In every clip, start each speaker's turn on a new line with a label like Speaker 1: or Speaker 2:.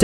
Speaker 1: จ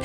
Speaker 1: แถ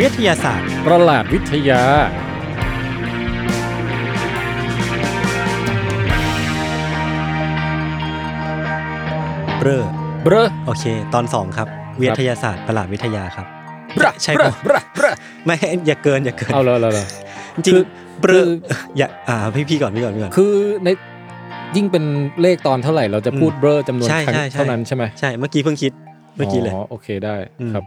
Speaker 2: วิทยาศาสตร์
Speaker 3: ประหลาดวิทยา
Speaker 2: เบรอ
Speaker 3: เบรอ
Speaker 2: โอเค ตอนสองครับ วิทยาศาสตร์ประหลาดวิทยาครับ ใช่ปะไม่ อย่าเกินอย่าเกิน
Speaker 3: เอาแล้วแล้วแล้ว
Speaker 2: จริง
Speaker 3: คือ
Speaker 2: ๆเบรอ
Speaker 3: คือ
Speaker 2: อย่าอ่าพี่พี่ก่อนพี่ก่อนพี่ก่อน
Speaker 3: คือในยิ่งเป็นเลขตอนเท่าไหร่เราจะพูด
Speaker 2: อืม
Speaker 3: เบรอจำนวน
Speaker 2: ใช่
Speaker 3: ครั้ง
Speaker 2: ใช่ใช่
Speaker 3: เท่านั้นใช่ไหม
Speaker 2: ใช่เมื่อกี้เพิ่งคิดเมื่อกี้เลย
Speaker 3: อ๋อโอเคได้
Speaker 2: อืม
Speaker 3: ครับ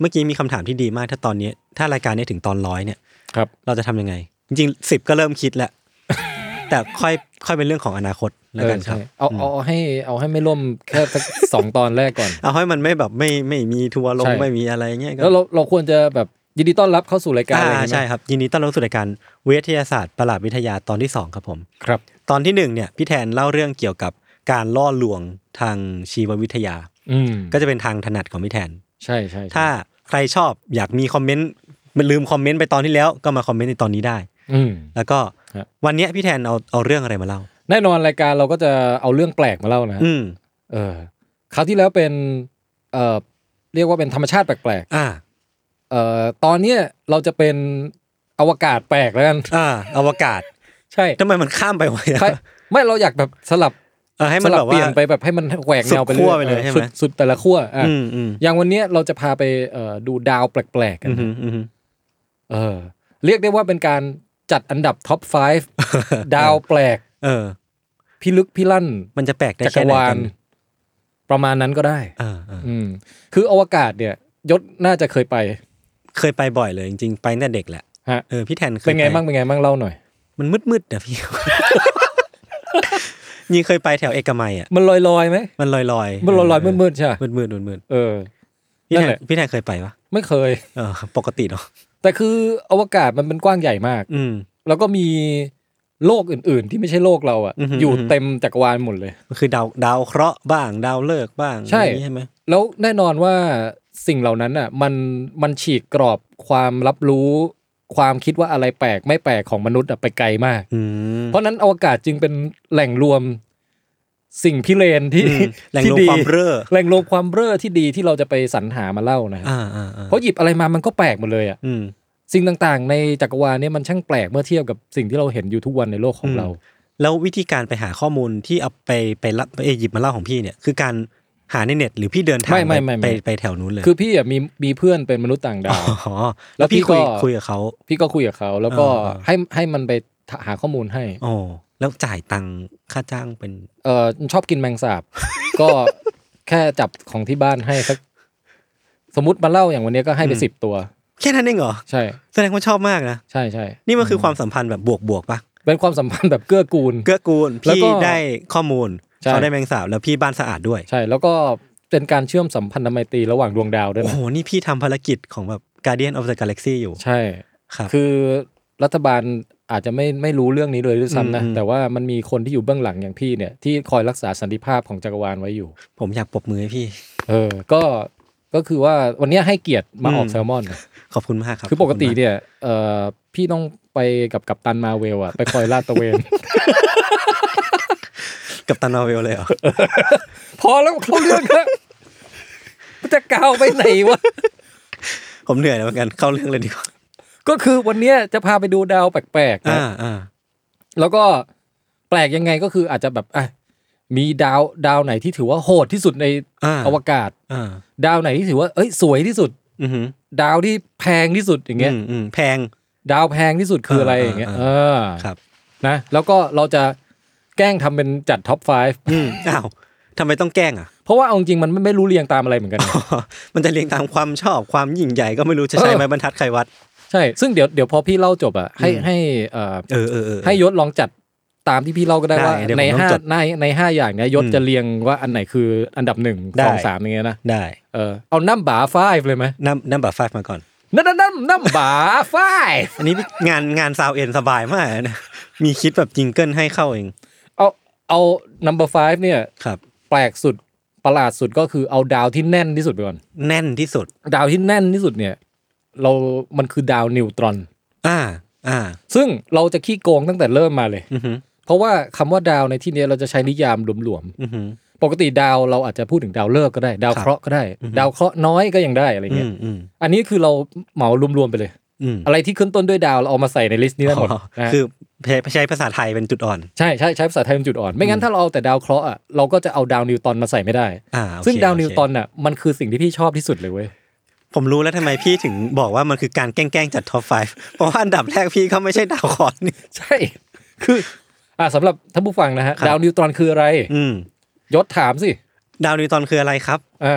Speaker 2: เมื่อกี้มีคำถามที่ดีมากถ้าตอนนี้ ถ้ารายการนี้ถึงตอนร้อยเนี่ย
Speaker 3: ครับ
Speaker 2: เราจะทำยังไง จริงๆสิบก็เริ่มคิด แล้ว แต่ค่อยค่อยเป็นเรื่องของอนาคตแล้วกันครับ
Speaker 3: เออใช่เอาเอาเอาให้เอาให้ไม่ล่มแค่ สัก สองตอนแรกก่อน
Speaker 2: เอาให้มันไม่แบบไม่ไม่มีทัวร์ลง
Speaker 3: ใช่
Speaker 2: ไม่มีอะไรเงี้ยก็
Speaker 3: แล้วเราเราควรจะแบบยินดีต้อนรับเข้าสู่รายการอะไร
Speaker 2: อ่า
Speaker 3: ใช่
Speaker 2: ใช่
Speaker 3: ไหม
Speaker 2: ครับยินดีต้อนรับสู่รายการวิทยาศาสตร์ประหลาดวิทยาตอนที่สองครับผม
Speaker 3: ครับ
Speaker 2: ตอนที่หนึ่งเนี่ยพี่แทนเล่าเรื่องเกี่ยวกับการล่อลวงทางชีววิทยา
Speaker 3: อืม
Speaker 2: ก็จะเป็นทางถนัดของพี่แทน
Speaker 3: ใช่ใช่ใช่
Speaker 2: ถ้าใครชอบอยากมีคอมเมนต์ลืมคอมเมนต์ไปตอนที่แล้วก็มาคอมเมนต์ในตอนนี้ได้
Speaker 3: อืม
Speaker 2: แล้วก็
Speaker 3: ครับ
Speaker 2: วันเนี้ยพี่แทนเอาเอาเรื่องอะไรมาเล่า
Speaker 3: แน่นอนรายการเราก็จะเอาเรื่องแปลกมาเล่านะ
Speaker 2: อืม
Speaker 3: เออคราวที่แล้วเป็นเออเรียกว่าเป็นธรรมชาติแปลก
Speaker 2: อ่า
Speaker 3: ๆเอ่อตอนเนี้ยเราจะเป็นอวกาศแปลกแล้วกัน
Speaker 2: อ่าอวกาศ
Speaker 3: ใช่
Speaker 2: ทำไมมันข้ามไปไวอะ
Speaker 3: ใครไม่เราอยากแบบสลับ
Speaker 2: เออให้มัน
Speaker 3: สลั
Speaker 2: แบบ
Speaker 3: เป
Speaker 2: ว่า
Speaker 3: ลี่ยนไปแบบให้มันแหวกแนวไป
Speaker 2: สุดขั้
Speaker 3: เรื่
Speaker 2: ว
Speaker 3: อย
Speaker 2: ไปเลย
Speaker 3: ออ
Speaker 2: ใช่ไหม
Speaker 3: สุดสุดแต่ละขั้วอ่ะ
Speaker 2: อืมอืม
Speaker 3: อย่างวันเนี้ยเราจะพาไปเอ่อดูดาวแปลกๆกัน
Speaker 2: อืมอืมอืม
Speaker 3: เออ เรียกได้ว่าเป็นการจัดอันดับท็อป 5 ดาวแปลก
Speaker 2: เออ
Speaker 3: พิลึกพิลั่น
Speaker 2: มันจะแปลกได้
Speaker 3: จัก
Speaker 2: แค่
Speaker 3: ร
Speaker 2: ไหน
Speaker 3: วา
Speaker 2: กั
Speaker 3: ล
Speaker 2: น
Speaker 3: ประมาณนั้นก็ได้
Speaker 2: เออเออ
Speaker 3: อืมคืออวกาศเนี่ย ยศน่าจะเคยไป
Speaker 2: เคยไปบ่อยเลยจริงๆไปตั้งแต่เด็กแหละ
Speaker 3: ฮะ
Speaker 2: เออพี่แทนเคย
Speaker 3: เป็นไง
Speaker 2: ป
Speaker 3: บ้างเป็นไงบ้างเล่าหน่อย
Speaker 2: มันมืดมืดๆนะพี่ ยิงเคยไปแถวเอกมัยอ่ะ
Speaker 3: มันลอยลอยๆไหม
Speaker 2: มันลอยลอย
Speaker 3: มันลอยลอยๆมืดมืดๆใช่ปะ
Speaker 2: มืดมืดมืดมืด
Speaker 3: เออ
Speaker 2: ๆพี่
Speaker 3: นั่
Speaker 2: แทน
Speaker 3: นแหละ
Speaker 2: พี่แทนเคยไปปะ
Speaker 3: ไม่เคย
Speaker 2: เออปกติเนาะ
Speaker 3: แต่คืออวกาศมันเป็นกว้างใหญ่มาก
Speaker 2: อืม
Speaker 3: แล้วก็มีโลกอื่น ๆ ที่ไม่ใช่โลกเราอะ
Speaker 2: อือหืออ
Speaker 3: อยู่เต็มจักรวาลหมดเลย
Speaker 2: มันคือดาวดาวเคราะห์บ้างดาวฤกษ์บ้าง
Speaker 3: ใช่
Speaker 2: อะไรอย่างงี้ใช่ไหม
Speaker 3: แล้วแน่นอนว่าสิ่งเหล่านั้นอะมันมันฉีกกรอบความรับรู้ ความคิดว่าอะไรแปลกไม่แปลกของมนุษย์อะไปไกลมาก
Speaker 2: อืม
Speaker 3: เพราะนั้นอวกาศจึงเป็นแหล่งรวมสิ่งพิเรนที่
Speaker 2: อืมแหล่งรวม
Speaker 3: ที่ดี
Speaker 2: ความเร่อ
Speaker 3: แหล่งรวมความเร่อที่ดีที่เราจะไปสรรหามาเล่านะฮะ
Speaker 2: อ่าอ่าอ่า
Speaker 3: เพราะหยิบอะไรมามันก็แปลกหมดเลยอะ
Speaker 2: อืม
Speaker 3: สิ่งต่างๆ ในจักรวาลเนี่ยมันช่างแปลกเมื่อเทียบกับสิ่งที่เราเห็นอยู่ทุกวันในโลกของเรา
Speaker 2: แล้ววิธีการไปหาข้อมูลที่เอาไปไปรับไปหยิบมาเล่าของพี่เนี่ย คือการหาในเน็ตหรือพี่เดินทาง
Speaker 3: ไม่ไม่
Speaker 2: ไป
Speaker 3: ไม่ไม่
Speaker 2: ไปไปแถวนู้นเลย
Speaker 3: คือพี่อะมีมีเพื่อนเป็นมนุษย์ต่างดาว
Speaker 2: อ๋อ
Speaker 3: แล้
Speaker 2: แล้ว
Speaker 3: วพี่
Speaker 2: พี่คุย
Speaker 3: ก็
Speaker 2: คุยกับเขา
Speaker 3: พี่ก็คุยกับเขาแล้วก็
Speaker 2: อ่า
Speaker 3: ให้ให้มันไปหาข้อมูลให้
Speaker 2: อ๋อแล้วจ่ายตังค่าจ้างเป็น
Speaker 3: เออชอบกินแมงสาบ ก็แค่จับของที่บ้านให้สักสมมติมาเล่าอย่างวันเนี้ยก็ให้ไป
Speaker 2: อืม
Speaker 3: สิบตัว
Speaker 2: แค่นั้นเองเหรอ
Speaker 3: ใช่
Speaker 2: แสดงว่าชอบมากนะ
Speaker 3: ใช่ใช่
Speaker 2: นี่มันคือความสัมพันธ์แบบบวกบวกๆปะ
Speaker 3: เป็นความสัมพันธ์แบบเกื้อกูล
Speaker 2: เกื้อกูล
Speaker 3: แล้ว
Speaker 2: พี่
Speaker 3: ก็
Speaker 2: ได้ข้อมูล
Speaker 3: ใช่
Speaker 2: เขาได้แมงสาบแล้วพี่บ้านสะอาดด้วย
Speaker 3: ใช่ แล้วก็เป็นการเชื่อมสัมพันธไมตรีระหว่างดวงดาวด้วย
Speaker 2: โอ้
Speaker 3: นะ
Speaker 2: โห นี่พี่ทำภารกิจของแบบ Guardian of the Galaxy อยู่
Speaker 3: ใช่
Speaker 2: ครับ
Speaker 3: คือรัฐบาลอาจจะไม่ไม่รู้เรื่องนี้เลยด้วยซ้ำนะ
Speaker 2: อืมอืม
Speaker 3: แต่ว่ามันมีคนที่อยู่เบื้องหลังอย่างพี่เนี่ยที่คอยรักษาสันติภาพของจักรวาลไว้อยู่
Speaker 2: ผมอยากปรบมือให้พี่
Speaker 3: เออ ก็ก็คือว่าวันเนี้ยให้เกียรติมาออก
Speaker 2: อืม
Speaker 3: แซลมอน
Speaker 2: ขอบคุณมากครับ
Speaker 3: คือปกติ
Speaker 2: ขบณมา
Speaker 3: เนี่ยเอ่อพี่ต้องไปกับกัปตันมาเวลอะไปคอยลาดตระเวน
Speaker 2: กับตันนอร์เวลเลยเหรอ
Speaker 3: พอแล้วเข้าเรื่องแล้วมันจะกาวไปไหนวะ
Speaker 2: ผมเหนื่อยแล้วเหมือนกันเข้าเรื่องเลยดีกว่า
Speaker 3: ก็คือวันเนี้ยจะพาไปดูดาวแปลกๆนะ
Speaker 2: อ่าอ่า
Speaker 3: แล้วก็แปลกยังไงก็คืออาจจะแบบอ่ะ มีดาวดาวไหนที่ถือว่าโหดที่สุดใน
Speaker 2: อ่า
Speaker 3: อวกาศ
Speaker 2: อ่า
Speaker 3: ดาวไหนที่ถือว่าเอ้ยสวยที่สุด
Speaker 2: อือหือ
Speaker 3: ดาวที่แพงที่สุดอย่างเงี้ย
Speaker 2: อืมอืมแพง
Speaker 3: ดาวแพงที่สุดคืออะไร
Speaker 2: อ่า
Speaker 3: อย่างเงี้ย เอ
Speaker 2: อ่า
Speaker 3: อ
Speaker 2: ครับ
Speaker 3: นะ แล้วก็เราจะแกล้งทำเป็นจัดท็อป
Speaker 2: อืมอ้าวทำไมต้องแกล้งอ่ะ
Speaker 3: 5 เพราะว่าเอาจริงๆมันไม่ไม่รู้เรียงตามอะไรเหมือนกัน
Speaker 2: มันจะเรียงตามความชอบความยิ่งใหญ่ก็ไม่รู้จะใช้
Speaker 3: เออ
Speaker 2: ไม้บรรทัดใครวัด
Speaker 3: ใช่ ซึ่งเดี๋ยวเดี๋ยวพอพี่เล่าจบอ่ะให้
Speaker 2: อืม
Speaker 3: ให้เอ่อ
Speaker 2: เออเออเออ
Speaker 3: ให้ยศลองจัดตามที่พี่เล่าก็ได้
Speaker 2: ได้
Speaker 3: ว่า
Speaker 2: เดี๋ยวผม
Speaker 3: ใน
Speaker 2: ต้อง
Speaker 3: ห้า
Speaker 2: จด
Speaker 3: ในในห้าอย่างเนี้ยยศ
Speaker 2: อืม
Speaker 3: จะเรียงว่าอันไหนคืออันดับหนึ่ง
Speaker 2: ได้
Speaker 3: สองสามอย่างเงี้ยนะ
Speaker 2: ได้
Speaker 3: เออเอาน้ำบาไฟเลยไหม
Speaker 2: นัมนัมบัตไฟมาก่อน
Speaker 3: น้ำน้ำน้ำน้ำบาไฟ
Speaker 2: อันนี้ งานงานซาวเอ็นสบายมากนะ มีคิดแบบจิงเกิลให้เข้าเอง
Speaker 3: เอาเอา number five เนี่ย
Speaker 2: ครับ
Speaker 3: แปลกสุดประหลาดสุดก็คือเอาดาวที่แน่นที่สุดไปก่อน
Speaker 2: แน่นที่สุด
Speaker 3: ดาวที่แน่นที่สุดเนี่ย เรา มันคือดาวนิวตรอน
Speaker 2: อ่า อ่า
Speaker 3: ซึ่งเราจะขี้โกงตั้งแต่เริ่มมาเลย
Speaker 2: อือหือ
Speaker 3: เพราะว่าคำว่าดาวในที่เนี้ยเราจะใช้นิยามหลวม
Speaker 2: อือหือ
Speaker 3: ๆ ปกติดาวเราอาจจะพูดถึงดาวฤกษ์ก็ได้ ดาว
Speaker 2: ครับ
Speaker 3: เคราะห์ก็ได้
Speaker 2: อือฮึ
Speaker 3: ดาวเคราะห์น้อยก็ยังได้อะไร
Speaker 2: อื
Speaker 3: เงี้ย
Speaker 2: มอืม
Speaker 3: อันนี้คือเราเหมารวมๆไปเลย
Speaker 2: อืม
Speaker 3: อะไรที่ขึ้นต้นด้วยดาวเราเอามาใส่ในลิสต์นี้ได้หมด
Speaker 2: อ๋อ
Speaker 3: นะฮะ
Speaker 2: คือใช้ใช้ภาษาไทยเป็นจุดอ่อน
Speaker 3: ใช่ใช่ใช้ภาษาไทยเป็นจุดอ่อน ไม่งั้นถ้าเราเอาแต่ดาวเคราะห์อะเราก็จะเอาดาวนิวตอนมาใส่ไม่ได้
Speaker 2: อ่าโอเค
Speaker 3: ซึ่งดาว
Speaker 2: โเค
Speaker 3: นิวตอนอ่ะมันคือสิ่งที่พี่ชอบที่สุดเลยเว้ย
Speaker 2: ผมรู้แล้วทำไมพี่ถึงบอกว่ามันคือการแกล้งๆจัดท็อป 5 เพราะว่าอันดับแรกพี่เขาไม่ใช่ดาวคอนนี่
Speaker 3: ใช่ คืออ่าสำหรับท่านผู้ฟังนะฮะ
Speaker 2: ครับ
Speaker 3: ดาวนิวตรอนคืออะไร
Speaker 2: อืม
Speaker 3: ยศถามสิ
Speaker 2: ดาวนิวตอนคืออะไรครับ
Speaker 3: อ่า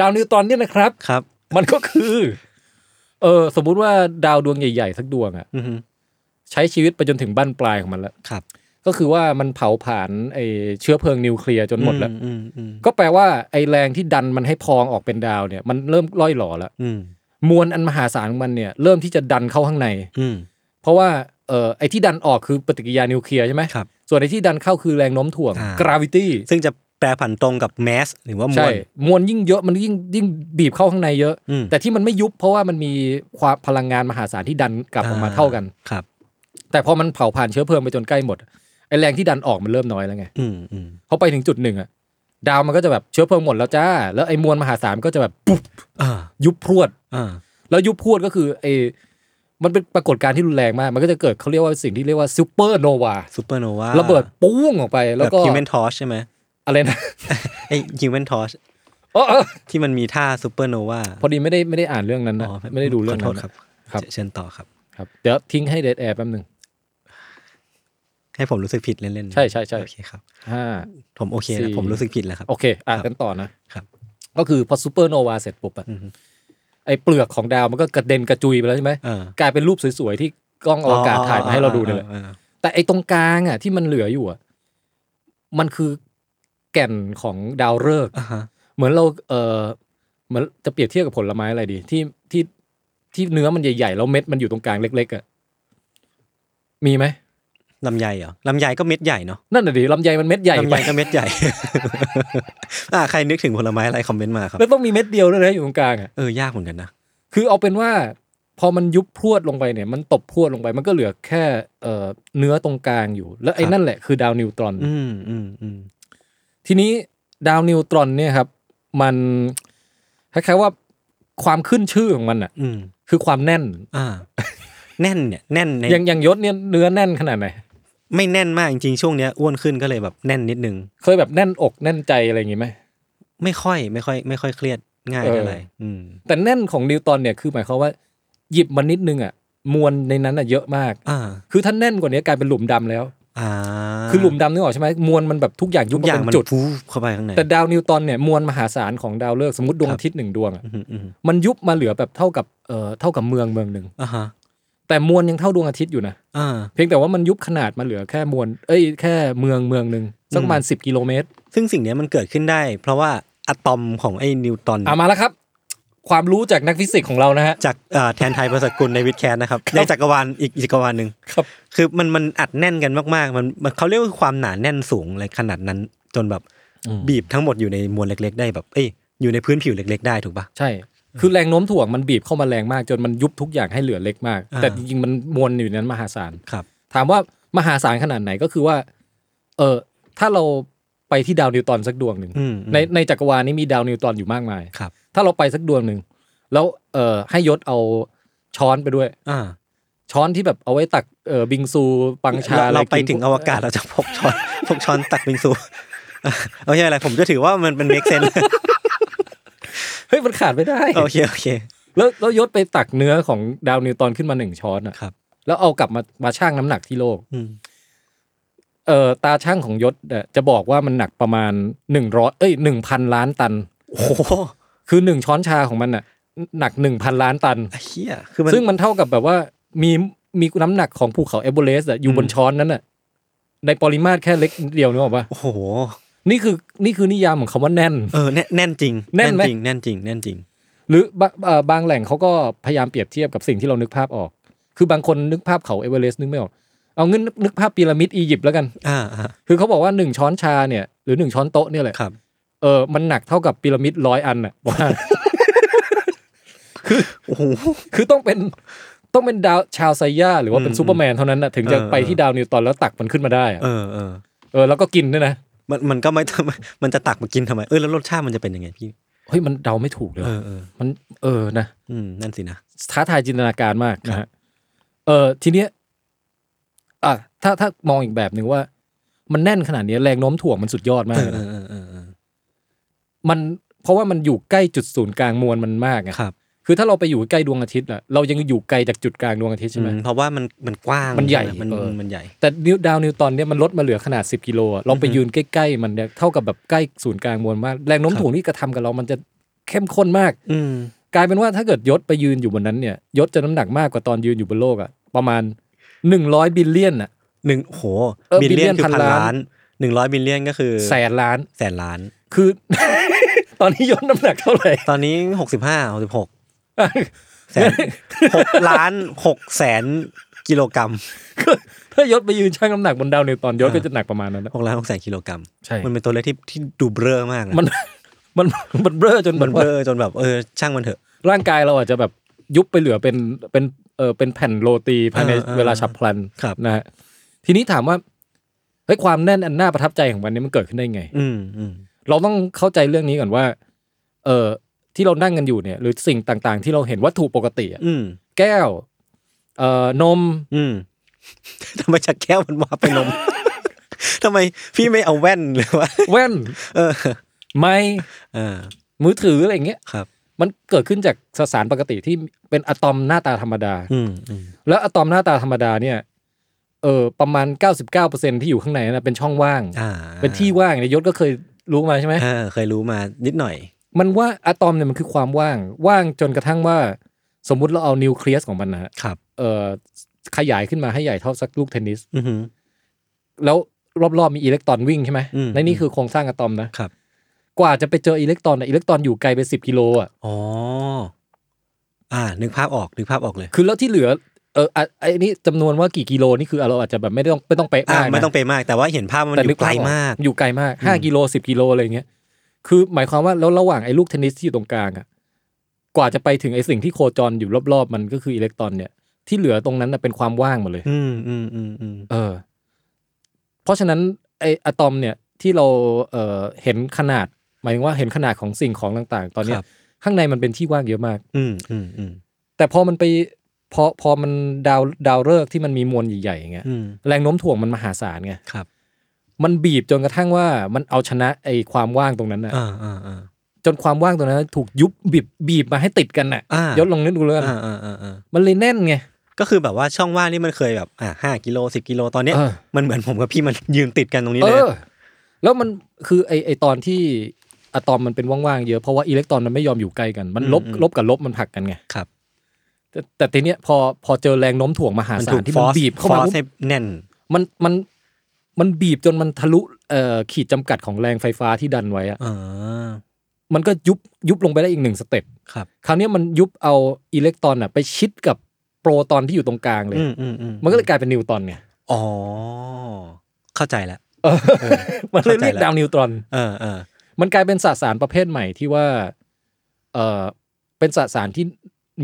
Speaker 3: ดาวนิวตอนเนี่ยนะครับ
Speaker 2: ครับ
Speaker 3: มันก็คือ เออสมมุติว่าดาวดวงใหญ่ ๆ สักดวงอะ
Speaker 2: อือหือ
Speaker 3: ใช้ชีวิตไปจนถึงบั้นปลายของมันแล้ว
Speaker 2: ครับ
Speaker 3: ก็คือว่ามันเผาผลาญไอเชื้อเพลิงนิวเคลียร์จนหมดแล้ว
Speaker 2: อืมอืม
Speaker 3: ก็แปลว่าไอแรงที่ดันมันให้พองออกเป็นดาวเนี่ย มันเริ่มล่อยหล่อแล้ว
Speaker 2: อืม
Speaker 3: มวลอันมหาศาลของมันเนี่ยเริ่มที่จะดันเข้าข้างใน
Speaker 2: อืม
Speaker 3: เพราะว่าเออไอที่ดันออกคือปฏิกิริยานิวเคลียร์ใช่ไหม
Speaker 2: ครับ
Speaker 3: ส่วนไอที่ดันเข้าคือแรงโน้มถ่วง
Speaker 2: อ่า
Speaker 3: gravity
Speaker 2: ซึ่งจะแปลผันตรงกับแมสหรือว่าม
Speaker 3: ใช่
Speaker 2: วล
Speaker 3: มวลยิ่งเยอะมันยิ่งยิ่งบีบเข้าข้างในเยอะ
Speaker 2: อืม
Speaker 3: แต่ที่มันไม่ยุบเพราะว่ามันมีความพลังงานมหาศาลที่ดันกลับออกมาเท่ากัน
Speaker 2: ครับ
Speaker 3: แต่พอมันเผาผ่านเชื้อเพลิงไปจนใกล้หมดไอแรงที่ดันออกมันเริ่มน้อยแล้วไง
Speaker 2: อืมอืม
Speaker 3: พอไปถึงจุดหนึ่งอะดาวมันก็จะแบบเชื้อเพลิงหมดแล้วจ้า แล้วไอมวลมหาศาลมันก็จะแบบปุ๊บ
Speaker 2: อ่า
Speaker 3: ยุบพรวด
Speaker 2: อ่า
Speaker 3: แล้วยุบพรวดก็คือไอมันเป็นปรากฏการณ์ที่รุนแรงมาก มันก็จะเกิดเขาเรียกว่าสิ่งที่เรียกว่าซูเปอร์โนวา
Speaker 2: ซูเปอร์โนวา
Speaker 3: ระเบิดปุ้งออกไปแล้วก็
Speaker 2: ฮิวแมนทอชใช่ไหม
Speaker 3: อะไรนะ
Speaker 2: ไอฮิวแมนทอช
Speaker 3: อ๋อเออ
Speaker 2: ที่มันมีท่าซูเปอร์โนวา
Speaker 3: พอดีไม่ได้ไม่ได้อ่านเรื่องนั้นนะไม่ได้ดูเรื่อง
Speaker 2: ขอโท
Speaker 3: นั้
Speaker 2: ษ
Speaker 3: น
Speaker 2: ค
Speaker 3: นะ
Speaker 2: รับ
Speaker 3: ครับ
Speaker 2: เชิญต่อครับ
Speaker 3: ครับเดี๋ยวทิ้งให้เดทแอร์แป๊บหนึ่ง
Speaker 2: ให้ผมรู้สึกผิดเล่นๆ
Speaker 3: ใช่ใช่ใช่
Speaker 2: โอเคครับ
Speaker 3: ห้า
Speaker 2: ผมโอเค
Speaker 3: สี่
Speaker 2: นะผมรู้สึกผิดแล้วครับ
Speaker 3: โอเค อ่ะ
Speaker 2: ครับ
Speaker 3: กันต่อนะครับ ก็คือพอซูเปอร์โนวาเสร็จปุ๊บอะ
Speaker 2: อือฮึ
Speaker 3: ไอเปลือกของดาวมันก็กระเด็นกระจุยไปแล้วใช่ไหม
Speaker 2: เออก
Speaker 3: ลายเป็นรูปสวยๆ ที่กล้องอวกาศถ่ายมาให้เราดูเนี่ยแหละ
Speaker 2: ออออ
Speaker 3: แต่ไอตรงกลางอะที่มันเหลืออยู่อะมันคือแก่นของดาวฤกษ์
Speaker 2: อ่าฮะ
Speaker 3: เหมือนเราเออเหมือนจะเปรียบเทียบกับผลไม้อะไรดี ที่ที่ที่เนื้อมันใหญ่ๆแล้วเม็ดมันอยู่ตรงกลางเล็กๆอะมีไหม
Speaker 2: ลำไยเหรอลำไยก็เม็ดใหญ่เนาะ
Speaker 3: นั่นน่ะดิลำไยมันเม็ดใหญ่
Speaker 2: ลำ
Speaker 3: ไป
Speaker 2: ไยก็เม็ดใหญ่ อ่าใครนึกถึงผลไม้อะไรคอมเมนต์มาครับ
Speaker 3: แล้วต้องมีเม็ดเดียวด้วยนะอยู่ตรงกลางอะ
Speaker 2: เออยากเหมือนกันนะ
Speaker 3: คือเอาเป็นว่าพอมันยุบพรวดลงไปเนี่ยมันตบพรวดลงไป มันก็เหลือแค่เอ่อเนื้อตรงกลางอยู่ แล้วไอ้นั่นแหละคือดาวนิวตรอน
Speaker 2: อืมอืมอืม
Speaker 3: ทีนี้ดาวนิวตรอนเนี่ยครับ มันคล้ายๆว่าความขึ้นชื่อของมันอ่ะ
Speaker 2: อืม
Speaker 3: คือความแน่น
Speaker 2: อ่า แน่นเนี่ยแน่นใน
Speaker 3: อย่างอย่างยศเนี่ยเนื้อแน่นขนาดไหน
Speaker 2: ไม่แน่นมากจริงๆ ช่วงเนี้ยอ้วนขึ้นก็เลยแบบแน่นนิดนึง
Speaker 3: เคยแบบแน่นอกแน่นใจอะไรอย่างงี้ไหม
Speaker 2: ไม่ค่อยไม่ค่อย ไม่ค่อยเครียดง่าย
Speaker 3: เออ
Speaker 2: เท่าไหร่อืม
Speaker 3: แต่แน่นของนิวตรอนเนี่ยคือหมายความว่า หยิบมันนิดนึงอ่ะมวลในนั้นอ่ะเยอะมาก
Speaker 2: อ่า
Speaker 3: คือถ้าแน่นกว่านี้กลายเป็นหลุมดำแล้ว
Speaker 2: อ่า
Speaker 3: คือหลุมดำนึกออกใช่ไหมมวลมันแบบทุกอย่างยุ
Speaker 2: ทุก
Speaker 3: บมา
Speaker 2: อย่าง
Speaker 3: เป็น
Speaker 2: มัน
Speaker 3: จุด
Speaker 2: ฟูเข้าไปข้างใน
Speaker 3: แต่ดาวนิวตอนเนี่ยมวลมหาศาลของดาวฤกษ์สมมติดวง
Speaker 2: ครับ
Speaker 3: อาทิตย์หนึ่งดวงอะ
Speaker 2: อืมอืม
Speaker 3: มันยุบมาเหลือแบบเท่ากับเอ่อเท่ากับเมืองเมืองหนึ่ง
Speaker 2: อ่าฮะ
Speaker 3: แต่มวลยังเท่าดวงอาทิตย์อยู่นะ
Speaker 2: อ่า
Speaker 3: เพียงแต่ว่ามันยุบขนาดมาเหลือแค่มวลเอ้ยแค่เมืองเมืองหนึ่งสักประมาณ10 กิโลเมตร
Speaker 2: ซึ่งสิ่งเนี้ยมันเกิดขึ้นได้ เพราะว่าอะตอมของไอ้นิวตัน
Speaker 3: อ่ะมาแล้วครับ ความรู้จากนักฟิสิกส์ของเรานะฮะ
Speaker 2: จากเอ่อแทนไทยประสกุลในวิดแคสนะครับในจักรวาลอีกจักรวาลหนึ่ง
Speaker 3: ครับ
Speaker 2: คือมันมันอัดแน่นกันมากๆมันมันเขาเรียกว่าความหนาแน่นสูงอะไรขนาดนั้น จนแบบบีบทั้งหมดอยู่ในมวลเล็ก ๆ ได้แบบเอ้ยอยู่ในพื้นผิวเล็ก ๆ ได้ถูกปะ
Speaker 3: ใช่ คือแรงโน้มถ่วงมันบีบเข้ามาแรงมาก จนมันยุบทุกอย่างให้เหลือเล็กมาก
Speaker 2: อ่า
Speaker 3: แต่จริงๆมันมวลอยู่ในนั้นมหาศาล
Speaker 2: ครับ
Speaker 3: ถามว่ามหาศาลขนาดไหนก็คือว่า เออถ้าเราไปที่ดาวนิวตอนสักดวงหนึ่ง
Speaker 2: อืมอืม
Speaker 3: ในในจักรวาลนี้มีดาวนิวตอนอยู่มากมาย
Speaker 2: ครับ
Speaker 3: ถ้าเราไปสักดวงหนึ่งแล้วเออให้ยศเอาช้อนไปด้วย
Speaker 2: อ่า
Speaker 3: ช้อนที่แบบเอาไว้ตักเออบิงซูปังชา
Speaker 2: เรา
Speaker 3: อะ
Speaker 2: เรา
Speaker 3: กิน
Speaker 2: ไปถึงอวกาศเราจะพกช้อน พกช้อนตักบิงซู โอเคอะไรผมจะถือว่ามันเป็นเมกเซน
Speaker 3: เฮ้ยมันขาดไม่ได้
Speaker 2: โอเคโอเค
Speaker 3: แล้วแล้วยศไปตักเนื้อของดาวนิวตอนขึ้นมาหนึ่งช้อนอ่ะ
Speaker 2: ครับ
Speaker 3: แล้วเอากลับมามาชั่งน้ำหนักที่โลก
Speaker 2: อืม
Speaker 3: เอ่อตาช่างของยศเนี่ยจะบอกว่ามันหนักประมาณหนึ่งร้อยเอ้ยหนึ่งพันล้านตัน
Speaker 2: โอ้โห
Speaker 3: คือหนึ่งช้อนชาของมันน่ะหนักหนึ่งพันล้านตัน
Speaker 2: ไอ้เฮียคือมัน
Speaker 3: ซึ่งมันเท่ากับแบบว่ามีมีน้ำหนักของภูเขาเอเบอเรสต์อะอยู่บนช้อนนั้นน่ะในปริมาตรแค่เล็กนิดเดียวนึกออกปะ
Speaker 2: โอ้โห
Speaker 3: นี่คือนี่คือนิยามของคำว่าแน่น
Speaker 2: เออแน่แน่นจริง
Speaker 3: แน่นไหม
Speaker 2: จริงแน่นจริงแน่นจริง
Speaker 3: หรือบะเอ่อบางแหล่งเขาก็พยายามเปรียบเทียบกับสิ่งที่เรานึกภาพออก คือบางคนนึกภาพเขาเอเวอเรสต์นึกไม่ออก เอางั้นนึกนึกภาพพีระมิดอียิปต์แล้วกัน
Speaker 2: อ่าอ่า
Speaker 3: คือเขาบอกว่าหนึ่งช้อนชาเนี่ยหรือหนึ่งช้อนโต๊ะเนี่ยแหละ
Speaker 2: ครับ
Speaker 3: เออมันหนักเท่ากับพีระมิดร้อยอันน่ะ ว่า
Speaker 2: โอ้โห
Speaker 3: คือต้องเป็นต้องเป็นดาวชาวไซย่าหรือว่าเป็น
Speaker 2: อืม
Speaker 3: ซูเปอร์แมนเท่านั้นน่ะถึงจะ
Speaker 2: เออ
Speaker 3: ไปที่ดาวนิวตอนแล้วตักมันขึ้นมาได้อะ
Speaker 2: เออเออ
Speaker 3: เออแล้วก็กินด้วยนะ
Speaker 2: มันมันก็ไม่ มันจะตักมากินทำไมเออแล้วรสชาติมันจะเป็นยังไงพี่
Speaker 3: เฮ้ย มันเดาไม่ถูกเลย
Speaker 2: เอ
Speaker 3: ว่ะ
Speaker 2: อเออ
Speaker 3: มันเออนะ
Speaker 2: อืมนั่นสินะ
Speaker 3: ท้าทายจินตนาการมากนะฮะ เออทีเนี้ยอ่ะถ้าถ้ามองอีกแบบหนึ่งว่า มันแน่นขนาดเนี้ยแรงโน้มถ่วงมันสุดยอดมาก
Speaker 2: เออ
Speaker 3: เลย
Speaker 2: เอ
Speaker 3: นะ
Speaker 2: อเออเออ
Speaker 3: มันเพราะว่ามันอยู่ใกล้จุดศูนย์กลางมวลมันมากไง
Speaker 2: ครับ
Speaker 3: คือถ้าเราไปอยู่ใกล้ดวงอาทิตย์อะเรายังอยู่ไกลจากจุดกลางดวงอาทิตย์ใช่ไหม
Speaker 2: อืมเพราะว่ามันมันกว้าง
Speaker 3: มันใหญ่
Speaker 2: มัน
Speaker 3: เออ
Speaker 2: มันใหญ่
Speaker 3: แต่นิวดาวนิวตอนเนี่ยมันลดมาเหลือขนาด 10 กิโลอะเราไป
Speaker 2: อือฮึ
Speaker 3: ยืนใกล้ๆ มันเนี่ยเท่ากับแบบใกล้ศูนย์กลางมวลมาก แรงโน้ม
Speaker 2: ครับ
Speaker 3: ถ่วงที่กระทำกับเรามันจะเข้มข้นมาก
Speaker 2: อืม
Speaker 3: กลายเป็นว่าถ้าเกิดยศไปยืนอยู่บนนั้นเนี่ยยศจะน้ำหนักมากกว่าตอนยืนอยู่บนโลกอะประมาณ 100 บิลเลียนอะ
Speaker 2: หนึ่งโห
Speaker 3: เออ
Speaker 2: บิลเลียน
Speaker 3: billion
Speaker 2: คือ
Speaker 3: พัน
Speaker 2: พัน
Speaker 3: ล้าน
Speaker 2: ล้านหนึ่งร้อยบิลเลียนก็คือ
Speaker 3: แสนล้าน
Speaker 2: แสนล้าน
Speaker 3: คือ ตอนนี้ยศน้ำหนักเท่าไหร่
Speaker 2: ตอนนี้หกสิบห้าหกสิบหกแสนหกล้านหกแสนกิโลกรัม
Speaker 3: ถ้ายศไปยืนชั่งน้ำหนักบนดาวนิวตอนยศก็จะหนักประมาณนั้นนะ
Speaker 2: หกล้านหกแสนกิโลกรัม
Speaker 3: ใช่
Speaker 2: มันเป็นตัวเลขที่ที่ดูเบลอมากนะ
Speaker 3: มันมันมันเบ้อจนแบ
Speaker 2: มัน
Speaker 3: บ
Speaker 2: เบ
Speaker 3: ว่า
Speaker 2: ลอจนแบบเออช่างมันเถอะ
Speaker 3: ร่างกายเราอาจจะแบบยุบไปเหลือเป็นเป็นเออเป็นแผ่นโรตีภายใน
Speaker 2: เออเออ
Speaker 3: เวลาฉับพลัน
Speaker 2: ครับ
Speaker 3: นะฮะทีนี้ถามว่าเฮ้ยความแน่นอันน่าประทับใจของมันนี้มันเกิดขึ้นได้ไง
Speaker 2: อืมอืม
Speaker 3: เราต้องเข้าใจเรื่องนี้ก่อนว่า เออที่เรานั่งกันอยู่เนี่ย หรือสิ่งต่างๆ ที่เราเห็นวัตถุปกติอะ
Speaker 2: อืม
Speaker 3: แก้ว เอ่อนม
Speaker 2: อืม ทำไมจากแก้วมันมา เป็นนม ทำไมพี่ไม่เอาแว่นหรือว่า
Speaker 3: แว่น
Speaker 2: เออ
Speaker 3: ไม้
Speaker 2: อ่า
Speaker 3: มือถืออะไรอย่างเงี้ย
Speaker 2: ครับ
Speaker 3: มันเกิดขึ้นจากสสารปกติที่เป็นอะตอมหน้าตาธรรมดา
Speaker 2: อืมอืม
Speaker 3: แล้วอะตอมหน้าตาธรรมดาเนี่ย เออประมาณ 99%ที่อยู่ข้างในนั้นนะเป็นช่องว่าง
Speaker 2: อ่า
Speaker 3: เป็นที่ว่างเนี่ยยศก็เคยรู้มาใช่ไหม
Speaker 2: เออเคยรู้มานิดหน่อย
Speaker 3: มันว่าอะตอมเนี่ยมันคือความว่าง ว่างจนกระทั่งว่า สมมุติเราเอานิวเคลียสของมันนะฮะ
Speaker 2: ครับ
Speaker 3: เออขยายขึ้นมาให้ใหญ่เท่าสักลูกเทนนิส
Speaker 2: อือหือ
Speaker 3: แล้วรอบๆมีอิเล็กตรอนวิ่งใช่ไหม
Speaker 2: อืม
Speaker 3: และนี่คือโครงสร้างอะตอมนะครับ กว่าจะไปเจออิเล็กตรอนอะอิเล็กตรอนอยู่ไกลไปสิบกิโลอ่ะ
Speaker 2: อ๋อ อ่า นึกภาพออก นึกภาพออกเลย
Speaker 3: คือแล้วที่เหลือเอออ่ะไอ้นี่จำนวนว่ากี่กิโลนี่คือเราอาจจะแบบไม่ต้องไม่ต้องเป๊ะ
Speaker 2: อ่า
Speaker 3: มากนะ
Speaker 2: ไม่ต้องไปมาก แต่ว่าเห็นภาพว่ามัน
Speaker 3: แต่
Speaker 2: อ
Speaker 3: นึ
Speaker 2: ยู่ไกล
Speaker 3: ภพออ
Speaker 2: มาก
Speaker 3: อยู่ไกลมากห้ากิโลสิบกิโลอะไรอย่างเงี้ยคือหมายความว่าแล้วระหว่างไอ้ลูกเทนนิสที่อยู่ตรงกลางอ่ะกว่าจะไปถึงไอ้สิ่งที่โคจรอยู่รอบๆ มันก็คืออิเล็กตรอนเนี่ยที่เหลือตรงนั้นน่ะเป็นความว่างหมดเลย
Speaker 2: อืมอืมอืมอืม
Speaker 3: เออ เพราะฉะนั้นไออะตอมเนี่ยที่เราเออเห็นขนาด หมายถึงว่าเห็นขนาดของสิ่งของต่างๆ ตอนเนี้
Speaker 2: ค
Speaker 3: ย
Speaker 2: รับ
Speaker 3: ข้างในมันเป็นที่ว่างเยอะมาก
Speaker 2: อืมอืมอืม
Speaker 3: แต่พอมันไปพอพอมันดาวดาวฤกษ์ที่มันมีมวลใหญ่ๆอย่างเงี้ย
Speaker 2: อืม
Speaker 3: แรงโน้มถ่วงมันมหาศาลไง
Speaker 2: ครับ
Speaker 3: มันบีบจนกระทั่งว่ามันเอาชนะไอความว่างตรงนั้นนะ
Speaker 2: อ่าอ่าอ่า
Speaker 3: จนความว่างตรงนั้นถูกยุบบีบบีบมาให้ติดกันน่ะ
Speaker 2: อ่า
Speaker 3: ยศลองนึกดูแล้วกัน
Speaker 2: อ่าอ่าอ่าอ่า
Speaker 3: มันเลยแน่นไง
Speaker 2: ก็คือแบบว่าช่องว่างนี่มันเคยแบบ อ่าห้ากิโลสิบกิโล ตอนเนี้ย
Speaker 3: เออ
Speaker 2: มันเหมือนผมกับพี่มันยืนติดกันตรงนี้
Speaker 3: เอ
Speaker 2: เลย
Speaker 3: อ แล้วมันคือไอไอตอนที่อะตอมมันเป็นว่างๆเยอะเพราะว่าอิเล็กตรอนมันไม่ยอมอยู่ใกล้กัน มันลบ
Speaker 2: อืมอืม
Speaker 3: ลบกับลบมันผลักกันไง
Speaker 2: ครับ
Speaker 3: แต่แต่ทีเนี้ยพอพอเจอแรงโน้มถ่วงมหา
Speaker 2: มัน
Speaker 3: ศา
Speaker 2: ถู
Speaker 3: ล
Speaker 2: ก
Speaker 3: ที่
Speaker 2: ฟ
Speaker 3: มั
Speaker 2: อน ส
Speaker 3: บีบเข้า
Speaker 2: ฟอส
Speaker 3: มาปุ๊บ
Speaker 2: ให้แน่น
Speaker 3: มันมันมันบีบจนมันทะลุเอ่อขีดจำกัดของแรงไฟฟ้าที่ดันไว้อะ
Speaker 2: อ่า
Speaker 3: มันก็ยุบยุบลงไปได้อีกหนึ่งสเต็ป
Speaker 2: ครับ
Speaker 3: คราวเนี้ยมันยุบเอาอิเล็กตรอนอะไปชิดกับโปรตอนที่อยู่ตรงกลางเลย
Speaker 2: อืมอืมอืม
Speaker 3: มันก็เลยกลายเป็นนิวตรอนไง
Speaker 2: อ๋อ เข้าใจแล้ว
Speaker 3: มันเลยเรียก
Speaker 2: เข้าใจแล้ว
Speaker 3: ดาวนิวตรอน
Speaker 2: เออเออ
Speaker 3: มันกลายเป็นสสารประเภทใหม่ที่ว่า เออเป็นสสารที่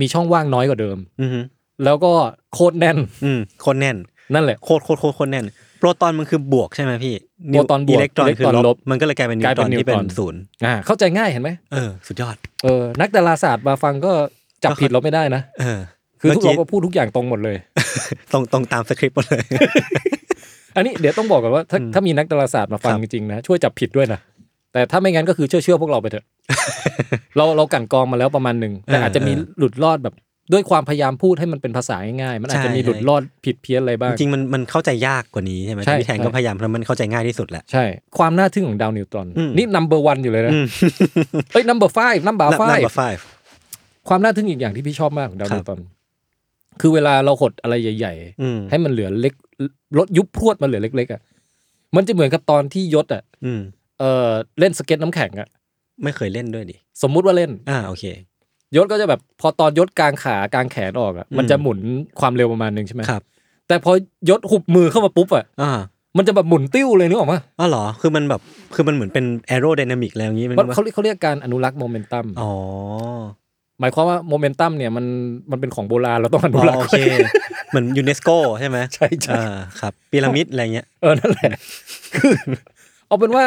Speaker 3: มีช่องว่างน้อยกว่าเดิม
Speaker 2: อือหือ
Speaker 3: แล้วก็โคตรแน่น
Speaker 2: อืมคนแน่น
Speaker 3: นั่นแหละ
Speaker 2: โคตรโคตรโคตรโคตรแน่น โปรตอนมันคือบวกใช่ไหมพี่
Speaker 3: โปรตอนบวก
Speaker 2: อิเล็กตรอน
Speaker 3: อิเล็ก
Speaker 2: คือ
Speaker 3: ตรอน
Speaker 2: ล
Speaker 3: ล
Speaker 2: บบ มันก็เลยกลายเป็นนิว
Speaker 3: กลาย
Speaker 2: ต
Speaker 3: เป็
Speaker 2: รอน นที่เป็
Speaker 3: นิวน ตรอน
Speaker 2: ศูนย์
Speaker 3: อ่าเข้าใจง่ายเห็นไหม
Speaker 2: เออ สุดยอด
Speaker 3: เออนักดาราศาสตร์มาฟังก็จับผิดเราไม่ได้นะ
Speaker 2: เออ
Speaker 3: คือ
Speaker 2: เมื่
Speaker 3: ทุก
Speaker 2: กี้
Speaker 3: เราก็พูดทุกอย่างตรงหมดเลย
Speaker 2: ตรงตรงตามสคริปต์หมดเลย
Speaker 3: อันนี้เดี๋ยวต้องบอกก่อนว่าถ้าถ้ามีนักดาราศาสตร์มาฟัง
Speaker 2: ครับ
Speaker 3: จริงๆนะช่วยจับผิดด้วยนะแต่ถ้าไม่งั้นก็คือเชื่อเชื่อพวกเราไปเถอะ เราเรากลันกรองมาแล้วประมาณหนึ่งแต่อาจจะมีหลุดรอดแบบด้วยความพยายามพูดให้มันเป็นภาษาง่ายๆมันอาจจะมีหลุดรอดผิดเพี้ยนอะไรบ้าง
Speaker 2: จริงๆมันมันเข้าใจยากกว่านี้ใช่ไหม
Speaker 3: ใช่
Speaker 2: พี่แทน
Speaker 3: ใช่
Speaker 2: ก็พยายามทำให้มันเข้าใจง่ายที่สุดแหละ
Speaker 3: ใช่ ความน่าทึ่งของดาวนิวตัน
Speaker 2: อืม
Speaker 3: นี่ number one อยู่เลยนะเอ้ย number five number
Speaker 2: นับ
Speaker 3: five
Speaker 2: number five
Speaker 3: ความน่าทึ่งอีกอย่างที่พี่ชอบมากของดาว
Speaker 2: ครับ
Speaker 3: นิวตันคือเวลาเราหดอะไรใหญ่ ๆ
Speaker 2: อืม
Speaker 3: ให้มันเหลือเล็กลดยุบพรวดมันเหลือเล็ก ๆอ่ะมันจะเหมือนกับตอนที่ยศอ่ะ
Speaker 2: อืม
Speaker 3: เออเล่นสเก็ตน้ำแข็งอ่ะ
Speaker 2: ไม่เคยเล่นด้วยดิ
Speaker 3: สมมุติว่าเล่น
Speaker 2: อ่าโอเค
Speaker 3: ยศก็จะแบบพอตอนยศกลางขากลางแขนออกอ่ะ
Speaker 2: อืม
Speaker 3: มันจะหมุนความเร็วประมาณหนึ่งใช่ไหม
Speaker 2: ครับ
Speaker 3: แต่พอยศหุบมือเข้ามาปุ๊บอ่ะ
Speaker 2: อ่า
Speaker 3: มันจะแบบหมุนติ้วเลยนึกออกปะ
Speaker 2: อ๋อเหรอคือมันแบบคือมันเหมือนเป็นแอโร d y นามิกอะไรอย่างนี้มัน
Speaker 3: มันเขาเรียกเขาเรียกการอนุรักษ์โมเมนตัม
Speaker 2: อ๋อ
Speaker 3: หมายความว่าโมเมนตัมเนี่ยมันมันเป็นของโบราณเราต้องอนุรักษ์
Speaker 2: โอ
Speaker 3: ไว้
Speaker 2: เคเหมือนยูเนสโกใช่ไหม
Speaker 3: ใช่ใช่
Speaker 2: อ่าครับพีระมิดอะไรเงี้ย
Speaker 3: เออนั่นแหละคือเอาเป็นว่า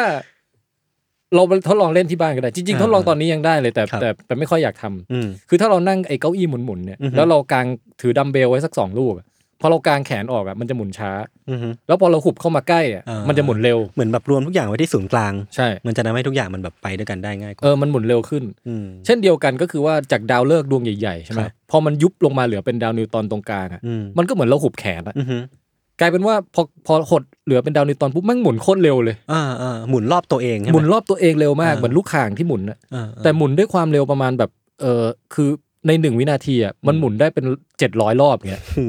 Speaker 3: เราไปทดลองเล่นที่บ้านก็ได้จริงๆทดลองตอนนี้ยังได้เลยแต่
Speaker 2: ครับ
Speaker 3: แต่แต่ไม่ค่อยอยากทำ
Speaker 2: อืม
Speaker 3: คือถ้าเรานั่งไอ้เก้าอี้หมุนๆเนี่ย
Speaker 2: อือฮึ
Speaker 3: แล้วเรากางถือดัมเบลไว้สักสองลูกอะพอเรากางแขนออกอ่ะมันจะหมุนช้า
Speaker 2: อือฮึ
Speaker 3: แล้วพอเราหุบเข้ามาใกล้อ่ะ
Speaker 2: อ่ามั
Speaker 3: มันจะหมุนเร็ว
Speaker 2: เหมือนแบบรวมทุกอย่างไว้ที่ศูนย์กลาง
Speaker 3: ใช่
Speaker 2: มันจะทำให้ทุกอย่างมันแบบไปด้วยกันได้ง่ายก
Speaker 3: เอ
Speaker 2: ว่า
Speaker 3: อมันหมุนเร็วขึ้น
Speaker 2: ม
Speaker 3: เช่นเดียวกันก็คือว่าจากดาวฤกษ์ดวงใหญ่ๆใช่ไหม
Speaker 2: ครับ
Speaker 3: พอมันยุบลงมาเหลือเป็นดาวนิวตอนตรงกลางอ่ะ
Speaker 2: อืม
Speaker 3: มันก็เหมือนเราหุบแขนอ่ะ
Speaker 2: อือฮึ
Speaker 3: กลายเป็นว่าพอพอหดเหลือเป็นดาวนิวตอนปุ๊บแมันหมุนโคตรเร็วเลย
Speaker 2: อ่าอ่าหมุนรอบตัวเองใช่ไห
Speaker 3: ห
Speaker 2: ม
Speaker 3: มุนรอบตัวเองเร็วมาก
Speaker 2: อ่า
Speaker 3: เหมือนลูกข่างที่หมุนอ่ะ
Speaker 2: อ่า
Speaker 3: แต่หมุนด้วยความเร็วประมาณแบบเออคือในหนึ่งวินาทีอ่ะมันหมุนได้เป็นเจ็ดร้อยรอบเงี้ย
Speaker 2: หู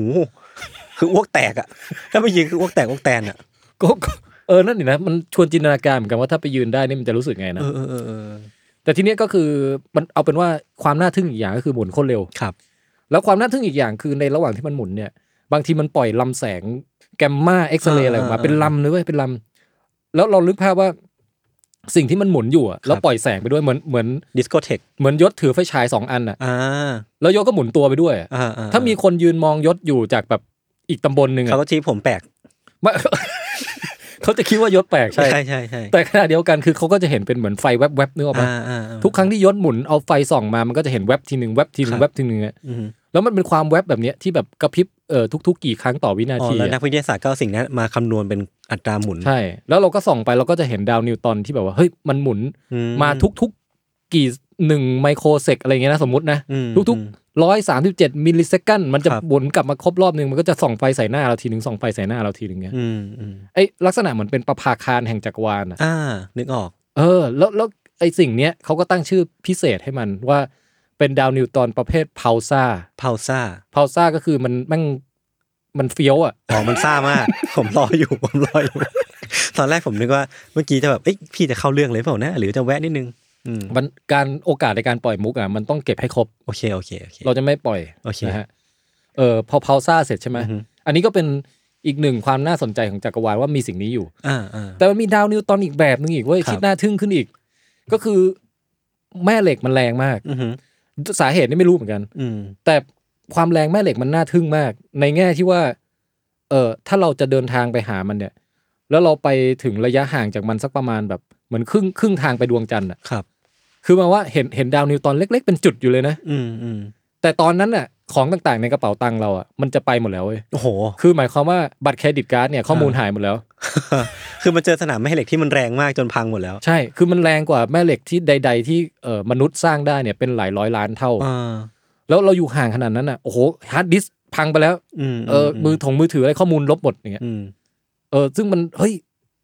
Speaker 2: คืออ้วกแตกอ่ะ ถ้าไปยิงคืออ้วกแตกอ้วกแตนอ่ะ
Speaker 3: ก็ก็เออนั่นนี่นะมันชวนจินตนาการเหมือนกันว่าถ้าไปยืนได้นี่มันจะรู้สึกไงนะ
Speaker 2: เออเออเออเออ
Speaker 3: แต่ทีเนี้ยก็คือมันเอาเป็นว่าความน่าทึ่งอีกอย่างก็คือหมุนโคตรเร็ว
Speaker 2: ครับ
Speaker 3: แล้วความน่าทึ่งอีกอย่างคือในระหว่างที่มันหมุนเนี่ยบางทีมันปล่อยลำแสงแกมมาเอ็กซเรย์อะไรออกมา
Speaker 2: อ่า
Speaker 3: เป็นลำเลยเว้ยเป็นลำแล้วเราลึกภาพว่าสิ่งที่มันหมุนอยู่อะแล้ว
Speaker 2: ครับ
Speaker 3: ปล่อยแสงไปด้วยเหมือนเหมือน
Speaker 2: ดิสโกเทค
Speaker 3: เหมือนยศถือไฟฉายสองอันอ่ะ
Speaker 2: อ่า
Speaker 3: แล้วยศก็หมุนตัวไปด้วยอะ
Speaker 2: อ่าอ่
Speaker 3: ถ้ามีคนยืนมองยศอยู่จากแบบอีกตำบลหนึ่งอะ
Speaker 2: เขาก็ชี้ผมแปลก
Speaker 3: ไม่ เขาจะคิดว่ายศแปลกใช่
Speaker 2: ใช่ใช่ใช่
Speaker 3: แต่ขณะเดียวกันคือเขาก็จะเห็นเป็นเหมือนไฟแวบๆนึกออกปะ
Speaker 2: อ่าอ่าอ่า
Speaker 3: ทุกครั้งที่ยศหมุนเอาไฟส่องมามันก็จะเห็นแวบทีหนึ่งแวบทีห
Speaker 2: ค
Speaker 3: นึ่
Speaker 2: รั
Speaker 3: ง
Speaker 2: บ
Speaker 3: แวบทีหนึ่งอะ
Speaker 2: อือฮึ
Speaker 3: แล้วมันเป็นความแวบแบบเนี้ยที่แบบกระพริบเอ่อทุก ๆ กี่ครั้งต่อวินา
Speaker 2: อ๋อ
Speaker 3: ที
Speaker 2: แล้วนัก
Speaker 3: อะ
Speaker 2: วิทยาศาสตร์ก็เอาสิ่งนั้นมาคำนวณเป็นอัตราหมุน
Speaker 3: ใช่ แล้วเราก็ส่องไปเราก็จะเห็นดาวนิวตันที่แบบว่าเฮ้ยมันหมุน
Speaker 2: อื
Speaker 3: มาทุกๆกี่หนึ่งไมโครเซกอะไรเงี้ยนะสมมตินะ
Speaker 2: อืม
Speaker 3: ทุกๆร้อยสามสิบเจ็ดมิลลิเซคันมันจะ
Speaker 2: ครับ
Speaker 3: หมุนกลับมาครบรอบหนึ่งมันก็จะส่องไฟใส่หน้าเราทีหนึ่งส่องไฟใส่หน้าเราทีหนึ่งเงี้ย
Speaker 2: อืมอืม
Speaker 3: ไอ้ลักษณะเหมือนเป็นประภาคารแห่งจักรวาลอะ
Speaker 2: อ่า นึกออก
Speaker 3: เออแล้วแล้วไอสิ่งเนี้ยเขาก็ตั้งชื่อพิเศษให้มันว่าเป็นดาวนิวตอนประเภทพาวซ่า
Speaker 2: พาวซ่า
Speaker 3: พาวซ่าก็คือมันแมันมันเฟี้ยวอ่ะ
Speaker 2: อ๋อมัน ซ่ามาก ผมรออยู่ผมรออยู่ ตอนแรกผมนึกว่าเมื่อกี้จะแบบเอ้ยพี่จะเข้าเรื่องเลยเปล่านะหรือจะแวะนิดนึงอืม
Speaker 3: มันการโอกาสในการปล่อยมุกอ่ะมันต้องเก็บให้ครบ
Speaker 2: โอเคโอเคโอเค
Speaker 3: เราจะไม่ปล่อย
Speaker 2: โอเค
Speaker 3: นะฮะเออพอพาวซ่าเสร็จใช่ไหม
Speaker 2: อือฮึ
Speaker 3: อันนี้ก็เป็นอีกหนึ่งความน่าสนใจของจักรวาลว่ามีสิ่งนี้อยู่
Speaker 2: อ่าอ่า
Speaker 3: แต่มันมีดาวนิวตอนอีกแบบนึงอีกเว้
Speaker 2: ค
Speaker 3: ย
Speaker 2: รับ
Speaker 3: ที่น่าทึ่งขึ้นอีก ก็คือแม่เหล็กมันแรงมาก
Speaker 2: อือฮึ
Speaker 3: สาเหตุนี่ไม่รู้เหมือนกัน
Speaker 2: อืม
Speaker 3: แต่ความแรงแม่เหล็กมันน่าทึ่งมาก ในแง่ที่ว่า เออถ้าเราจะเดินทางไปหามันเนี่ย แล้วเราไปถึงระยะห่างจากมันสักประมาณแบบเหมือนครึ่งครึ่งทางไปดวงจันทร์อ่ะ
Speaker 2: ครับ
Speaker 3: คือหมายว่าเห็นเห็นดาวนิวตอนเล็ก ๆ เป็นจุดอยู่เลยนะ
Speaker 2: อืมอืม
Speaker 3: แต่ตอนนั้นน่ะของต่างๆในกระเป๋าตังค์เราอ่ะมันจะไปหมดแล้วเว้ย
Speaker 2: โอ้โห
Speaker 3: คือหมายความว่าบัตรเครดิตการ์ดเนี่ยข้อมูลหายหมดแล้ว
Speaker 2: คือมันเจอสนามแม่เหล็กที่มันแรงมากจนพังหมดแล้ว
Speaker 3: ใช่ คือมันแรงกว่าแม่เหล็กที่ใด ๆ ที่เออมนุษย์สร้างได้เนี่ยเป็นหลายร้อยล้านเท่า
Speaker 2: อ่า
Speaker 3: แล้วเราอยู่ห่างขนาดนั้นน่ะโอ้โหฮาร์ดดิสก์พังไปแล้ว
Speaker 2: อืม
Speaker 3: เอออมือถงมือถืออะไรข้อมูลลบหมดอย่างเงี้ย
Speaker 2: อืม
Speaker 3: เออซึ่งมันเฮ้ย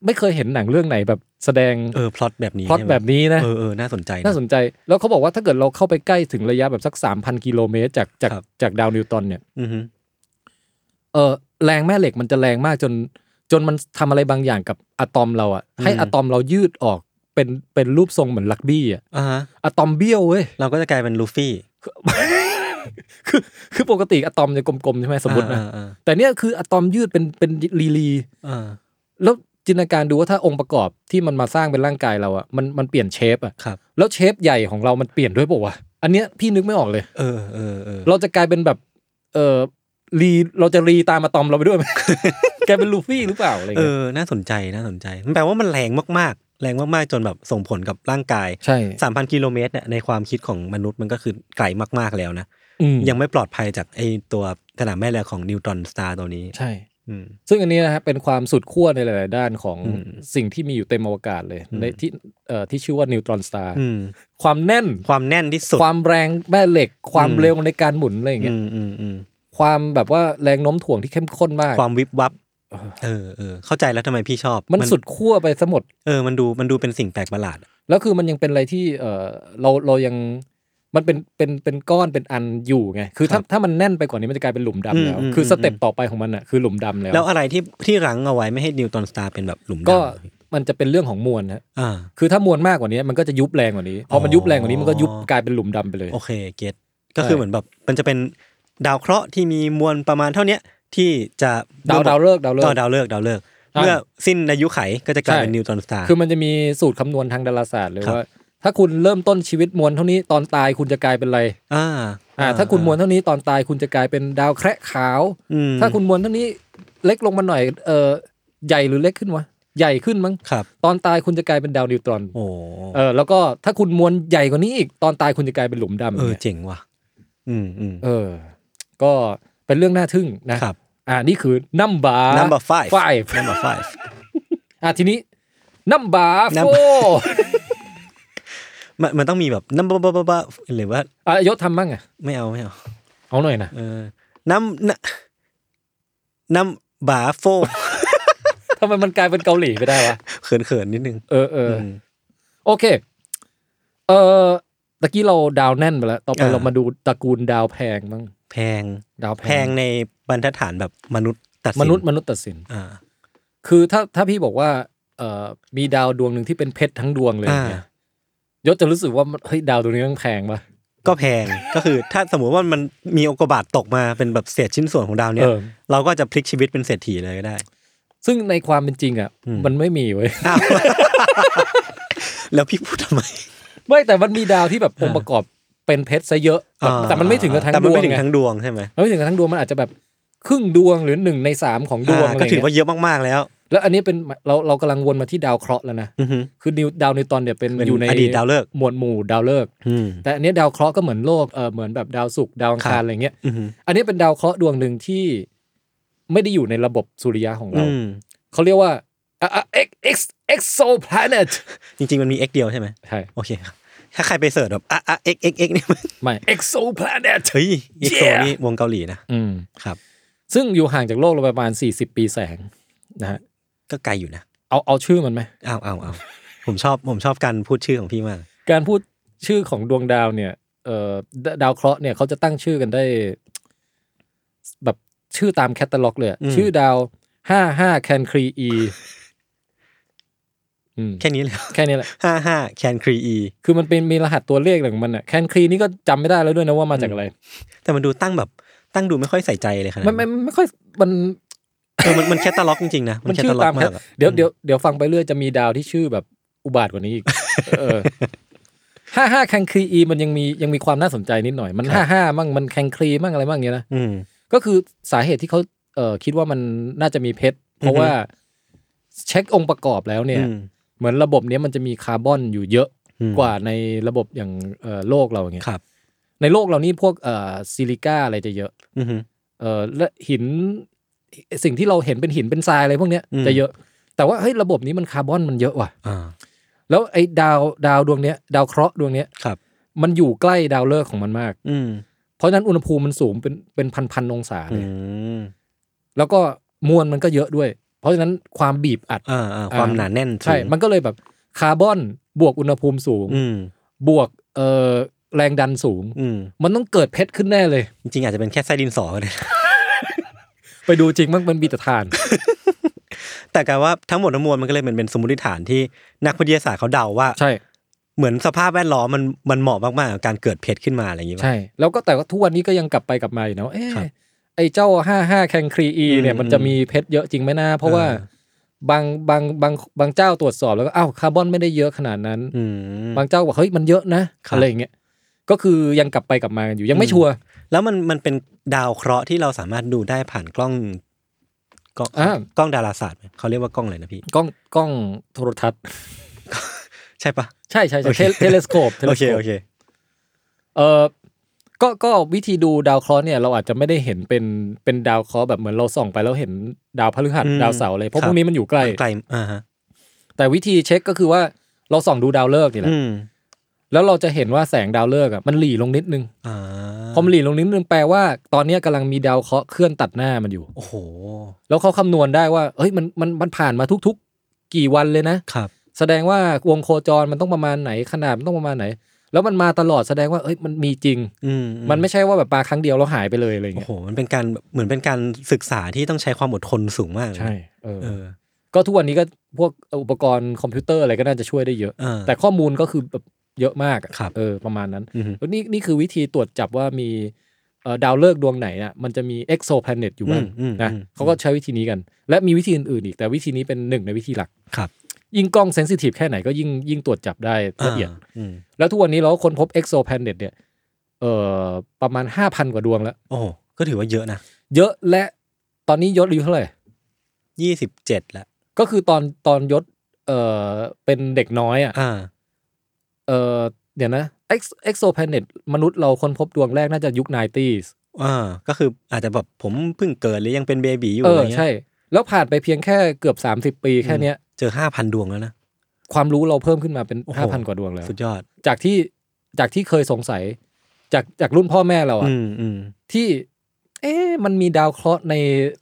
Speaker 3: ไม่เคยเห็นหนังเรื่องไหนแบบแสดง
Speaker 2: เออพล็อตแบบนี้
Speaker 3: พล็อต
Speaker 2: ใช่ไหม
Speaker 3: แบบนี้นะ
Speaker 2: เออเออน่าสนใจะ
Speaker 3: น่าสนใจแล้วเขาบอกว่าถ้าเกิดเราเข้าไปใกล้ถึงระยะแบบสัก 3,000 กิโลเมตรจากจาก
Speaker 2: ครับ
Speaker 3: จากดาวนิวตันเนี่ย
Speaker 2: อือฮึ
Speaker 3: เออแรงแม่เหล็กมันจะแรงมากจน จนมันทำอะไรบางอย่างกับอะตอมเราอะให้อะตอมเรายืดออกเป็นเป็นรูปทรงเหมือนลักบี้อะ
Speaker 2: อ่าฮะ
Speaker 3: อะตอมเบี้ยวเว้ย
Speaker 2: เราก็จะกลายเป็นลูฟี่
Speaker 3: คือคือปกติอะตอมจะกลมๆใช่ไหมสมมตินะ
Speaker 2: อ่าอ่า
Speaker 3: แต่เนี่ยคืออะตอมยืดเป็นเป็นลีลี
Speaker 2: อ่า
Speaker 3: แล้วจินตนาการดูว่าถ้าองค์ประกอบที่มันมาสร้างเป็นร่างกายเราอะมันมันเปลี่ยนเชฟอะ
Speaker 2: ครับ
Speaker 3: แล้วเชฟใหญ่ของเรามันเปลี่ยนด้วยป่าวะ อันเนี้ยพี่นึกไม่ออกเลย
Speaker 2: เออเออเออ
Speaker 3: เราจะกลายเป็นแบบ เออรีเราจะรีตามมาตอมเราไปด้วยไหม แกลายเป็นลูฟี่หรือเปล่าอะไร
Speaker 2: เอ
Speaker 3: เงี้ย
Speaker 2: อ น่าสนใจน่าสนใจมันแปลว่ามันแรงมากๆ แรงมากๆจนแบบส่งผลกับร่างกาย
Speaker 3: ใช่
Speaker 2: 3,000กิโลเมตรเนี่ยในความคิดของมนุษย์มันก็คือไกลมากๆแล้วนะ
Speaker 3: อืม
Speaker 2: ยังไม่ปลอดภัยจากไอตัวสนามแม่เหล็กของนิวตันสตาร์ตัวนี้
Speaker 3: ใช่
Speaker 2: อืม
Speaker 3: ซึ่งอันนี้นะฮะเป็นความสุดขั้วในหลาย ๆ ด้านของ
Speaker 2: อืม
Speaker 3: สิ่งที่มีอยู่เต็มอวกาศเลย
Speaker 2: อืม
Speaker 3: ในที่เอ่อที่ชื่อว่านิวตรอนสตาร์
Speaker 2: อืม
Speaker 3: ความแน่น
Speaker 2: ความแน่นที่สุด
Speaker 3: ความแรงแม่เหล็ก ความ
Speaker 2: อืม
Speaker 3: เร็วในการหมุนอะไรอย่างเงี้ย
Speaker 2: อืมอืมอืม
Speaker 3: ความแบบว่าแรงโน้มถ่วงที่เข้มข้นมาก
Speaker 2: ความวิบวับ เออเออเข้าใจแล้วทำไมพี่ชอบ
Speaker 3: มันสุดขั้วไปสมด
Speaker 2: เออ มันดูมันดูเป็นสิ่งแปลกประหลาด
Speaker 3: แล้วคือมันยังเป็นอะไรที่เออเราเรายังมันเป็นเป็นเป็นก้อนเป็นอันอยู่ไงคือถ้าถ้ามันแน่นไปกว่านี้มันจะกลายเป็นหลุมดำแล้ว
Speaker 2: อืมอืม
Speaker 3: คือสเต็ป
Speaker 2: อืม
Speaker 3: ต่อไปของมันอ่ะคือหลุมดำแล้ว
Speaker 2: แล้วอะไรที่ที่รั้งเอาไว้ไม่ให้นิวตอนสตาร์เป็นแบบหลุมดำ
Speaker 3: ก็มันจะเป็นเรื่องของมวลฮะ
Speaker 2: อ่า
Speaker 3: คือถ้ามวลมากกว่านี้มันก็จะยุบแรงกว่านี้พอมันยุบแรงกว่านี้มันก็ยุบกลายเป็นหลุมดำไปเลย
Speaker 2: โอเคเก็ตก็คือเหมือนแบบมันจะเป็นดาวเคราะห์ที่มีมวลประมาณเท่าเนี้ยที่จะ
Speaker 3: ดาวดาวฤกษ์ดาวฤกษ์
Speaker 2: ต่อดาวเลิกษ์ดาวเลิกษ์
Speaker 3: ใช่
Speaker 2: เมื่อสิ้นอายุไขก็จะกลาย
Speaker 3: ใช่
Speaker 2: เป็นนิวตรอนสตาร์
Speaker 3: คือมันจะมีสูตรคำนวณทางดาราศาสตร์เลย
Speaker 2: ครับ
Speaker 3: ว่า ถ้าคุณเริ่มต้นชีวิตมวลเท่านี้ตอนตายคุณจะกลายเป็นอะไร
Speaker 2: อ่า
Speaker 3: อ่าถ้าคุณมวลเท่านี้ตอนตายคุณจะกลายเป็นดาวแคระขาว
Speaker 2: อืม
Speaker 3: ถ้าคุณมวลเท่านี้เล็กลงมาหน่อยเออใหญ่หรือเล็กขึ้นวะใหญ่ขึ้นมั้ง
Speaker 2: ครับ
Speaker 3: ตอนตายคุณจะกลายเป็นดาวนิวตรอน
Speaker 2: โอ้
Speaker 3: เออแล้วก็ถ้าคุณมวลใหญ่กว่านี้อีกตอนตายคุณจะกลายเป็นหลุมดำ
Speaker 2: เออ
Speaker 3: นี่ย
Speaker 2: เจ๋งว่ะ อืมอืม
Speaker 3: เออ ก็เป็นเรื่องน่าทึ่งนะครับ อ่านี่คือนัมบาร์
Speaker 2: number five
Speaker 3: ไฟ
Speaker 2: number five
Speaker 3: อ่ะทีนี้นัมบาร์โฟ
Speaker 2: Number- มันมันต้องมีแบบ number บะบะบะหรือว่า
Speaker 3: อ่ะยศทำบ้างอ่ะ
Speaker 2: ไม่เอาไม่เอา
Speaker 3: เอาหน่อย นะ
Speaker 2: เออน้ำน้ำน้ำบาโฟ
Speaker 3: ทำไมมันกลายเป็นเกาหลีไปได้วะ
Speaker 2: เขินเขินๆนิดนึง
Speaker 3: เออเอออ
Speaker 2: ม
Speaker 3: โอเค เออตะกี้เราดาวแน่นไปแล้ว ต่อไป
Speaker 2: อ่า
Speaker 3: เรามาดูตระกูลดาวแพงบ้าง
Speaker 2: แพง
Speaker 3: ดาวแพ
Speaker 2: แพงในบรรทัดฐานแบบมนุษย์ตัดสิน
Speaker 3: มนุษย์มนุษย์ตัดสิน
Speaker 2: อ่า
Speaker 3: คือถ้าถ้าพี่บอกว่าเอ่อมีดาวดวงหนึ่งที่เป็นเพชรทั้งดวงเลย
Speaker 2: อ่า
Speaker 3: เนี่ยยศจะรู้สึกว่ามันเฮ้ยดาวดวงนี้ต้องแพงปะ
Speaker 2: ก็แพง ก็คือถ้าสมมุติว่ามันมีโอกาบาตตกมาเป็นแบบเศษชิ้นส่วนของดาวเนี่
Speaker 3: เอย อ
Speaker 2: เราก็จะพลิกชีวิตเป็นเศรษฐีเลยก็ ได้
Speaker 3: ซึ่งในความเป็นจริงอ่ะ
Speaker 2: อืม
Speaker 3: มันไม่มีเว้ย
Speaker 2: อ้าว แล้วพี่พูดทำไม
Speaker 3: ไม่แต่มันมีดาวที่แบบองค์ประกอบเป็นเพชรซะ เยอะแต่
Speaker 2: อ่า
Speaker 3: แต่มันไม่ถึงกับทั้ง
Speaker 2: แต่
Speaker 3: ด
Speaker 2: มัน
Speaker 3: ว
Speaker 2: ไม่
Speaker 3: ง
Speaker 2: ถึง
Speaker 3: ไง
Speaker 2: ทั้งดวงใช่ไหม
Speaker 3: มันไม่ถึงกับทั้งดวงมันอาจจะแบบครึ่งดวงหรือหนึ่งในสามของดวง
Speaker 2: อ่า
Speaker 3: อะไร
Speaker 2: ก็ถือ
Speaker 3: เงี้ย
Speaker 2: ว่าเยอะมากๆแล้ว
Speaker 3: แล้วอันนี้เป็นเราเรากำลังวนมาที่ดาวเคราะห์แล้วนะ
Speaker 2: อือฮึ
Speaker 3: คือนิวดาวนิวตอนเนี่ยเป็น
Speaker 2: เป็น
Speaker 3: อยู่ใน
Speaker 2: อดีตดาวฤกษ์
Speaker 3: หมวดหมู่ดาวฤกษ์
Speaker 2: อืม
Speaker 3: แต่อันเนี้ยดาวเคราะห์ก็เหมือนโลกเออเหมือนแบบดาวศุกร์ดาวอังคา
Speaker 2: ครั
Speaker 3: ร
Speaker 2: บ
Speaker 3: อะไรเงี้ย
Speaker 2: อือฮึ
Speaker 3: อันนี้เป็นดาวเคราะห์ดวงหนึ่งที่ไม่ได้อยู่ในระบบสุริยะของเรา
Speaker 2: อืม
Speaker 3: เขาเรียกว่าอ่ะอ่ะ ex ex exoplanet
Speaker 2: จริง ๆ มันมี x เดียวใช่ไหม
Speaker 3: ใช่
Speaker 2: โอเคครับถ้าใครไปเสิร์ชแบบอ่ะอ่ะเอ็กเอ็กเอ็กเนี่ยมัน
Speaker 3: ไม่ exoplanet
Speaker 2: เฮ้ยเอ็กโซ
Speaker 3: Yeah
Speaker 2: นี่วงเกาหลีนะ
Speaker 3: อืม
Speaker 2: ครับ
Speaker 3: ซึ่งอยู่ห่างจากโลกเราประมาณ 40 ปีแสงนะฮะ
Speaker 2: ก็ไกลอยู่นะ
Speaker 3: เอาเอาชื่อมันไหม
Speaker 2: อ้าวอ้าวอ้าวผมชอบผมชอบการพูดชื่อของพี่มาก
Speaker 3: การพูดชื่อของดวงดาวเนี่ยเอ่อดดาวเคราะห์เนี่ยเขาจะตั้งชื่อกันได้ แบบชื่อตามแคตตาล็อกเลยอะ
Speaker 2: อืม
Speaker 3: ชื่อดาวห้าห้าแคนครีอีอืม
Speaker 2: แค่นี้เลย
Speaker 3: แค่นี้แหละ
Speaker 2: ห้าห้าแคนครีอี
Speaker 3: คือมันเป็นมีรหัสตัวเลขอะไรของมันอะแคนครีนี่ก็จำไม่ได้แล้วด้วยนะว่ามาจากอะไร
Speaker 2: แต่มันดูตั้งแบบตั้งดูไม่ค่อยใส่ใจเลยขนาด
Speaker 3: มันไม่ไม่ค่อยมัน
Speaker 2: เออมันมันแคตตาล็อกจริงๆนะ
Speaker 3: มัน
Speaker 2: แคต
Speaker 3: ชื่
Speaker 2: ตา
Speaker 3: อ
Speaker 2: ล็อ
Speaker 3: ตาม
Speaker 2: ก
Speaker 3: แค
Speaker 2: มาก
Speaker 3: ท
Speaker 2: อะ
Speaker 3: เดี๋ยวเดี๋ยวเดี๋ยวฟังไปเรื่อยจะมีดาวที่ชื่อแบบอุบาทกว่านี้อีก เออห้าห้าแคนครีอีมันยังมียังมีความน่าสนใจนิดหน่อย มันห้าห้ามั่งมันแคนครีมั่งอะไรมั่งเงี้ยนะ
Speaker 2: อืม
Speaker 3: ก็คือสาเหตุที่เขาเออคิดว่ามันน่าจะมีเพชรเพราะว่าเช็คองค์ประกอบแล้วเนี่ย
Speaker 2: อืม
Speaker 3: เหมือนระบบเนี้ยมันจะมีคาร์บอนอยู่เยอะ
Speaker 2: อืม
Speaker 3: กว่าในระบบอย่างเอ่อโลกเราอย่างเงี้ย
Speaker 2: ครับ
Speaker 3: ในโลกเรานี่พวกเอ่อซิลิก้าอะไรจะเยอะ
Speaker 2: อือฮึ
Speaker 3: เอ่อและหินสิ่งที่เราเห็นเป็นหินเป็นทรายอะไรพวกเนี้ย
Speaker 2: อืม
Speaker 3: จะเยอะ แต่ว่าเฮ้ยระบบนี้มันคาร์บอนมันเยอะว่ะ
Speaker 2: อ่า
Speaker 3: แล้วไอ้ดาวดาวดวงเนี้ยดาวเคราะห์ดวงเนี้ย
Speaker 2: ครับ
Speaker 3: มันอยู่ใกล้ดาวฤกษ์ของมันมาก
Speaker 2: อืม
Speaker 3: เพราะฉะนั้นอุณหภูมิมันสูงเป็นเป็นพันพันๆองศา
Speaker 2: อื
Speaker 3: เลย
Speaker 2: ม
Speaker 3: แล้วก็มวลมันก็เยอะด้วย เพราะฉะนั้นความบีบอัด
Speaker 2: อ่าอ่าความหนาแน่นสูง
Speaker 3: ใช่ มันก็เลยแบบคาร์บอนบวกอุณหภูมิสูง
Speaker 2: อืม
Speaker 3: บวกเอ่อแรงดันสูง
Speaker 2: อืม
Speaker 3: มันต้องเกิดเพชรขึ้นแน่เลย
Speaker 2: จริงๆอาจจะเป็นแค่ไส้ดินสอก็ได้ นะ
Speaker 3: ไปดูจริงมันมันมีแต่ ทาน
Speaker 2: แต่กลารว่าทั้งหมดทั้งมวลมันก็เลยเป็นเป็นสมมติฐานที่นักวิทยาศาสตร์เขาเดาว่า
Speaker 3: ใช่
Speaker 2: เหมือนสภาพแวดล้อมมันมันเหมาะมากๆกับการเกิดเพชรขึ้นมาอะไรอย่างงี้ป่ะ
Speaker 3: ใช่ แล้วก็แต่ว่าทุกวันนี้ก็ยังกลับไปกลับมาอยู่นะว่าเอ๊ะ
Speaker 2: ครับ
Speaker 3: ไอ้เจ้าห้าห้าแคนครีอี
Speaker 2: อืม
Speaker 3: เนี่ยมันจะมีเพชรเยอะจริงไหมนะเพราะว่า
Speaker 2: เออ
Speaker 3: บางบางบางบางเจ้าตรวจสอบแล้วก็อ้าวคาร์บอนไม่ได้เยอะขนาดนั้น
Speaker 2: อืม
Speaker 3: บางเจ้าบอกเฮ้ยมันเยอะนะครับอะไรอย่างเงี้ยก็คือยังกลับไปกลับมากันอยู่ยังไม่
Speaker 2: อืม
Speaker 3: ชัวร์
Speaker 2: แล้วมันมันเป็นดาวเคราะห์ที่เราสามารถดูได้ผ่านกล้องกล้อง
Speaker 3: อ่าก
Speaker 2: ล้องดาราศาสตร์ไหมเขาเรียกว่ากล้องอะไรนะพี่
Speaker 3: กล้องกล้องโทรทัศน์
Speaker 2: ใช่ปะ
Speaker 3: ใช่ใช่ ใช่
Speaker 2: โอเค
Speaker 3: เทเลสโคป
Speaker 2: โอเคโอเค
Speaker 3: เออ ก็ก็วิธีดูดาวเคราะห์เนี่ยเราอาจจะไม่ได้เห็นเป็นเป็นดาวเคราะห์แบบเหมือนเราส่องไปแล้วเห็นดาวพฤหัส
Speaker 2: อืม
Speaker 3: ดาวเสาร์อะไรเพราะ
Speaker 2: ครั
Speaker 3: พ
Speaker 2: บ
Speaker 3: วกนี้มันอยู่ใกล้
Speaker 2: ไกลอ่าฮะ
Speaker 3: แต่วิธีเช็คก็คือว่าเราส่องดูดาวฤกษ์นี่แหละ
Speaker 2: อืม
Speaker 3: แล้วเราจะเห็นว่าแสงดาวฤกษ์อ่ะมันหลีลงนิดนึง
Speaker 2: อ่า
Speaker 3: พอมันหลีลงนิดนึงแปลว่า ตอนเนี้ยกำลังมีดาวเคราะห์เคลื่อนตัดหน้ามันอยู่
Speaker 2: โอ้โห
Speaker 3: แล้วเขาคำนวณได้ว่าเอ้ยมันมันมันผ่านมาทุก ๆ กี่วันเลยนะ
Speaker 2: ครับ
Speaker 3: แสดงว่าวงโคจรมันต้องประมาณไหนขนาดมันต้องประมาณไหน แล้วมันมาตลอดแสดงว่าเอ้ยมันมีจริง
Speaker 2: อืม
Speaker 3: มันไม่ใช่ว่าแบบปลาครั้งเดียวแล้วหายไปเลยอะไรอย่าง
Speaker 2: โอ้
Speaker 3: เงี้ย
Speaker 2: โห มันเป็นการแบบเหมือนเป็นการศึกษาที่ต้องใช้ความอดทนสูงมากเลยนะ
Speaker 3: ใช่เออ
Speaker 2: เออ
Speaker 3: ก็ทุกวันนี้ก็พวกอุปกรณ์คอมพิวเตอร์อะไรก็น่าจะช่วยได้เยอะ
Speaker 2: เออ
Speaker 3: แต่ข้อมูลก็คือแบบเยอะมากอะ
Speaker 2: ครับ
Speaker 3: เออประมาณนั้น
Speaker 2: อืม
Speaker 3: แล้วนี่นี่คือวิธีตรวจจับว่ามีเอ่อดาวฤกษ์ดวงไหนน่ะมันจะมีเอ็กโซ a พ e เน็ตอยู่บ้าง
Speaker 2: อืมอืม
Speaker 3: นะ
Speaker 2: อืม
Speaker 3: เขาก็ใช้วิธีนี้กัน และมีวิธีอื่นๆอีก แต่วิธีนี้เป็นหนึ่งในวิธีหลัก
Speaker 2: ครับ
Speaker 3: ยิ่งกล้องเซนซิทีฟแค่ไหนก็ยิ่งยิ่งตรวจจับได้ละเอียด
Speaker 2: าอืม
Speaker 3: แล้วทุกวันนี้เราก็ค้นพบเอ็กโซ a พ e เน็ตเนี่ยเอ่อประมาณ 5,000 กว่าดวงแล้ว
Speaker 2: โอ้โหก็ถือว่าเยอะนะ
Speaker 3: เยอะและตอนนี้ยศอายุเท่าไหร่
Speaker 2: ยี่สิบเจ็ดละ
Speaker 3: ก็คือตอนตอนยศเอ่อเป็นเด็กน้อยอ่ะ
Speaker 2: อ่า
Speaker 3: เออเดี๋ยวนะ Ex exoplanet มนุษย์เราค้นพบดวงแรกน่าจะยุค 90s
Speaker 2: อ่าก็คืออาจจะแบบผมเพิ่งเกิดหรือยังเป็นเบบีอยู่
Speaker 3: เอ
Speaker 2: อะไร
Speaker 3: อ
Speaker 2: เงี้
Speaker 3: ใช่
Speaker 2: ย
Speaker 3: แล้วผ่านไปเพียงแค่เกือบ 30 ปีแค่เนี้ย
Speaker 2: เจอห้าพันดวงแล้วนะ
Speaker 3: ความรู้เราเพิ่มขึ้นมาเป็น
Speaker 2: โอ้โห
Speaker 3: 5,000 กว่าดวงแล้ว
Speaker 2: สุดยอด
Speaker 3: จากที่จากที่เคยสงสัย จากจากรุ่นพ่อแม่เราอะ
Speaker 2: อืมอืม
Speaker 3: ที่ เอ๊ะมันมีดาวเคราะห์ใน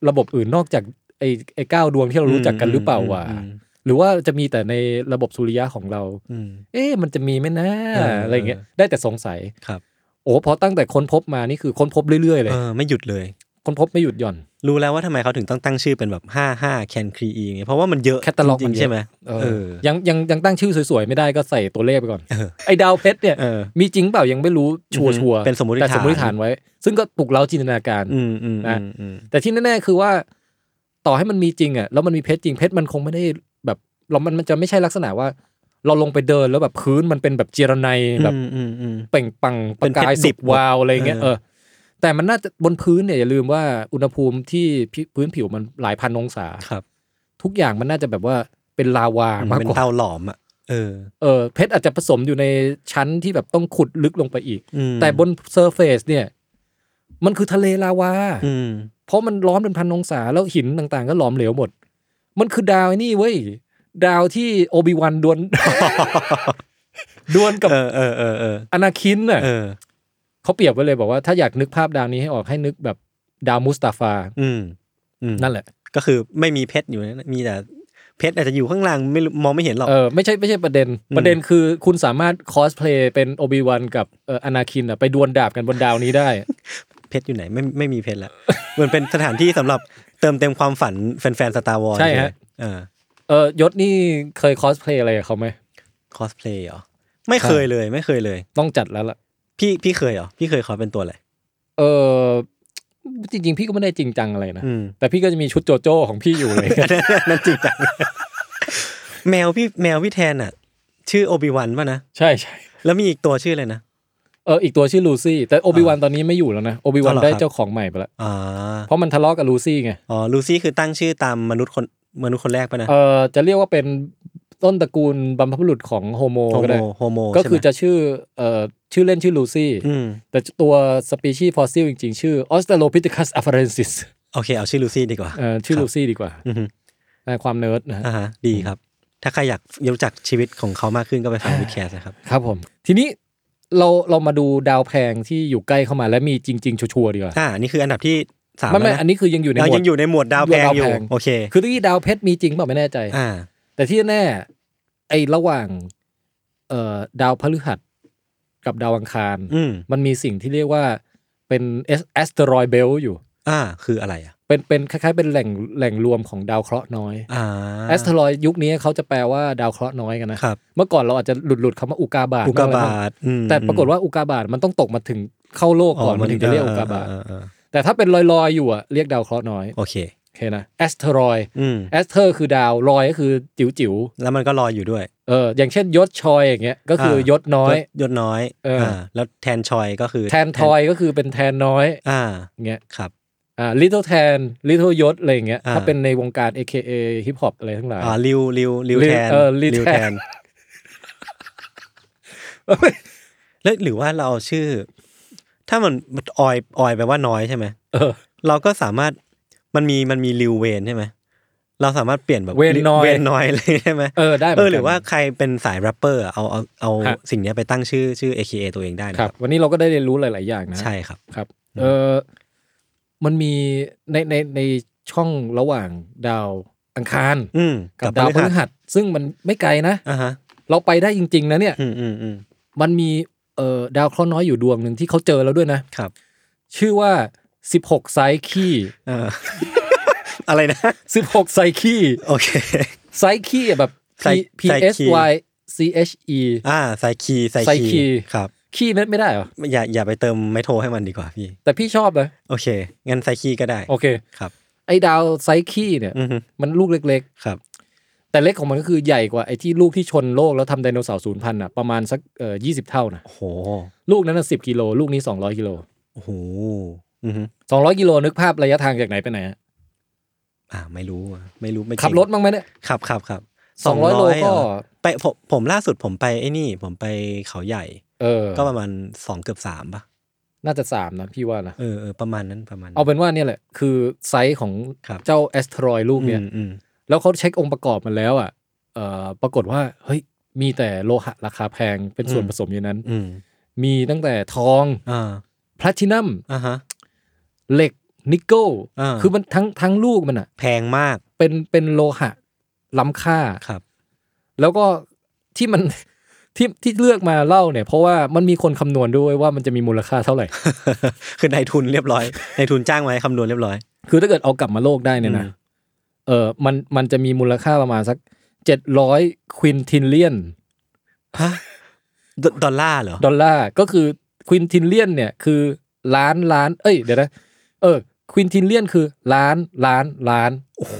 Speaker 3: ระบบอื่นนอกจากไอ้ไอ้เก้าดวงที่เรารู้จักกันหรือเปล่าวะ
Speaker 2: อืม
Speaker 3: หรือว่าจะมีแต่ในระบบสุริยะของเรา
Speaker 2: อืม
Speaker 3: เอ๊ะมันจะมีไหมนะ
Speaker 2: เอออ
Speaker 3: อะไรเงี้ยได้แต่สงสัย
Speaker 2: ครับ
Speaker 3: โอ้พอตั้งแต่ค้นพบมานี่คือค้นพบเรื่อยๆเลย
Speaker 2: เออไม่หยุดเลย
Speaker 3: ค้นพบไม่หยุดหย่อน
Speaker 2: รู้แล้วว่าทำไมเขาถึงต้องตั้งชื่อเป็นแบบห้าห้าแคนครีอีเนี่ยเพราะว่ามันเยอะ
Speaker 3: Catalog
Speaker 2: จริ
Speaker 3: มั
Speaker 2: งๆ
Speaker 3: นเยอะ
Speaker 2: ใช่ไหม
Speaker 3: เอ
Speaker 2: เอ
Speaker 3: อ
Speaker 2: อ
Speaker 3: ยังยังยังตั้งชื่อสวยๆ ไม่ได้ก็ใส่ตัวเลขไปก่อน
Speaker 2: เออ
Speaker 3: ไอ้ดาวเพชรเนี่ย
Speaker 2: เออ
Speaker 3: มีจริงเปล่ายังไม่รู้ชัว
Speaker 2: อือฮึ
Speaker 3: ชัว
Speaker 2: เป็นสมมุติฐาน
Speaker 3: แต่สมมติฐานไว้ ซึ่งก็ปลุกเร้าจินตนาการ
Speaker 2: อืมอืม
Speaker 3: นะ
Speaker 2: อืมอืม
Speaker 3: แต่ที่แน่ๆคือว่า ต่อให้มันมีจริงอ่ะแล้วมันมีเพชรจริงเพชรมันคงไม่ได้แบบเรามันมันจะไม่ใช่ลักษณะว่า เราลงไปเดินแล้วแบบพื้นมันเป็นแบบเจรไนแบบ
Speaker 2: อืมอืมอืม
Speaker 3: เปล่งปลังป
Speaker 2: เป็
Speaker 3: ระ
Speaker 2: นเพชร
Speaker 3: กาย
Speaker 2: ดิ
Speaker 3: สิ
Speaker 2: บบ หมด
Speaker 3: วาวอะไรเงี้ย
Speaker 2: เอ
Speaker 3: เอ
Speaker 2: อ
Speaker 3: อ แต่มันน่าจะบนพื้นเนี่ยอย่าลืมว่าอุณหภูมิที่พื้นพื้นผิวมันหลายพันองศา
Speaker 2: ครับ
Speaker 3: ทุกอย่างมันน่าจะแบบว่าเป็นลาวา
Speaker 2: มัน
Speaker 3: มาก
Speaker 2: เป็น
Speaker 3: กว่า
Speaker 2: เตาหลอมอ่ะเออ
Speaker 3: เออเพชรอาจจะผสมอยู่ในชั้นที่แบบต้องขุดลึกลงไปอีก
Speaker 2: อืม
Speaker 3: แต่บนเซอร์เฟซเนี่ย มันคือทะเลลาวา
Speaker 2: อืม
Speaker 3: เพราะมันร้อนเป็นพันองศาแล้วหินต่างๆ ก็หลอมเหลวหมด มันคือดาวไอ้นี่เว้ย ดาวที่โอบิวัน ดวล ดวลกับ
Speaker 2: เออเออเออเออ
Speaker 3: อนาคินน่ะ
Speaker 2: เออ
Speaker 3: เขาเปรียบไว้เลยบอกว่าถ้าอยากนึกภาพดาวนี้ให้ออกให้นึกแบบดาวมุสตาฟา
Speaker 2: อืมอืม
Speaker 3: นั่นแหละ
Speaker 2: ก็คือไม่มีเพชรอยู่นะมีแต่เพชรอาจจะอยู่ข้างล่างไม่รู้มองไม่เห็นหรอก
Speaker 3: เออไม่ใช่ไม่ใช่ประเด็น
Speaker 2: อืม
Speaker 3: ประเด็นคือคุณสามารถคอสเพลย์เป็นโอบิวันกับเอ่ออนาคินน่ะไปดวลดาบกันบนดาวนี้ได้
Speaker 2: เพชรอยู่ไหนไม่ไม่มีเพชรละ เหมือนเป็นสถานที่สำหรับเติมเต็มความฝันแฟนๆสตาร์วอล
Speaker 3: ใช่ฮะ
Speaker 2: เออ
Speaker 3: เออยศนี่เคยคอสเพลย์อะไรกับเขาไหม
Speaker 2: คอสเพลย์เหรอ ไม่เคยเลยไม่เคยเลย
Speaker 3: ต้องจัดแล้วล่ะ
Speaker 2: พี่พี่เคยเหรอ พี่เคยคอสเป็นตัวอะไร
Speaker 3: เออจริงๆ พี่ก็ไม่ได้จริงจังอะไรนะ
Speaker 2: อืม
Speaker 3: แต่พี่ก็จะมีชุดโจโจ้ของพี่อยู่ เลย
Speaker 2: อัน นั้นอันนั่นจริงจัง แมวพี่แมวพี่แทนอ่ะ ชื่อโอบิวันป่ะนะ
Speaker 3: ใช่ใช่
Speaker 2: แล้วมีอีกตัวชื่ออะไรนะ
Speaker 3: เอออีกตัวชื่อลูซี่ แต่โอบิวันตอนนี้ไม่อยู่แล้วนะโอบิวัน
Speaker 2: เอาเหรอ
Speaker 3: ได้
Speaker 2: ครับ
Speaker 3: เจ้าของใหม่ไปแล้ว
Speaker 2: อ๋อ
Speaker 3: เพราะมันทะเลาะกับลูซี่ไง
Speaker 2: อ๋อลูซี่คือตั้งชื่อตามมนุษย์คนมนุษย์คนแรกป่ะนะ
Speaker 3: เออจะเรียกว่าเป็นต้นตระกูลบรรพบุรุษของโฮโม
Speaker 2: โฮ
Speaker 3: ก็
Speaker 2: โม
Speaker 3: ได้
Speaker 2: โฮโม
Speaker 3: ก็คือ
Speaker 2: ใช่ไหม
Speaker 3: จะชื่อเอ่อชื่อเล่นชื่อลูซี่
Speaker 2: อืม
Speaker 3: แต่ตัวสปีชีส์ฟอสซิลจริงๆ ชื่อ Australopithecus afarensis
Speaker 2: โอเคเอาชื่อลูซี่ดีกว่า
Speaker 3: เอ่อชื่อ
Speaker 2: ครับ
Speaker 3: ลูซี่ดีกว่า
Speaker 2: อือฮึ
Speaker 3: ในความเนิร์ดนะฮะ
Speaker 2: อ่าฮะดีครับ ถ้าใครอยากรู้จักชีวิตของเขามากขึ้นก็ไปฟังวิดแคสนะครับ
Speaker 3: ครับผม ทีนี้เราเรามาดูดาวแพลงที่อยู่ใกล้เข้ามาและมีจริง ๆ ชัวร์ๆดีกว่า
Speaker 2: อ่า นี่คืออันดับที่สาม
Speaker 3: ไม่
Speaker 2: แล้ว
Speaker 3: ไม่
Speaker 2: นะ
Speaker 3: อันนี้คือยังอยู่ในห
Speaker 2: เรา
Speaker 3: มว
Speaker 2: ยั
Speaker 3: ด
Speaker 2: งอยู่ในหมวดดาวแพงอยู่
Speaker 3: ดาวแพง
Speaker 2: โอเค
Speaker 3: คือที่ดาวเพชรมีจริงเปล่าไม่แน่ใจ
Speaker 2: อ่า
Speaker 3: แต่ที่แน่ไอ้ระหว่างเอ่อดาวพฤหัสกับดาวอังคาร
Speaker 2: อืม
Speaker 3: มันมีสิ่งที่เรียกว่าเป็นแอสเตรอยเบลอยู่
Speaker 2: อ่า คืออะไรอ่ะ
Speaker 3: เป็นเป็นคล้ายๆ เป็นแหล่งแหล่งรวมของดาวเคราะห์น้อย
Speaker 2: อ่า
Speaker 3: แอสเตรอยยุคนี้เขาจะแปลว่าดาวเคราะห์น้อยกันนะครับ เมื่อก่อนเราอาจจะหลุดหลุดๆคำว่าอุกาบาต
Speaker 2: อุกาบา
Speaker 3: บ้งอะไรบ้ง
Speaker 2: ตอืม
Speaker 3: แต่ปรากฏว่าอุกาบาตมันต้องตกมาถึงเข้าโลกก่อนมันถึงจะเรียกอุกาบาต
Speaker 2: อ่อ่อ่า
Speaker 3: แต่ถ้าเป็นลอยๆ อยู่อะเรียกดาวเคราะห์น้อย
Speaker 2: โอเค
Speaker 3: โอเคนะแอสเทรอย
Speaker 2: อืม
Speaker 3: แอสเทอร์คือดาวลอยก็คือจิ๋วจิ๋ว
Speaker 2: แล้วมันก็ลอยอยู่ด้วย
Speaker 3: ๆเอออย่างเช่นยศชอยอย่างเงี้ยก็คืออยศน้อย
Speaker 2: ยศยศน้อย
Speaker 3: เอออ่
Speaker 2: แล้วแทนชอยก็คือ
Speaker 3: แทนทอยก็คือเป็นแทนน้อย
Speaker 2: อ่า
Speaker 3: อย่างเงี้ย
Speaker 2: ครับ
Speaker 3: อ่าลิตเติ้ลแทนลิตเติ้ลยศอะไรอย่างเงี้ย
Speaker 2: อ่า
Speaker 3: ถ้าเป็นในวงการ AKA ฮิปฮอปอะไรทั้งหลาย
Speaker 2: อ่าริวริวริว
Speaker 3: ริว
Speaker 2: แทน
Speaker 3: เออริวแทน
Speaker 2: แล้วหรือว่าเราเอาชื่อ ถ้ามันมันออยออยแปลว่าน้อยใช่ไหม
Speaker 3: เออ
Speaker 2: เราก็สามารถมันมีมันมีริวเวนใช่ไหมเราสามารถเปลี่ยนแบบ
Speaker 3: เวนน้อย
Speaker 2: เวนน้อยเลย ใช่ไหม
Speaker 3: เออได้มืน
Speaker 2: เอ
Speaker 3: กัน
Speaker 2: อหรือว่าใครเป็นสายแรปเปอร์อะเอาเอาเอา
Speaker 3: ฮะ
Speaker 2: สิ่งเนี้ยไปตั้งชื่อชื่อ AKA ตัวเองได้นะ
Speaker 3: ค
Speaker 2: ค
Speaker 3: รั
Speaker 2: รั
Speaker 3: บบ วันนี้เราก็ได้เรียนรู้หลาย ๆ อย่างนะ
Speaker 2: ใช่ครับ
Speaker 3: ครับ เออมันมีในในในช่องระหว่างดาวอังคาร
Speaker 2: อืม
Speaker 3: กับดาวพฤหัสซึ่งมันไม่ไกลนะ
Speaker 2: อ่ะฮะ
Speaker 3: เราไปได้จริง ๆ นะเนี่ย
Speaker 2: อืมอืมอืม
Speaker 3: มันมีเอ่อดาวเคราะห์น้อยอยู่ดวงหนึ่งที่เขาเจอแล้วด้วยนะ
Speaker 2: ครับ
Speaker 3: ชื่อว่า 16 ไซคี
Speaker 2: เออ อะไรนะ
Speaker 3: 16 ไซคี
Speaker 2: โอเค
Speaker 3: ไซคีแบบ
Speaker 2: ไซ
Speaker 3: P
Speaker 2: ไซ
Speaker 3: S
Speaker 2: คี
Speaker 3: Y C H E
Speaker 2: อ่าไซคีไซ
Speaker 3: ไซคี
Speaker 2: คีครับ
Speaker 3: ขี้ไม่ไม่ได้เหรอ
Speaker 2: อย่าอย่าไปเติมไมโทรให้มันดีกว่าพี่
Speaker 3: แต่พี่ชอบนะ
Speaker 2: โอเค งั้นไซคีก็ได้
Speaker 3: โอเค
Speaker 2: ครับ
Speaker 3: ไอ้ดาวไซคีเนี่ย
Speaker 2: อือฮึ
Speaker 3: มันลูกเล็ก
Speaker 2: ครับ
Speaker 3: ๆ แต่เล็กของมันก็คือใหญ่กว่าไอ้ที่ลูกที่ชนโลกแล้วทำไดโนเสาร์ศูนย์พันธุ์อ่ะประมาณสักเอ่อยี่สิบเท่านะ
Speaker 2: โอ้โห
Speaker 3: ลูกนั้นสิบกิโลลูกนี้สองร้อยกิโล
Speaker 2: โอ้โห อือฮึ
Speaker 3: สองร้อยกิโลนึกภาพระยะทางจากไหนไปไหนอะ
Speaker 2: อ่า ไม่รู้อะไม่รู้ไม่เก่ง
Speaker 3: ขับรถมั้างไหมเนี่ย
Speaker 2: ครับครับครับ
Speaker 3: สองร้อยโล
Speaker 2: เหร
Speaker 3: ก็
Speaker 2: ไปผมผมล่าสุดผมไปไอ้นี่ ผมไปเขาใหญ่
Speaker 3: เออ
Speaker 2: ก็ประมาณสองเกือบสามป่ะ
Speaker 3: น่าจะสามนะพี่ว่านะ
Speaker 2: เออเออประมาณนั้นประมาณนั้น
Speaker 3: เอาเป็นว่าเนี่ยแหละ คือไซส์ของ
Speaker 2: ครับ
Speaker 3: เจ้าแอส e ทรอยลูกเนี่ย
Speaker 2: อืมอืม
Speaker 3: แล้วเขาเช็คองค์ประกอบมันแล้วอ่ะเอ่อปรากฏว่า เฮ้ย มีแต่โลหะราคาแพงเป็นส่วนผสมอยู่นั้น
Speaker 2: อืม
Speaker 3: มีตั้งแต่ทอง
Speaker 2: อ่า
Speaker 3: แพลตินัม
Speaker 2: อ่าฮะ
Speaker 3: เหล็ก นิกเกิล
Speaker 2: อ่า
Speaker 3: คือมันทั้งทั้งลูกมันอ่ะ
Speaker 2: แพงมาก
Speaker 3: เป็นเป็นโลหะล้ำค่า
Speaker 2: ครับ
Speaker 3: แล้วก็ที่มัน ที่ที่เลือกมาเล่าเนี่ย เพราะว่ามันมีคนคำนวณด้วยว่ามันจะมีมูลค่าเท่าไหร่
Speaker 2: คือนายทุนเรียบร้อย นายทุนจ้างไว้คำนวณเรียบร้อย
Speaker 3: คือถ้าเกิดเอากลับมาโลกได้เนี่ยนะ
Speaker 2: อืม
Speaker 3: เออมันมันจะมีมูลค่าประมาณสักเจ็ดร้อยควินทินเลียน
Speaker 2: ฮะดดอลลาร์เหรอ
Speaker 3: ดอลลาร์ ก็คือควินทินเลียนเนี่ยคือล้านล้าน เอ้ยเดี๋ยวนะ เออควินทินเลียนคือล้านล้านล้าน
Speaker 2: โอ้โห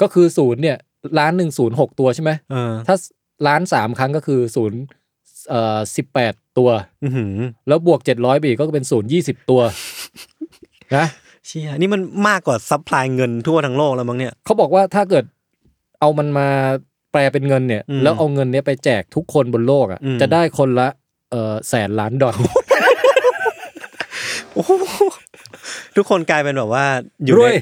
Speaker 3: ก็คือศูนย์เนี่ยล้านหนึ่งศูนย์หกตัวใช่ไหม
Speaker 2: เออ
Speaker 3: ถ้าล้านสามครั้งก็คือศูนย์เอ่อสิบแปดตัว
Speaker 2: อือหือ
Speaker 3: แล้วบวกเจ็ดร้อยไปอีกก็เป็นศูนย์ยี่สิบตัว นะ
Speaker 2: เชี่ยนี่มันมากกว่าซัพพลายเงินทั่วทั้งโลกแล้วมั้งเนี่ย
Speaker 3: เขาบอกว่าถ้าเกิดเอามันมาแปลเป็นเงินเนี่ย
Speaker 2: อืม
Speaker 3: แล้วเอาเงินเนี้ยไปแจกทุกคนบนโลกอ่ะ
Speaker 2: อืม
Speaker 3: จะได้คนละเอ่อแสนล้านดอล
Speaker 2: โอ้โหทุกคนกลายเป็นแบบว่า อยู่
Speaker 3: ร
Speaker 2: ใน
Speaker 3: วย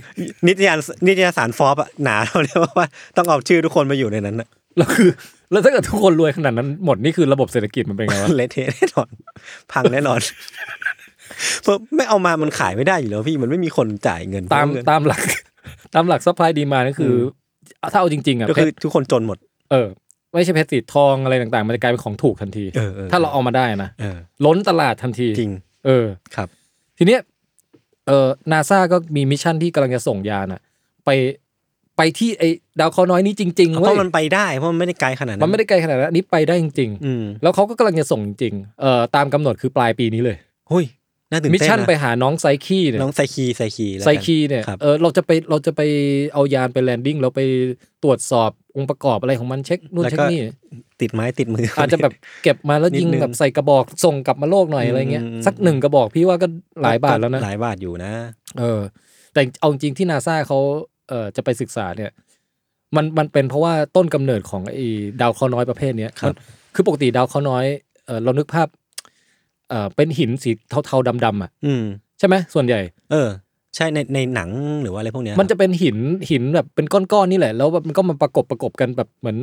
Speaker 2: นิตยานนิตยสารฟอร์บอะหนาเราเนี่ยว่าต้องเอาชื่อทุกคนมาอยู่ในนั้นนะ
Speaker 3: แล้วคือ แล้วถ้าเกิดทุกคนรวยขนาดนั้นหมดนี่คือระบบเศรษฐกิจมันเป็นไง วะ
Speaker 2: เละเทะแน่นอน พังแน่นอน เพราะไม่เอามามันขายไม่ได้อยู่แล้วพี่มันไม่มีคนจ่ายเงิน
Speaker 3: ตาม
Speaker 2: เงิน
Speaker 3: ตามหลัก ตามหลักซัพพลายดีมาก็คืออถ้าเอาจริง ๆอ่ะ
Speaker 2: ก็
Speaker 3: เพ
Speaker 2: คือ
Speaker 3: ชร
Speaker 2: ทุกคนจนหมด
Speaker 3: เออ ไม่ใช่เพชรสีทองอะไรต่างๆ มันจะกลายเป็นของถูกทันที
Speaker 2: เออเออ
Speaker 3: ถ้าเราเอามาได้นะ
Speaker 2: เออ
Speaker 3: ล้นตลาดทันที
Speaker 2: จริง
Speaker 3: เออ
Speaker 2: ครับ
Speaker 3: ทีเนี้ยเอ่อนาซาก็มีมิชชั่นที่กำลังจะส่งยานอะไปไปที่ไอดาวเคราะห์น้อยนี้จริงๆ
Speaker 2: เพ
Speaker 3: เว้ย
Speaker 2: ราะมันไปได้เพราะมันไม่ได้ไกลขนาดนั้น
Speaker 3: มันไม่ได้ไกลขนาดนั้นอันนี้ไปได้จริง
Speaker 2: อืม
Speaker 3: ๆ แล้วเขาก็กำลังจะส่งจริงๆเอ่อตามกำหนดคือปลายปีนี้เลย
Speaker 2: หุ้ยน่าตื่น
Speaker 3: มิช
Speaker 2: เต้น
Speaker 3: ชั่น
Speaker 2: นะ
Speaker 3: ไปหาน้องไซคีเนี่ย
Speaker 2: น้องไซคีไซคีแล้ว
Speaker 3: ไซ
Speaker 2: กัน
Speaker 3: คีเนี่ย
Speaker 2: ครับ
Speaker 3: เออเราจะไปเราจะไปเอายานไปแลนดิ้งเราไปตรวจสอบองค์ประกอบอะไรของมันเช็คนู่น
Speaker 2: แล้ว
Speaker 3: เช็ค
Speaker 2: ก็
Speaker 3: นี่
Speaker 2: ติดไม้ติดมืออ
Speaker 3: อาจจะแบบเก็บมาแล้ว
Speaker 2: นิด
Speaker 3: ยิง
Speaker 2: นึง
Speaker 3: แบบใส่กระบอกส่งกลับมาโลกหน่อยอะไรเงี้ย
Speaker 2: อืม
Speaker 3: สักหนึ่งกระบอกพี่ว่าก็หลายบาทแล้วนะ
Speaker 2: หลายบาทอยู่นะ
Speaker 3: เออแต่เอาจริงที่นาซาเขาเออจะไปศึกษาเนี่ย มันมันเป็นเพราะว่าต้นกำเนิดของไอ้ดาวเคราะห์น้อยประเภทเนี้ย
Speaker 2: ครับ
Speaker 3: มันคือปกติดาวเคราะห์น้อยเออเรานึกภาพเออเป็นหินสีเทาๆดำๆอ่ะ
Speaker 2: อืม
Speaker 3: ใช่ไหมส่วนใหญ่
Speaker 2: เออ ใช่ในในหนังหรือว่าอะไรพวกเนี้ย
Speaker 3: มันจะเป็นหินหินแบบเป็นก้อนๆนี่แหละ แล้วแบบมันก็มาประกบประกบกันแบบเหมือน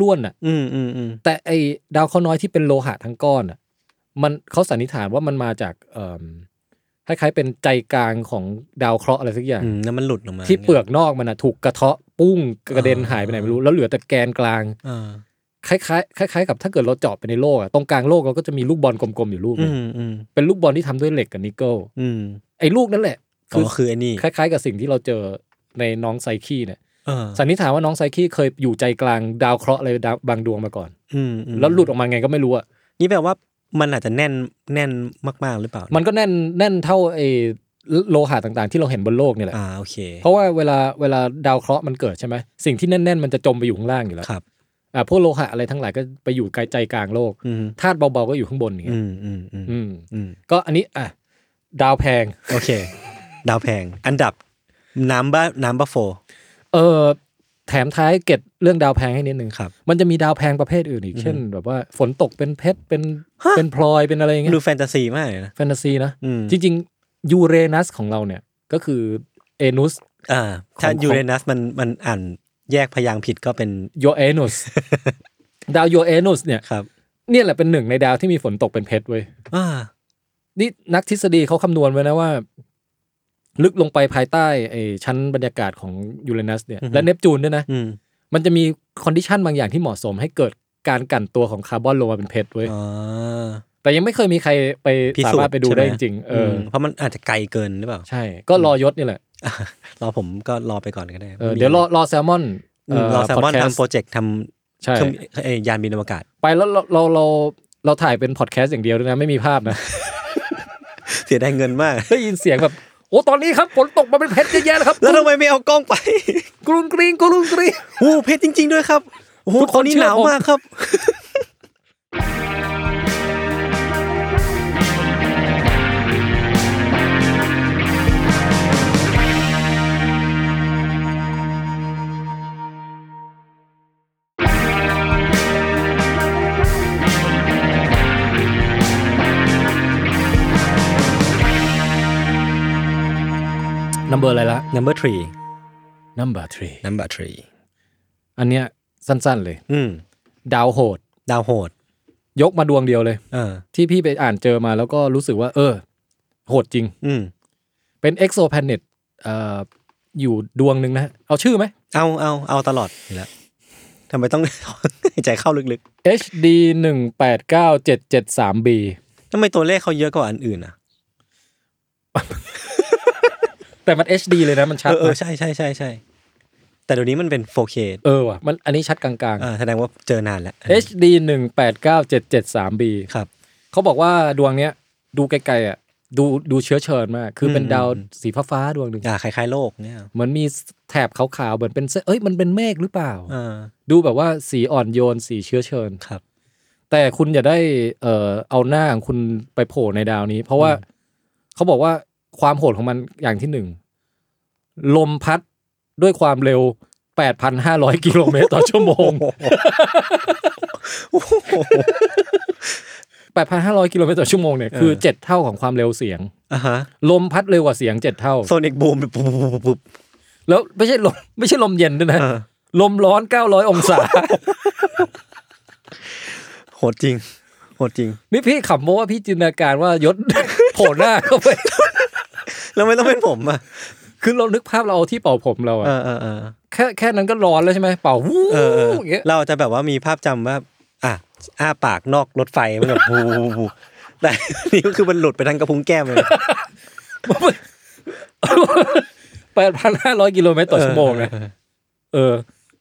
Speaker 3: ล้วนๆอ่ะ
Speaker 2: อืมอืมอืม
Speaker 3: แต่ไอ้ดาวเคราะห์น้อยที่เป็นโลหะทั้งก้อนอ่ะ มันเขาสันนิษฐานว่ามันมาจากเออคล้ายๆเป็นใจกลางของดาวเคราะห์อะไรสักอย่าง
Speaker 2: อืมแล้วมันหลุดออกมา
Speaker 3: ที่เปลือกนอกมันนะถูกกระเทาะปุ้งกระเด็นหายไปไหนไม่รู้แล้วเหลือแต่แกนกลาง
Speaker 2: อ่า
Speaker 3: คล้ายๆคล้ายๆกับถ้าเกิดเราเจาะไปในโลกอะตรงกลางโลกเราก็จะมีลูกบอลกลมๆอยู่ลูกห
Speaker 2: อื
Speaker 3: นึ่ง
Speaker 2: มอืม
Speaker 3: เป็นลูกบอลที่ทำด้วยเหล็กกับนิกเกิล
Speaker 2: อืม
Speaker 3: ไอ้ลูกนั่นแหละ
Speaker 2: อ๋อคือไอ้นี่
Speaker 3: คล้ายๆ กับสิ่งที่เราเจอในน้องไซคีเนี่ย
Speaker 2: เออ
Speaker 3: สันนิษฐานว่าน้องไซคีเคยอยู่ใจกลางดาวเคราะห์อะไรดาวบางดวงมาก่อน
Speaker 2: อืมม
Speaker 3: แล้วหลุดออกมาไงก็ไม่รู้อะ
Speaker 2: นี่แปลว่ามันอาจจะแน่นแน่นมากๆหรือเปล่า
Speaker 3: มั
Speaker 2: มัน
Speaker 3: ก็แน่นแน่นเท่าไอ้โลหะต่างๆ ที่เราเห็นบนโลกเนี่ยแหละ
Speaker 2: อ่าโอเค
Speaker 3: เพราะว่าเวลาเวลาดาวเคราะห์มันเกิดใช่ไหมสิ่งที่แน่นๆมันจะจมไปอยู่ข้างล่างอยู่แล้ว
Speaker 2: ครับ
Speaker 3: อ่าพวกโลหะอะไรทั้งหลายก็ไปอยู่ไกลใจกลางโลก
Speaker 2: อืม
Speaker 3: ธาตุเบาๆก็อยู่ข้างบนอย่าง
Speaker 2: อื
Speaker 3: เงี้ย
Speaker 2: มอืมอืม
Speaker 3: อืม
Speaker 2: อืม
Speaker 3: ก็อันนี้อ่ะดาวแพง
Speaker 2: โอเค ดาวแพง อันดับน้ำบ้าน้ำบ้าโฟ
Speaker 3: เออ แถมท้ายเก็ตเรื่องดาวแพงให้นิดนึง
Speaker 2: ครับ
Speaker 3: มันจะมีดาวแพงประเภทอื่นอีก เช่น แบบว่าฝนตกเป็นเพชรเป็น
Speaker 2: ฮะ
Speaker 3: เป็นพลอยเป็นอะไรอย่างเงี้ย
Speaker 2: ดูแฟนตาซีมากเลยนะ
Speaker 3: แฟนตาซีนะ
Speaker 2: อืม
Speaker 3: จริงๆยูเรนัสของเราเนี่ยก็คือเอนุส
Speaker 2: อ่าถ้า
Speaker 3: ของ
Speaker 2: ยูเรนัสมันมันอ่านแยกพยางค์ผิดก็เป็น
Speaker 3: โยเอนุส ดาวโยเอนุสเนี่ย
Speaker 2: ครับ
Speaker 3: เนี่ยแหละเป็นหนึ่งในดาวที่มีฝนตกเป็นเพชรเว้ย
Speaker 2: อ่า
Speaker 3: นี่นักทฤษฎีเขาคำนวณไว้นะว่า ลึกลงไปภายใต้ไอ้ชั้นบรรยากาศของยูเรนัสเนี่ยและเนปจูนด้วยนะ
Speaker 2: อืม
Speaker 3: มันจะมีคอนดิชันบางอย่างที่เหมาะสมให้เกิดการกลั่นตัวของคาร์บอนลงมาเป็นเพชรเว้ย
Speaker 2: อ๋อ
Speaker 3: แต่ยังไม่เคยมีใครไป
Speaker 2: พิ
Speaker 3: สา
Speaker 2: สูจน์
Speaker 3: มารถไปดูได้จ
Speaker 2: ใช่ไหม
Speaker 3: ริงๆเอออ
Speaker 2: มเพราะมันอาจจะไกลเกินหรือเปล่า
Speaker 3: ใช่ ก็รอยศนี่แหละ
Speaker 2: รอผมก็รอไปก่อนก็ได้
Speaker 3: เออเดี๋ยวรอรอแซลมอน
Speaker 2: อืมรอแซลมอนทำโปร
Speaker 3: ด
Speaker 2: เจกต์ทำ
Speaker 3: ใช่
Speaker 2: เครื่องเอ่ยยานบินอวกาศ
Speaker 3: ไปแล้วเราเราเราเราถ่ายเป็นพอดแคสต์อย่างเดียวด้วยนะ ไม่มีภาพนะ
Speaker 2: เสียดายเงินมาก
Speaker 3: ได้ยินเสียงแบบโอ้ตอนนี้ครับฝนตกมาเป็นเพชรเยอะแยะแล้วครับ
Speaker 2: แล้วทำไมไม่เอากล้องไป
Speaker 3: กรุงกริงกรุงกริง
Speaker 2: โอ้เพชรจริง ๆ ด้วยครับโอ้โห
Speaker 3: ทุก
Speaker 2: ค
Speaker 3: คน น
Speaker 2: นี้
Speaker 3: เชื่
Speaker 2: ห
Speaker 3: อ
Speaker 2: นาวมากครับ
Speaker 3: นัมเบอร์อะไรละ
Speaker 2: number three
Speaker 3: number three
Speaker 2: number three
Speaker 3: อันเนี้ยสั้นๆเลย
Speaker 2: อืม
Speaker 3: ดาวโหด
Speaker 2: ดาวโหด
Speaker 3: ยกมาดวงเดียวเลย
Speaker 2: เออ
Speaker 3: ที่พี่ไปอ่านเจอมาแล้วก็รู้สึกว่า เออ โหดจริง
Speaker 2: อืม
Speaker 3: เป็น exoplanet เอ่ออยู่ดวงหนึ่งนะ เอาชื่อไหม
Speaker 2: เอาเอาเอาตลอดอยู่แล้วทำไมต้อง หายใจเข้าลึก
Speaker 3: HD 1 8 9 7 7 3 B
Speaker 2: ๆทำไมตัวเลขเขาเยอะกว่าอันอื่นอ่ะ
Speaker 3: แต่มัน HD เลยนะ มันชัด
Speaker 2: เออเออ
Speaker 3: นะ
Speaker 2: ใช่ใช่ใช่ใช่แต่เดี๋ยวนี้มันเป็น 4K
Speaker 3: เออว่ะมันอันนี้ชัดกลาง
Speaker 2: อ่าแสดงว่าเจอนานแล้วอันนี้
Speaker 3: ๆ HD 1 8 9 7 7 3 B
Speaker 2: ครับ
Speaker 3: เขาบอกว่าดวงเนี้ย ดูไกลๆอ่ะดูดูเชื้อเชิญมาก คือเป็น
Speaker 2: อืม
Speaker 3: ดาวสีฟ้าๆดวงหนึ่ง
Speaker 2: อ่าคล้ายๆโลกเนี่ย
Speaker 3: เหมือนมีแถบขาวๆเหมือนเป็นเส้นเอ้ยมันเป็นเมฆหรือเปล่า
Speaker 2: อ่า
Speaker 3: ดูแบบว่าสีอ่อนโยนสีเชื้อเชิญ
Speaker 2: ครับ
Speaker 3: แต่คุณอย่าได้เอ่อเอาหน้าของคุณไปโผล่ในดาวนี้ เพราะว่าเขาบอกว่าความโหดของมันอย่างที่หนึ่ง ลมพัดด้วยความเร็ว 8,500 กิโลเมตรต่อชั่วโมง 8,500 กิโลเมตรต่อชั่วโมงเนี่ยคือ 7 เท่าของความเร็วเสียง
Speaker 2: อ่าฮะ
Speaker 3: ลมพัดเร็วกว่าเสียง 7 เท่า
Speaker 2: โซนิกบูมปุ๊บปุ๊บปุ๊บปุ๊บ
Speaker 3: แล้วไม่ใช่ลมไม่ใช่ลมเย็นด้วยนะ
Speaker 2: เออ
Speaker 3: ลมร้อน 900 องศา
Speaker 2: โหดจริง โหดจริง
Speaker 3: นี่พี่ขำเพราะว่าพี่จินตนาการว่ายศ โผล่หน้าเข้าไป
Speaker 2: แล้วไม่ต้องเป็นผมอ่ะ
Speaker 3: คือเรานึกภาพเราเอาที่เป่าผมเราอะ
Speaker 2: เออเออเออ
Speaker 3: แค่แค่นั้นก็ร้อนแล้วใช่ไหมเป่าวู้
Speaker 2: เออเออ
Speaker 3: อย่างเงี้ย
Speaker 2: เราจะแบบว่ามีภาพจำว่า อ่ะอ้าปากนอกรถไฟมันแบบ บูบูบูแต่ นี่ก็คือมันหลุดไปทางกระพุ้งแก้มเลย
Speaker 3: แปดพันห้าร้อยกิโลเมตรต่อชั่วโมงนะเออ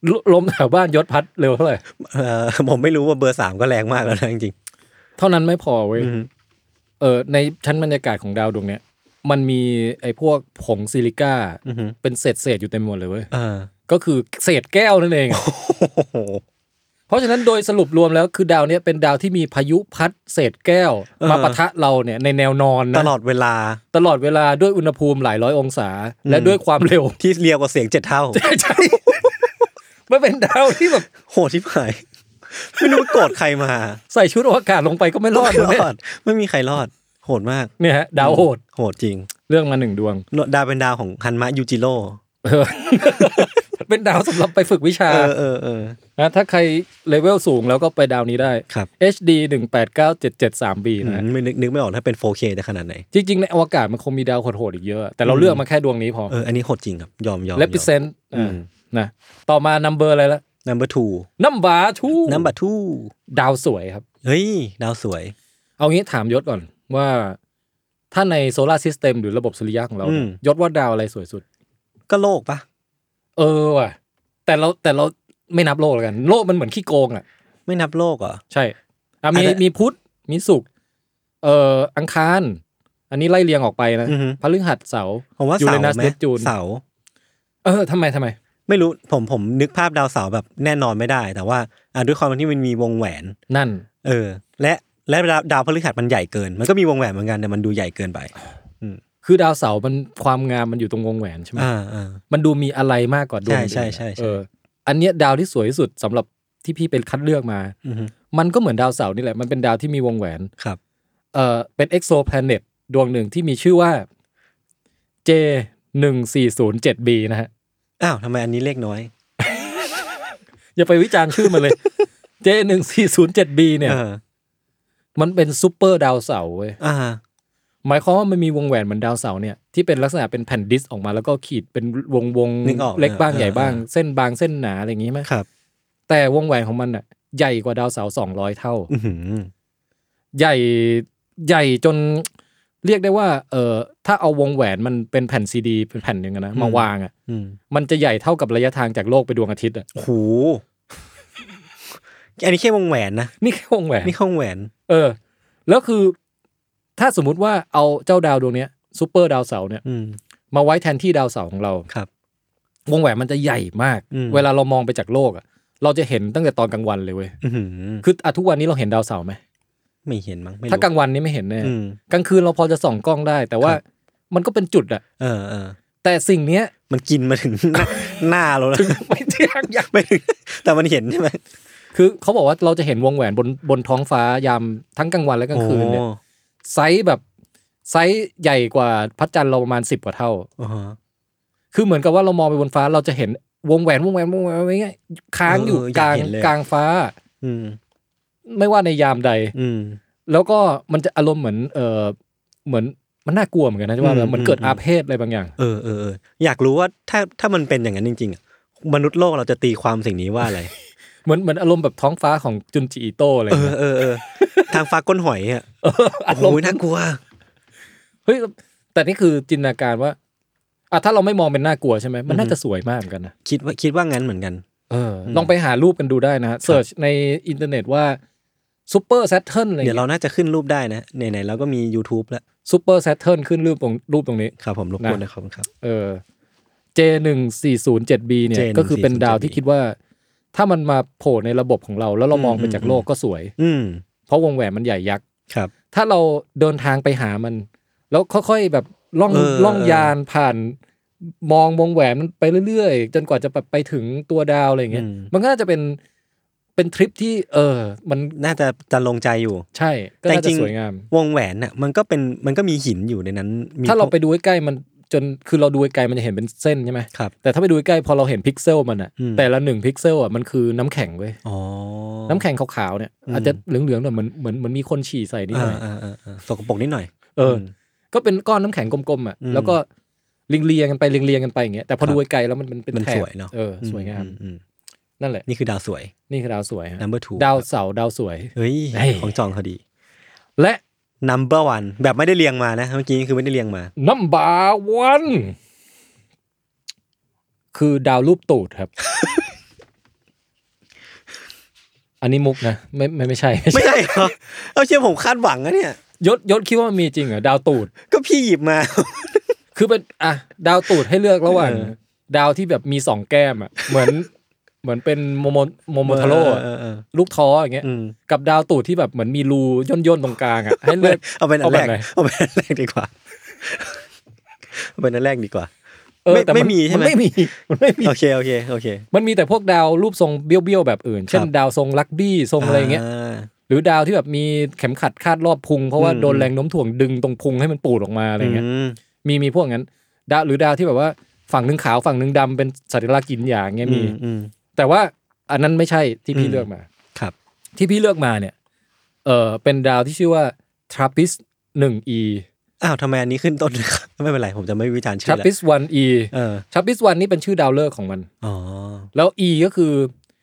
Speaker 3: ลลมแถวบ้านยศพัดเร็วเท่าไหร่
Speaker 2: เออผมไม่รู้ว่าเบอร์สามก็แรงมากแล้วนะจริง
Speaker 3: เท่านั้นไม่พอเว้
Speaker 2: ๆ
Speaker 3: ย
Speaker 2: อืม
Speaker 3: เออในชั้นบรรยากาศของดาวดวงเนี้ย มันมีไอ้พวกผงซิลิก้า
Speaker 2: อืม
Speaker 3: เป็นเศษเศษๆอยู่เต็มหมดเลยเว้ย
Speaker 2: เออ
Speaker 3: ก็คือเศษแก้วนั่นเอง
Speaker 2: โอ้โห
Speaker 3: เพราะฉะนั้นโดยสรุปรวมแล้วคือดาวเนี้ยเป็นดาวที่มีพายุพัดเศษแก้ว มาปะทะเราเนี่ยในแนวนอนนะ
Speaker 2: ตลอดเวลา
Speaker 3: ตลอดเวลาด้วยอุณหภูมิหลายร้อยองศา และด้วยความเร็ว
Speaker 2: ที่เรียวกว่าเสียงเจ็ดเท่า
Speaker 3: ใช่ มันเป็นดาวที่แบบ
Speaker 2: โหดที่หาย ไม่รู้ว่าโกรธใครมา
Speaker 3: ใส่ชุดอวกาศลงไปก็ไม่รอด
Speaker 2: ไม่
Speaker 3: นะเนี่ย
Speaker 2: รอด ไม่มีใครรอด โหดมาก
Speaker 3: เนี่ยฮะดาวโหด
Speaker 2: โหดจริง
Speaker 3: เรื่องมาหนึ่งดวง
Speaker 2: ดาวเป็นดาวของฮันมะยูจิโร่
Speaker 3: เออเป็นดาวสำหรับไปฝึกวิชา
Speaker 2: เออเออเออ
Speaker 3: นะถ้าใครเลเวลสูงแล้วก็ไปดาวนี้ได้
Speaker 2: ครับ
Speaker 3: HD 189773 B นะฮะ
Speaker 2: ไม่นึกนึกไม่ออกถ้าเป็น 4K จะขนาดไหน
Speaker 3: จริง ๆ ในอวกาศมันคงมีดาวโหดๆอีกเยอะ แต่เราเลือกมาแค่ดวงนี้พอ
Speaker 2: เออ อันนี้โหดจริงครับ ยอมยอม
Speaker 3: r e p r e s e n t
Speaker 2: อืม
Speaker 3: นะต่อมานัมเบอร์อะไรละ
Speaker 2: นัมเบอร์ทู
Speaker 3: นัมบาทู
Speaker 2: นัมเบอร์ทู
Speaker 3: ดาวสวยครับ
Speaker 2: เฮ้ย ดาวสวย
Speaker 3: เอางี้ถามยศก่อนว่าถ้าในโซลาร์ซิสเต็มหรือระบบสุริยะของเราเนี่ย
Speaker 2: อืม
Speaker 3: ยศว่าดาวอะไรสวยสุด
Speaker 2: ก็โลกปะ
Speaker 3: เออว่ะแต่เราแต่เราไม่นับโลกแล้วกัน โลกมันเหมือนขี้โกงอ่ะ
Speaker 2: ไม่นับโลกเหรอ
Speaker 3: ใช่อ่ะมี
Speaker 2: อ่ะแต่
Speaker 3: มีพุธมีศุกร์เอ่ออังคาร อันนี้ไล่เรียงออกไปนะ
Speaker 2: อือฮึ
Speaker 3: พฤหัสเสาร์
Speaker 2: ผมว่า
Speaker 3: ยู
Speaker 2: เสา
Speaker 3: เรนัส
Speaker 2: ไหม
Speaker 3: เนปจูน
Speaker 2: เสา
Speaker 3: เออทำไมทำไม
Speaker 2: ไม่รู้ ผมผมนึกภาพดาวเสาแบบแน่นอนไม่ได้ แต่ว่าอ่ะด้วยความที่มันมีวงแหวน
Speaker 3: นั่น
Speaker 2: เออ และและดาวดาวพฤหัสมันใหญ่เกิน มันก็มีวงแหวนเหมือนกันแต่มันดูใหญ่เกินไป
Speaker 3: คือดาวเสาร์มันความงามมันอยู่ตรงวงแหวนใช่ไหม
Speaker 2: อ่าอ่า
Speaker 3: มันดูมีอะไรมากกว่าดวงอื่น
Speaker 2: ใช่ใช่ใช่ใช่
Speaker 3: เออ อันเนี้ยดาวที่สวยที่สุดสำหรับที่พี่เป็นคัดเลือกมา
Speaker 2: อือฮึ
Speaker 3: มันก็เหมือนดาวเสาร์นี่แหละ มันเป็นดาวที่มีวงแหวน
Speaker 2: ครับ
Speaker 3: เอ่อเป็นเอ็กโซแพลเน็ตดวงหนึ่งที่มีชื่อว่า J หนึ่งสี่ศูนย์เจ็ดบีนะฮะ
Speaker 2: อ้าวทำไมอันนี้เลขน้อย
Speaker 3: อย่าไปวิจารณ์ชื่อมันเลย J หนึ่งสี่ศูนย์เจ็ดบีเนี่ย
Speaker 2: เออ
Speaker 3: มันเป็นซูเปอร์ดาวเสาร์เว้ย
Speaker 2: อ่า
Speaker 3: หมายความว่ามันมีวงแหวนเหมือนดาวเสาร์เนี่ยที่เป็นลักษณะเป็นแผ่นดิสก์ออกมาแล้วก็ขีดเป็นวงวงๆ
Speaker 2: นึกออก
Speaker 3: เล็กบ้าง
Speaker 2: เออ
Speaker 3: ใหญ่บ้าง
Speaker 2: เออ
Speaker 3: เส้นบางเส้นหนาอะไรอย่างงี้ใช่ไหม
Speaker 2: ครับ
Speaker 3: แต่วงแหวนของมันอ่ะใหญ่กว่าดาวเสาร์สองร้อยเท่า
Speaker 2: อือหือ
Speaker 3: ใหญ่ใหญ่จน เรียกได้ว่าเออถ้าเอาวงแหวนมันเป็นแผ่นซีดีเป็นแผ่นหนึ่งอะนะ
Speaker 2: อืม
Speaker 3: มาวางอ่ะ
Speaker 2: อืม
Speaker 3: มันจะใหญ่เท่ากับระยะทางจากโลกไปดวงอาทิตย์อ่ะ
Speaker 2: โอ้โหอันนี้แค่วงแหวนนะ
Speaker 3: นี่แค่วงแหวน
Speaker 2: นี่แค่วงแหวน
Speaker 3: เออ แล้วคือ ถ้าสมมุติว่าเอาเจ้าดาวดวงเนี้ยซูเปอร์ดาวเสาร์เนี่ย
Speaker 2: อืม
Speaker 3: มาไว้แทนที่ดาวเสาร์ของเรา
Speaker 2: ครับ
Speaker 3: วงแหวนมันจะใหญ่มาก
Speaker 2: อืม
Speaker 3: เวลาเรามองไปจากโลกอะเราจะเห็นตั้งแต่ตอนกลางวันเลยเว้ย
Speaker 2: อือหือ
Speaker 3: คืออะทุกวันนี้เราเห็นดาวเสาร์ไหม
Speaker 2: ไม่เห็นมั้งไม่รู้
Speaker 3: ถ้ากลางวันนี้ไม่เห็นแน่
Speaker 2: อืม
Speaker 3: กลางคืนเราพอจะส่องกล้องได้ แต่ว่า
Speaker 2: ครับ
Speaker 3: มันก็เป็นจุดอะ
Speaker 2: เออเออ
Speaker 3: แต่สิ่งเนี้ย
Speaker 2: มันกินมาถึง หน้าหน้าเราแล้ว
Speaker 3: ไม่เที่ยงอยาก
Speaker 2: ไม่ถึงแต่มันเห็นใช่ไหม
Speaker 3: คือเขาบอกว่าเราจะเห็นวงแหวนบนบนท้องฟ้ายามทั้งกลางวันและกลางคืนเนี่ย ไซส์แบบไซส์ใหญ่กว่าพระจันทร์เราประมาณสิบกว่าเท่า
Speaker 2: โอ้โห
Speaker 3: คือเหมือนกับว่าเรามองไปบนฟ้าเราจะเห็นวงแหวนวงแหวนวงแหวนอะไรเงี้ยค้างอยู่กลางกลางฟ้า
Speaker 2: อืม
Speaker 3: ไม่ว่าในยามใด
Speaker 2: อืม
Speaker 3: แล้วก็มันจะอารมณ์เหมือนเออเหมือนมันน่ากลัวเหมือนกันนะที่ว่า
Speaker 2: อืม
Speaker 3: เหมือนเกิด
Speaker 2: อืม
Speaker 3: อาเพศอะไรบางอย่าง
Speaker 2: เออเออเอออยากรู้ว่าถ้าถ้ามันเป็นอย่างนั้นจริงๆอะมนุษย์โลกเราจะตีความสิ่งนี้ว่าอะไร
Speaker 3: เหมือนเหมือนอารมณ์แบบท้องฟ้าของจุนจิอิโตะอะไรอ
Speaker 2: เอย่าง อ
Speaker 3: เงี้ย
Speaker 2: เออเออทางฟ้าก้นหอยอ่ะ
Speaker 3: เออ อารม
Speaker 2: โอ้ย
Speaker 3: ณ์
Speaker 2: น่ากลัว
Speaker 3: เฮ้ยแต่นี่คือจินตนาการว่าอ่ะถ้าเราไม่มองเป็นน่ากลัวใช่ไหมมันน่าจะสวยมากเหมือนกันนะ
Speaker 2: คิดว่าคิดว่างั้นเหมือนกัน
Speaker 3: เออลองไปหารูปกันดูได้นะฮะเสิร์ชในอินเทอร์เน็ตว่าซูเปอร์แซทเทิลอะไร
Speaker 2: เดี๋ยวเรา
Speaker 3: เงี้ย
Speaker 2: น่าจะขึ้นรูปได้นะไหนๆเราก็มี YouTube แล้ว
Speaker 3: ซูเปอร์แซทเทิลขึ้นรูปตรงรูปตรงนี้
Speaker 2: ครับผมรบกวน
Speaker 3: นะ
Speaker 2: นะครับครับ
Speaker 3: เออ J หนึ่งสี่ศูนย์เจ็ด B เนี่ย
Speaker 2: J1407B
Speaker 3: ก็คือเป็นดาวที่คิดว่า ถ้ามันมาโผล่ในระบบของเรา แล้วเรามองไปจากโลกก็สวย
Speaker 2: อืม
Speaker 3: เพราะวงแหวนมันใหญ่ยักษ์
Speaker 2: ครับ
Speaker 3: ถ้าเราเดินทางไปหามัน แล้วค่อยๆแบบล่อง
Speaker 2: เออ
Speaker 3: ล่องยานผ่าน มองวงแหวนมันไปเรื่อยๆ จนกว่าจะแบบไปถึงตัวดาวอะไรอย่างเงี้ยมันก็น่าจะเป็นเป็นทริปที่ เออ มัน
Speaker 2: น่าจะจะลงใจอยู่
Speaker 3: ใช่ก็
Speaker 2: แต่
Speaker 3: น่า
Speaker 2: จ
Speaker 3: จะ
Speaker 2: ริง
Speaker 3: สวยงาม
Speaker 2: วงแหวนน่ะมันก็เป็นมันก็มีหินอยู่ในนั้นมี
Speaker 3: ถ้าเราไป
Speaker 2: พวก
Speaker 3: ดูใกล้ๆมันจนคือเราดูไกลๆมันจะเห็นเป็นเส้นใช่ไหม
Speaker 2: ครับ
Speaker 3: แต่ถ้าไปดูใกล้ๆพอเราเห็นพิกเซลมันอะ
Speaker 2: อืม
Speaker 3: แต่ละหนึ่งพิกเซลอะมันคือน้ำแข็งเว้ย
Speaker 2: อ๋อ
Speaker 3: น้ำแข็งขาวๆเนี่ย
Speaker 2: อืม
Speaker 3: อาจจะเหลืองๆหน่อยเหมือนเหมือนเหมือนมีคนฉี่ใส่นิดหน่อย
Speaker 2: อ่าอ่าอ่าสกปรกนิดหน่อย
Speaker 3: เอออ ก็เป็นก้อนน้ำแข็งกลมๆอ่ะ
Speaker 2: อืม
Speaker 3: แล้วก็เรียงเรียงๆกันไปเรียงเรียงๆกันไปอย่างเงี้ยแต่
Speaker 2: ค
Speaker 3: พอ
Speaker 2: รับ
Speaker 3: ดูไกลๆแล้วมันเป็นเป็น
Speaker 2: มัน
Speaker 3: แถบ
Speaker 2: สวยเนอะ
Speaker 3: เออสวยงาม
Speaker 2: อือือื
Speaker 3: นั่นแหละ
Speaker 2: นี่คือดาวสวย
Speaker 3: นี่คือดาวสวยฮะ
Speaker 2: number two
Speaker 3: ดาวเสาร์ดาวสวย
Speaker 2: เฮ้ย
Speaker 3: เฮ้ย
Speaker 2: ของจองเขาดี
Speaker 3: และ
Speaker 2: number one แบบไม่ได้เรียงมานะ เมื่อกี้คือไม่ได้เรียงมา
Speaker 3: นัมบาวันคือดาวรูปตูด ครับ อันนี้มุกนะไม่ไม่ไม่ใช่
Speaker 2: ไม่ใช่เหรอเอาเชื่อผมคาดหวังนะเนี่ย
Speaker 3: ยศยศคิดว่ามันมีจริงเหรอดาวตูด
Speaker 2: ก็พี่หยิบมา
Speaker 3: คือเป็นอ่ะดาวตูดให้เลือกระหว่าง
Speaker 2: เออ
Speaker 3: ดาวที่แบบมีสองแก้มอ่ะ เหมือนเหมือนเป็นโมโมโมโมทาโร่อะ
Speaker 2: เออเออ
Speaker 3: ลูกท้ออย่างเงี้ย
Speaker 2: เอืม
Speaker 3: กับดาวตูดที่แบบเหมือนมีรูย่นย่นๆตรงกลางอ่ะให้เลือก
Speaker 2: เอาเป็นอันแรก
Speaker 3: เอาแบบไหน
Speaker 2: เอาเป็นอันแรกดีกว่าเอาเป็นอันแรกดีกว่า
Speaker 3: เออ
Speaker 2: ไม่
Speaker 3: แต่
Speaker 2: ไม่มีใช่ไหม
Speaker 3: นไม่มีมันไม่มี
Speaker 2: โอเคโอเคโอเค
Speaker 3: มันมีแต่พวกดาวรูปทรงเบี้ยวๆแบบอื่น เช่น
Speaker 2: ครับ
Speaker 3: ดาวทรงลักบี้ทรงอะไรอย่างเงี้ย
Speaker 2: า
Speaker 3: หรือดาวที่แบบมีเข็มขัดคาดรอบพุงเพราะว่า
Speaker 2: อืม
Speaker 3: โดนแรงโน้มถ่วงดึงตรงพุงให้มันปูดออกมาอะไรเงี้ย
Speaker 2: ม
Speaker 3: มีมีพวกงั้นดาวหรือดาวที่แบบว่าฝั่งหนึ่งขาวฝั่งหนึ่งดำเป็นสัญลักษณ์กินอย่างเงี้ยมี
Speaker 2: อือืม
Speaker 3: แต่ว่าอันนั้นไม่ใช่ที่
Speaker 2: อื
Speaker 3: พี่
Speaker 2: ม
Speaker 3: เลือกมา
Speaker 2: ครับ
Speaker 3: ที่พี่เลือกมาเนี่ย เออเป็นดาวที่ชื่อว่า TRAPPIST 1 E
Speaker 2: อ้าวทำไมอันนี้ขึ้นต้นครับ ไม่เป็นไร ผมจะไม่วิจารณ์ชื่อละ
Speaker 3: TRAPPIST 1 E
Speaker 2: เออ
Speaker 3: TRAPPIST 1นี่เป็นชื่อดาวฤกษ์ของมัน
Speaker 2: อ๋อ
Speaker 3: แล้ว E ก็คือ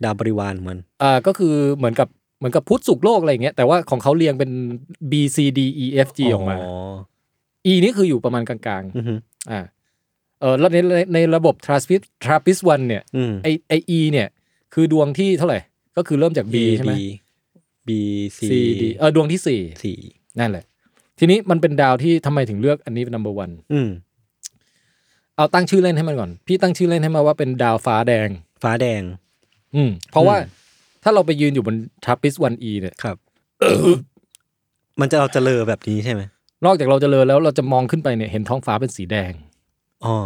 Speaker 2: ดาวบริวารเหมือน
Speaker 3: อ่าก็คือเหมือนกับเหมือนกับพุทธสุขโลกอะไรอย่างเงี้ยแต่ว่าของเขาเรียงเป็น B C D E F G ออกมา
Speaker 2: อ๋อ
Speaker 3: E นี่คืออยู่ประมาณกลาง
Speaker 2: อือหือ
Speaker 3: ๆอ่าเออแล้วในในในระบบ TRAPPIST TRAPPIST 1เนี่ย
Speaker 2: อืม
Speaker 3: ไอไอ E เนี่ยคือดวงที่เท่าไหร่ ก็คือเริ่มจาก B
Speaker 2: B
Speaker 3: ใช่ไหม
Speaker 2: B C
Speaker 3: C D เออดวงที่สี่
Speaker 2: C
Speaker 3: นั่นแหละ ทีนี้มันเป็นดาวที่ทำไมถึงเลือกอันนี้เป็น number one
Speaker 2: อืม
Speaker 3: เอาตั้งชื่อเล่นให้มันก่อน พี่ตั้งชื่อเล่นให้มาว่าเป็นดาวฟ้าแดง
Speaker 2: ฟ้าแดง
Speaker 3: อืม เพราะว่า
Speaker 2: อืม
Speaker 3: ถ้าเราไปยืนอยู่บนทับปิสวันอีเนี่ย
Speaker 2: ครับ มันจะเราจะเลอแบบนี้ใช่ไหม
Speaker 3: นอกจากเราจะเลอแล้วเราจะมองขึ้นไปเนี่ยเห็นท้องฟ้าเป็นสีแดง
Speaker 2: อ๋อ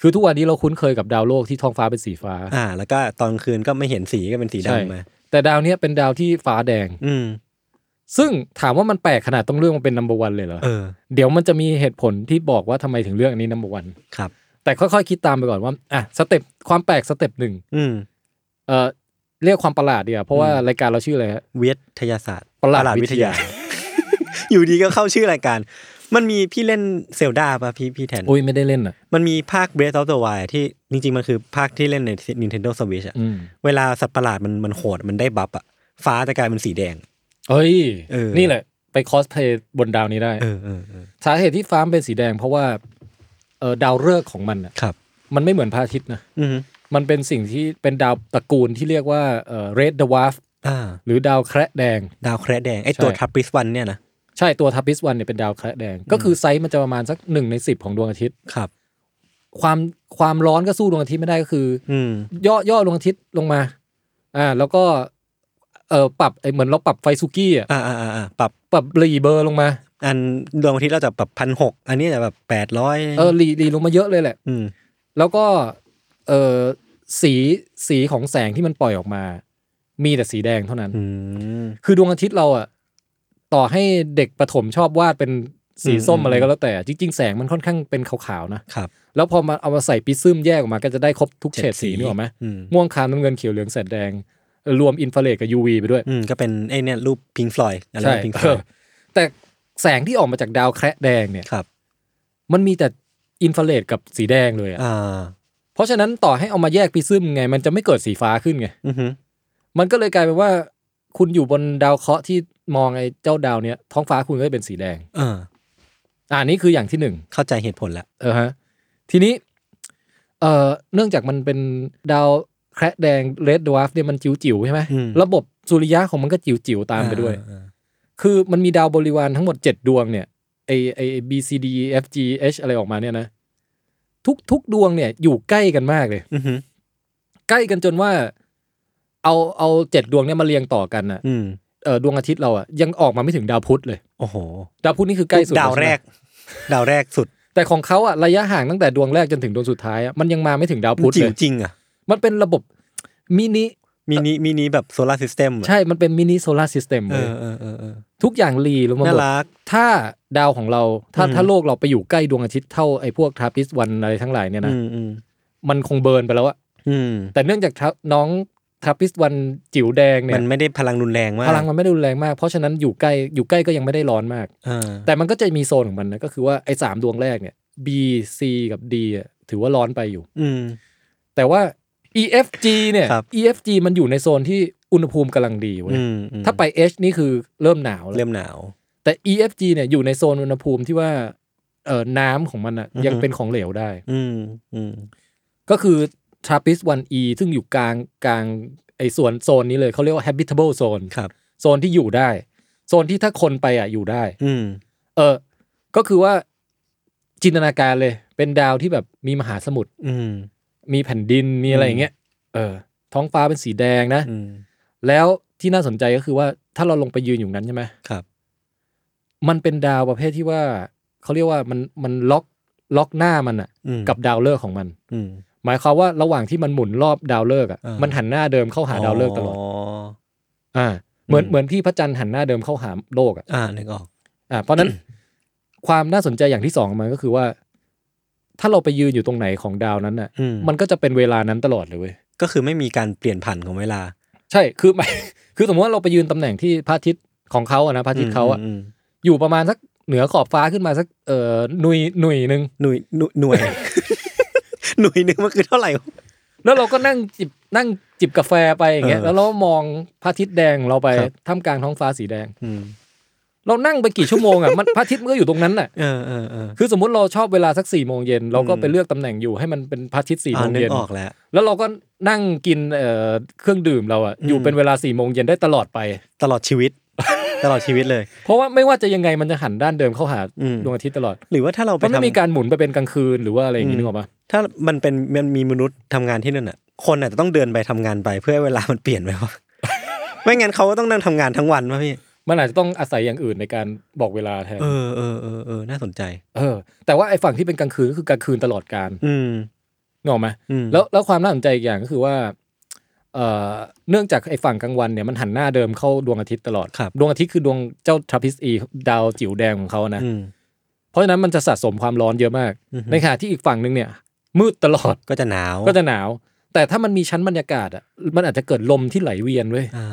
Speaker 3: คือทุกวันนี้เราคุ้นเคยกับดาวโลกที่ท้องฟ้าเป็นสีฟ้า
Speaker 2: อ่า แล้วก็ตอนกลางคืนก็ไม่เห็นสีก็เป็นสี
Speaker 3: ใช่
Speaker 2: ดำมา
Speaker 3: แต่ดาวเนี้ยเป็นดาวที่ฟ้าแดง
Speaker 2: อืม
Speaker 3: ซึ่งถามว่ามันแปลกขนาดต้องเลือกมันเป็นนัมเบอร์วันเลยเหรอ
Speaker 2: เออ
Speaker 3: เดี๋ยวมันจะมีเหตุผลที่บอกว่าทำไมถึงเลือกอันนี้นัมเบอร์วัน
Speaker 2: ครับ
Speaker 3: แต่ค่อยๆคิดตามไปก่อนว่าอ่ะสเต็ปความแปลกสเต็ปหนึ่ง
Speaker 2: อืม
Speaker 3: เอ่อเรียกความประหลาดดีกว่าเพราะว่ารายการเราชื่ออะไรฮะ
Speaker 2: วิทยาศาสตร์
Speaker 3: ประหลาดวิทยา
Speaker 2: อยู่ดีก็เข้า ชื่อรายการ มันมีพี่เล่นเซลดาป่ะพี่พี่แทน
Speaker 3: อุ้ยไม่ได้เล่นอ่ะ
Speaker 2: มันมีภาค Breath of the Wild ที่จริง ๆ มันคือภาคที่เล่นใน Nintendo Switch อะ
Speaker 3: อืม
Speaker 2: เวลาสัตว์ประหลาดมันมันโหดมันได้บัฟอะฟ้าจะกลายเป็นสีแดง
Speaker 3: เอ้ย
Speaker 2: เออ
Speaker 3: นี่แหละ ไปคอสเพลย์บนดาวนี้ได้
Speaker 2: เออเออเออ
Speaker 3: สาเหตุที่ฟ้ามันเป็นสีแดง เพราะว่าเออดาวฤกษ์ของมันอ่ะ
Speaker 2: ครับ
Speaker 3: มันไม่เหมือนพระอาทิตย์นะ
Speaker 2: อืม
Speaker 3: มันเป็นสิ่งที่เป็นดาวตระกูลที่เรียกว่าเออ red dwarf
Speaker 2: อ่า
Speaker 3: หรือดาวแคระแดง
Speaker 2: ดาวแคระแดงไอตัว
Speaker 3: ใช่
Speaker 2: ทับริสวันเนี่ยนะ
Speaker 3: ใช่ตัวทับพิสวันเนี่ยเป็นดาวแคระแดง ก็คือไซส์มันจะประมาณสักหนึ่งในสิบของดวงอาทิตย์
Speaker 2: ครับ
Speaker 3: ความความร้อนก็สู้ดวงอาทิตย์ไม่ได้ก็คือ
Speaker 2: อืม
Speaker 3: ย่อย่อดวงอาทิตย์ลงมาอ่าแล้วก็เออปรับไอเหมือนเราปรับไฟซูกี้อ่ะ
Speaker 2: อ่าอ่าอ่าอ่าปรับ
Speaker 3: ปรับรีเบอร์ลงมา
Speaker 2: อันดวงอาทิตย์เราจะปรับพันหกอันนี้จะแบบแปดร้อย
Speaker 3: เออรีรีลงมาเยอะเลยแหละ
Speaker 2: อืม
Speaker 3: แล้วก็เออสีสีของแสงที่มันปล่อยออกมา มีแต่สีแดงเท่านั้น
Speaker 2: อืม
Speaker 3: คือดวงอาทิตย์เราอ่ะต่อให้เด็กประถมชอบวาดเป็นสีส้ม
Speaker 2: อืม
Speaker 3: อะไรก็แล้วแต่ จริง ๆ แสงมันค่อนข้างเป็นขาวๆนะ
Speaker 2: ครับ
Speaker 3: แล้วพอมาเอามาใส่ปิซึมแยกออกมาก็จะได้ครบทุกเฉดสี
Speaker 2: เจ็ดสี
Speaker 3: นี่หรอกไหม
Speaker 2: อืม
Speaker 3: ม่วงครามน้ำเงินเขียวเหลืองแสดแดงเอ่อรวมอินฟราเรดกับ UV ไปด้วย
Speaker 2: อืมก็เป็นไอเนี่ยรูปพิงฟลอยอะไรพิงฟล
Speaker 3: เอ
Speaker 2: อ
Speaker 3: อย แต่แสงที่ออกมาจากดาวแคระแดงเนี่ย
Speaker 2: ครับ
Speaker 3: มันมีแต่อินฟราเรดกับสีแดงเลยอะ
Speaker 2: อ่า
Speaker 3: เพราะฉะนั้นต่อให้เอามาแยกปิซึมไง มันจะไม่เกิดสีฟ้าขึ้นไง
Speaker 2: อือฮึ
Speaker 3: มันก็เลยกลายเป็นว่า คุณอยู่บนดาวเคราะห์ที่มองไอ้เจ้าดาวเนี่ยท้องฟ้าคุณก็จะเป็นสีแดง
Speaker 2: อ่า
Speaker 3: อ่านี่คืออย่างที่หนึ่ง
Speaker 2: เข้าใจเหตุผลละ
Speaker 3: เออฮะทีนี้เอ่อเนื่องจากมันเป็นดาวแคระแดงเรดดวาร์ฟเนี่ยมันจิ๋วจิ๋วๆใช่ไหมระบบสุริยะของมันก็จิ๋วจิ๋วๆตามไปด้วย
Speaker 2: อ่าอ่า
Speaker 3: คือมันมีดาวบริวารทั้งหมด 7 ดวงเนี่ยไอไอ B C D E F G H อะไรออกมาเนี่ยนะ ทุกทุกดวงเนี่ยอยู่ใกล้กันมากเลย
Speaker 2: อือฮึ
Speaker 3: ใกล้กันจนว่า เอาเอาเจ็ดดวงเนี่ยมาเรียงต่อกันอ่ะ
Speaker 2: อืม
Speaker 3: เออดวงอาทิตย์เราอ่ะยังออกมาไม่ถึงดาวพุธเลย
Speaker 2: โอ้โห
Speaker 3: ดาวพุธนี่คือใกล้สุด
Speaker 2: ดาว
Speaker 3: ใช่ไหม
Speaker 2: แรก ดาวแรกสุด
Speaker 3: แต่ของเขาอ่ะระยะห่างตั้งแต่ดวงแรกจนถึงดวงสุดท้ายอ่ะมันยังมาไม่ถึงดาวพุธ
Speaker 2: จิ๋
Speaker 3: เล
Speaker 2: วย จริงอ่ะ
Speaker 3: มันเป็นระบบมินิ
Speaker 2: มินิมินิแบบโซลาร์ซิสเต็ม
Speaker 3: ใช่ มันเป็นมินิโซลาร์ซิสเต็ม
Speaker 2: เอ
Speaker 3: เลย
Speaker 2: อเออเออเออ
Speaker 3: ทุกอย่างรีลงมา
Speaker 2: น่า
Speaker 3: หมด
Speaker 2: รัก
Speaker 3: ถ้าดาวของเราถ้า
Speaker 2: อืม
Speaker 3: ถ้าโลกเราไปอยู่ใกล้ดวงอาทิตย์เท่าไอ้พวกทราปิสวันอะไรทั้งหลายเนี่ยนะ
Speaker 2: อืมอืม
Speaker 3: มันคงเบิร์นไปแล้วอะ
Speaker 2: อืม
Speaker 3: แต่เนื่องจากทราน้องทราปิสวันจิ๋วแดงเนี่
Speaker 2: มั
Speaker 3: ย
Speaker 2: นไม่ได้พลังรุนแรงมาก
Speaker 3: พลังมันไม่ได้รุนแรงมาก เพราะฉะนั้นอยู่ใกล้อยู่ใกล้ก็ยังไม่ได้ร้อนมาก
Speaker 2: อ่า
Speaker 3: แต่มันก็จะมีโซนของมันนะก็คือว่าไอ้สามดวงแรกเนี่ย B C กับ D อะถือว่าร้อนไปอยู่
Speaker 2: อืม
Speaker 3: แต่ว่า E F G เนี่ย
Speaker 2: ครับ
Speaker 3: E F G มันอยู่ในโซนที่อุณหภูมิกำลังดีเว้ย
Speaker 2: อืมอืม
Speaker 3: ถ้าไป H นี่คือเริ่มหนาวแล้ว
Speaker 2: เริ่มหนาว
Speaker 3: แต่ EFG เนี่ยอยู่ในโซนอุณหภูมิที่ว่าเออน้ำของมันอะ
Speaker 2: อือฮึ
Speaker 3: ยังเป็นของเหลวได้
Speaker 2: อืมอืม
Speaker 3: ก็คือ t r a p p i s 1 e ซึ่งอยู่กลางกลางไอส่วนโซนนี้เลยเขาเรียกว่า habitable zone
Speaker 2: ครับ
Speaker 3: โซนที่อยู่ได้ โซนที่ถ้าคนไปอะอยู่ได้
Speaker 2: อืม
Speaker 3: เออ ก็คือว่าจินตนาการเลย เป็นดาวที่แบบมีมหาสมุทร
Speaker 2: อืม
Speaker 3: มีแผ่นดินมีอะไรอย่างเงี้ยเออ ท้องฟ้าเป็นสีแดงนะ
Speaker 2: อืม
Speaker 3: แล้วที่น่าสนใจก็คือว่าถ้าเราลงไปยืนอยู่นั้นใช่ไหม
Speaker 2: ครับ
Speaker 3: มันเป็นดาวประเภทที่ว่าเขาเรียกว่ามันมันล็อกล็อกหน้ามันอะ
Speaker 2: อืม
Speaker 3: กับดาวฤกษ์ของมัน
Speaker 2: อืม
Speaker 3: หมายความว่าระหว่างที่มันหมุนรอบดาวฤกษ์อะ
Speaker 2: อ่ามั
Speaker 3: มันหันหน้าเดิมเข้าหาดาวฤกษ์ตลอด
Speaker 2: อ๋อ
Speaker 3: อ่าเหมือน
Speaker 2: อืม
Speaker 3: เหมือนที่พระจันทร์หันหน้าเดิมเข้าหาโลกอะ
Speaker 2: อ่านึกออก
Speaker 3: อ่าเพราะฉะนั้น ความน่าสนใจอย่างที่สองของมันก็คือว่า ถ้าเราไปยืนอยู่ตรงไหนของดาวนั้นน่ะ
Speaker 2: อืม
Speaker 3: มันก็จะเป็นเวลานั้นตลอดเลยเว้ย
Speaker 2: ก็คือไม่มีการเปลี่ยนผันของเวลา
Speaker 3: ใช่ คือหมาย คือสมมติว่าเราไปยืนตำแหน่งที่พระอาทิตย์ของเขาอะนะพระอาทิตย์เขาอะ
Speaker 2: มม
Speaker 3: อยู่ประมาณสักเหนือขอบฟ้าขึ้นมาสักเอ่อหนุยหนุยหนึ่ง
Speaker 2: หน่วยหน่วยหน่วย หน่วยหนึงมันคือเท่าไหร่
Speaker 3: แล้วเราก็นั่งจิบนั่งจิบกาแฟไปอย่างเงี้ย
Speaker 2: เออ
Speaker 3: แล้วเราก็มองพระอาทิตย์แดงของเราไป
Speaker 2: ครับ
Speaker 3: ท่ามกลางท้องฟ้าสีแดง
Speaker 2: อืม
Speaker 3: เรานั่งไปกี่ชั่วโมงอ่ะ มัน พระอาทิตย์มันก็อยู่ตรงนั้นน่ะ
Speaker 2: เออเออเออ
Speaker 3: คือสมมติเราชอบเวลาสักสี่โมงเย็นเราก็
Speaker 2: อืม
Speaker 3: ไปเลือกตำแหน่งอยู่ให้มันเป็นพระอาทิตย์สี่
Speaker 2: อ่า
Speaker 3: โมง
Speaker 2: นึก
Speaker 3: เย็น
Speaker 2: ออกแล้ว
Speaker 3: แล้วเราก็นั่งกินเอ่อเครื่องดื่มเราอ่ะ
Speaker 2: อืม
Speaker 3: อยู่เป็นเวลาสี่โมงเย็นได้ตลอดไป
Speaker 2: ตลอดชีวิต ตลอดชีวิตเลย
Speaker 3: เพราะว่าไม่ว่าจะยังไงมันจะหันด้านเดิมเข้าหา
Speaker 2: อืม
Speaker 3: ดวงอาทิตย์ตลอด
Speaker 2: หรือว่าถ้าเราไป
Speaker 3: มันไม่มี
Speaker 2: ทำ
Speaker 3: การหมุนไปเป็นกลางคืนหรือว่าอะไรอย่างงี้นึกออกปะ
Speaker 2: ถ้ามันเป็นมันมีมนุษย์ทำงานที่นั่นอ่ะ คนอาจจะต้องเดินไปทำงานไปเพื่อให้เวลามันเปลี่ยนไปวะ ไม่งั้นเขาก็ต้องนั่งทำงานทั้งวันวะพี่
Speaker 3: มันอาจจะต้องอาศัยอย่างอื่นในการบอกเวลาแทน
Speaker 2: เออเออเออเออน่าสนใจ
Speaker 3: เออแต่ว่าไอ้ฝั่งที่เป็นกลางคืนก็คือกลางคืนตลอดการ
Speaker 2: อืม
Speaker 3: นึกออกไหม
Speaker 2: อืม
Speaker 3: แล้วแล้วความน่าสนใจอีกอย่างก็คือว่าเอ่อเนื่องจากไอ้ฝั่งกลางวันเนี่ยมันหันหน้าเดิมเข้าดวงอาทิตย์ตลอด
Speaker 2: ครับ
Speaker 3: ดวงอาทิตย์คือดวงเจ้าทราพิสอีดาวจิ๋วแดงของเขานะ
Speaker 2: อืม
Speaker 3: เพราะฉะนั้นมันจะสะสมความร้อนเยอะมาก
Speaker 2: อือฮึ
Speaker 3: ในขณะที่อีกฝั่งหนึ่งเนี่ย มืดตลอด
Speaker 2: ก็จะหนาว
Speaker 3: ก็จะหนาว แต่ถ้ามันมีชั้นบรรยากาศอ่ะมันอาจจะเกิดลมที่ไหลเวียนเว้ย
Speaker 2: อ่า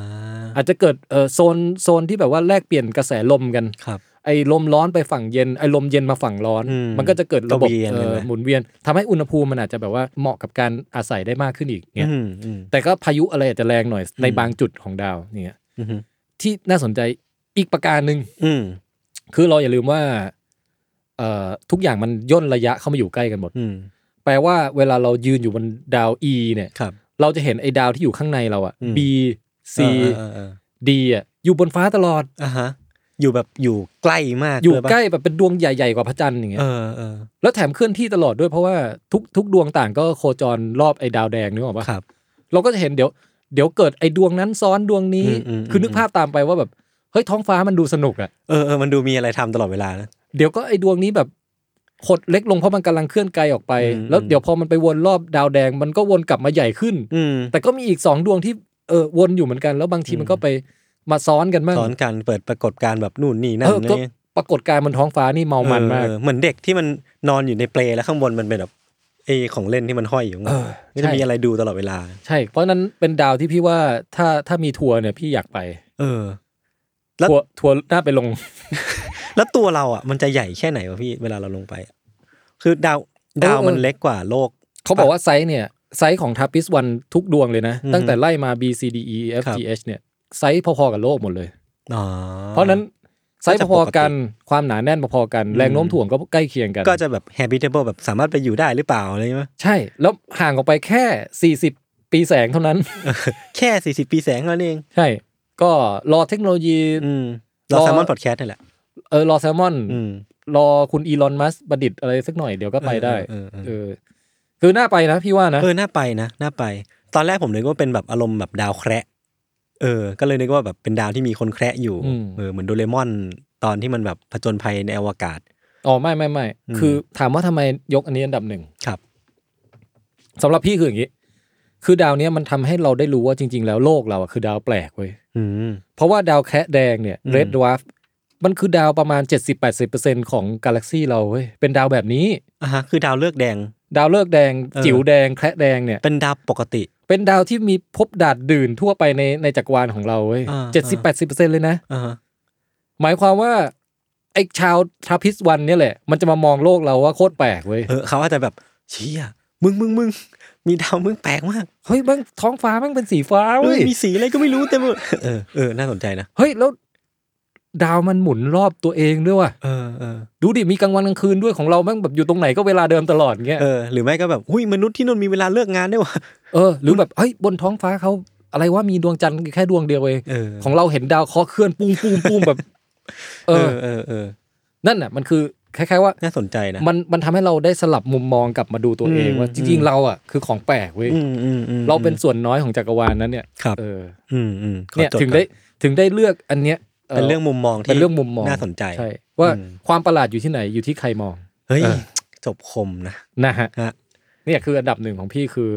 Speaker 3: อาจจะเกิดเออโซนโซนที่แบบว่าแลกเปลี่ยนกระแสลมกัน
Speaker 2: ครับ
Speaker 3: ไอ้ลมร้อนไปฝั่งเย็นไอ้ลมเย็นมาฝั่งร้อน
Speaker 2: อืม
Speaker 3: มันก็จะเกิดระบบ
Speaker 2: ก็เวียน
Speaker 3: เอ่อ
Speaker 2: เลยนะ
Speaker 3: หมุนเวียนทำให้อุณหภูมิมันอาจจะแบบว่าเหมาะกับการอาศัยได้มากขึ้นอีกเนี่ย
Speaker 2: อืมอืม
Speaker 3: แต่ก็พายุอะไรอาจจะแรงหน่อยใน
Speaker 2: อืม
Speaker 3: บางจุดของดาวเนี่ย
Speaker 2: อืม
Speaker 3: ที่น่าสนใจอีกประการหนึ่ง
Speaker 2: อืม
Speaker 3: คือเราอย่าลืมว่าเอ่อทุกอย่างมันย่นระยะเข้ามาอยู่ใกล้กันหมด
Speaker 2: อืม
Speaker 3: แปลว่าเวลาเรายืนอยู่บนดาว E เนี่ย
Speaker 2: ครับ
Speaker 3: เราจะเห็นไอ้ดาวที่อยู่ข้างในเราอะ
Speaker 2: อืม
Speaker 3: B C
Speaker 2: เออเออเออ
Speaker 3: D อะอยู่บนฟ้าตลอด
Speaker 2: อ่าฮะอยู่แบบอยู่ใกล้มาก
Speaker 3: อยู่
Speaker 2: ด้วปะ
Speaker 3: ใกล้แบบเป็นดวงใหญ่ ๆ กว่าพระจันทร์อย่างเงี้ย
Speaker 2: เออเออ
Speaker 3: แล้วแถมเคลื่อนที่ตลอดด้วยเพราะว่าทุกทุกดวงต่างก็โคจรรอบไอ้ดาวแดงนึกออกปะ
Speaker 2: ครับ
Speaker 3: เราก็จะเห็นเดี๋ยวเดี๋ยวเกิดไอ้ดวงนั้นซ้อนดวงนี้
Speaker 2: อืมอืม
Speaker 3: คือนึ
Speaker 2: อื
Speaker 3: ก
Speaker 2: ม
Speaker 3: ภาพตามไปว่าแบบเฮ้ยท้องฟ้ามันดูสนุกอะ
Speaker 2: เออเออมันดูมีอะไรทำตลอดเวลานะ
Speaker 3: เดี๋ยวก็ไอ้ดวงนี้แบบหดเล็กลงเพราะมันกำลังเคลื่อนไกลออกไป
Speaker 2: อืม
Speaker 3: แล้ว
Speaker 2: อืม
Speaker 3: เดี๋ยวพอมันไปวนรอบดาวแดง มันก็วนกลับมาใหญ่ขึ้น
Speaker 2: อืม
Speaker 3: แต่ก็มีอีกสองดวงที่เออวนอยู่เหมือนกัน แล้วบางทีมันก็ไปมาซ้อนกันบ้าง
Speaker 2: สอนการเปิดปรากฏการณ์แบบนู่นนี่นั่น
Speaker 3: เออ
Speaker 2: อะไร
Speaker 3: ก็
Speaker 2: เงี้ย
Speaker 3: ปรากฏการณ์บนท้องฟ้านี่เมามันมาก
Speaker 2: เออเหมือนเด็กที่มันนอนอยู่ในเปลแล้วข้างบนมันเป็นแบบเอของเล่นที่มันห้อยอยู่ข้างบ
Speaker 3: เอน อ
Speaker 2: ก็จะ
Speaker 3: ใช่
Speaker 2: มีอะไรดูตลอดเวลา
Speaker 3: ใช่ เพราะฉะนั้นเป็นดาวที่พี่ว่าถ้าถ้ามีทัวร์เนี่ยพี่อยากไป
Speaker 2: เออ แล้ว
Speaker 3: ทัวร์ทัวร์น่าไปลง
Speaker 2: แล้วตัวเราอ่ะมันจะใหญ่แค่ไหนวะพี่เวลาเราลงไปอะคือดาวดาว
Speaker 3: เออเออ
Speaker 2: มันเล็กกว่าโลก
Speaker 3: เขาบอกว่าไซส์เนี่ย ไซส์ของทาปิสวันทุกดวงเลยนะ
Speaker 2: อือฮึ
Speaker 3: ตั้งแต่ไล่มา B C D E F
Speaker 2: ครั
Speaker 3: G
Speaker 2: บ
Speaker 3: H เนี่ย ไซส์พอๆกับโลกหมดเลย
Speaker 2: อ๋อ
Speaker 3: เพราะฉะนั้นไซส์
Speaker 2: ก็จะ
Speaker 3: พอ
Speaker 2: ปกติ
Speaker 3: ๆกันความหนาแน่นพอๆกัน
Speaker 2: อืม
Speaker 3: แรงโน้มถ่วงก็ใกล้เคียงกัน
Speaker 2: ก็จะแบบ habitable แบบสามารถไปอยู่ได้หรือเปล่าอะไรใช่ไหม
Speaker 3: ใช่ แล้วห่างออกไปแค่ 40 ปีแสงเท่านั้น
Speaker 2: แค่สี่สิบปีแสงเท่านั่นเอง
Speaker 3: ใช่ ก็รอเทคโนโลยี
Speaker 2: อืมเรา
Speaker 3: รอ
Speaker 2: สามารถพอดแคสต์นี่แหละ
Speaker 3: เออรอแซลมอน
Speaker 2: อืม
Speaker 3: รอคุณอีลอนมัสประดิษฐ์อะไรสักหน่อยเดี๋ยวก็ไปได้
Speaker 2: เออเออเออ
Speaker 3: เออคือน่าไปนะพี่ว่านะ
Speaker 2: เออน่าไปนะน่าไป ตอนแรกผมนึกว่าเป็นแบบอารมณ์แบบดาวแคระเออ ก็เลยนึกว่าแบบเป็นดาวที่มีคนแคระอยู่เออเหมือนโดเรมอนตอนที่มันแบบผจญภัยในอวกาศ
Speaker 3: อ๋อไม่ไม่ไม่
Speaker 2: อืม
Speaker 3: คือถามว่าทำไมยกอันนี้อันดับหนึ่ง
Speaker 2: ครับ
Speaker 3: สำหรับพี่คืออย่างนี้ คือดาวเนี้ยมันทำให้เราได้รู้ว่าจริง ๆ แล้วโลกเราอะคือดาวแปลกเว้ย
Speaker 2: อืม
Speaker 3: เพราะว่าดาวแคะแดงเนี่ย
Speaker 2: อืม
Speaker 3: red dwarf มันคือดาวประมาณ 70-80%ของกาแล็กซีเราเว้ย เป็นดาวแบบนี้
Speaker 2: อ่ะฮะคือดาวเลือกแดง
Speaker 3: ดาวเลิกษ์แดง
Speaker 2: เออ
Speaker 3: จิ๋วแดง แคะแดงเนี่ย
Speaker 2: เป็นดาวปกติ
Speaker 3: เป็นดาวที่มีภพบดาดดื่นทั่วไปในในจักรวาลของเราเว้ย
Speaker 2: อ่า
Speaker 3: เจ็ดสิบแปดสิบเปอร์เซ็นต์เลยนะ
Speaker 2: อ่าฮะ
Speaker 3: หมายความว่า ไอ้ชาวทราพิสวันเนี่ยแหละ มันจะมามองโลกเราว่าโคตรแปลกเว้ย
Speaker 2: เออเขาอาจจะแบบเชี่ยมึงมึงมึงมีดาวมึงแปลกมาก
Speaker 3: เฮ้ยแม่งท้องฟ้าแม่งเป็นสีฟ้า
Speaker 2: เอ
Speaker 3: เว้
Speaker 2: อย มีสีอะไรก็ไม่รู้เต็มไปหมดเออเออน่าสนใจนะ
Speaker 3: เฮ้ยแล้ว ดาวมันหมุนรอบตัวเองด้วยว่ะ
Speaker 2: เออเออ
Speaker 3: ดูดิมีกลางวันกลางคืนด้วยของเราแม่งแบบอยู่ตรงไหนก็เวลาเดิมตลอดเงี้ย
Speaker 2: เออ หรือไม่ก็แบบหุ้ยมนุษย์ที่นนมีเวลาเลิกงานได้วยวะ
Speaker 3: เออหรือแบบเฮ้ยบนท้องฟ้าเขาอะไรว่ามีดวงจันทร์แค่ดวงเดียวเอง
Speaker 2: เออ
Speaker 3: ของเราเห็นดาวเคราะห์เคลื่อนปุ้งปุ้งปุ้งแบบ เอ
Speaker 2: เอ
Speaker 3: อ
Speaker 2: อเออเออ
Speaker 3: นั่นน่ะมันคือคล้าย ๆ ว่า
Speaker 2: น่าสนใจนะ
Speaker 3: มันมันทำให้เราได้สลับมุมมองกลับมาดูตัวเอง
Speaker 2: อืม
Speaker 3: ว่าจ
Speaker 2: อื
Speaker 3: ริง
Speaker 2: ม
Speaker 3: ๆเราอ่ะคือของแปลกเว้ย
Speaker 2: อืมอืมอืม
Speaker 3: เราเป็นส่วนน้อยของจักรวาลนั้นเนี่ย
Speaker 2: ครับ
Speaker 3: เออ
Speaker 2: อืมอืมขอ
Speaker 3: เนี่ย
Speaker 2: จด
Speaker 3: ถึง
Speaker 2: ก่อน
Speaker 3: ได้ถึงได้เลือกอันเนี้ย
Speaker 2: เป็นเรื่องมุมมองที่
Speaker 3: เป็นเรื่องมุมมอง
Speaker 2: น่าสนใจ
Speaker 3: ใช่ว่า
Speaker 2: อืม
Speaker 3: ความประหลาดอยู่ที่ไหนอยู่ที่ใครมอง
Speaker 2: เฮ้ย
Speaker 3: เออ
Speaker 2: จบคมนะ
Speaker 3: นะฮะ
Speaker 2: ฮะ
Speaker 3: เนี่ยคืออันดับหนึ่งของพี่คือ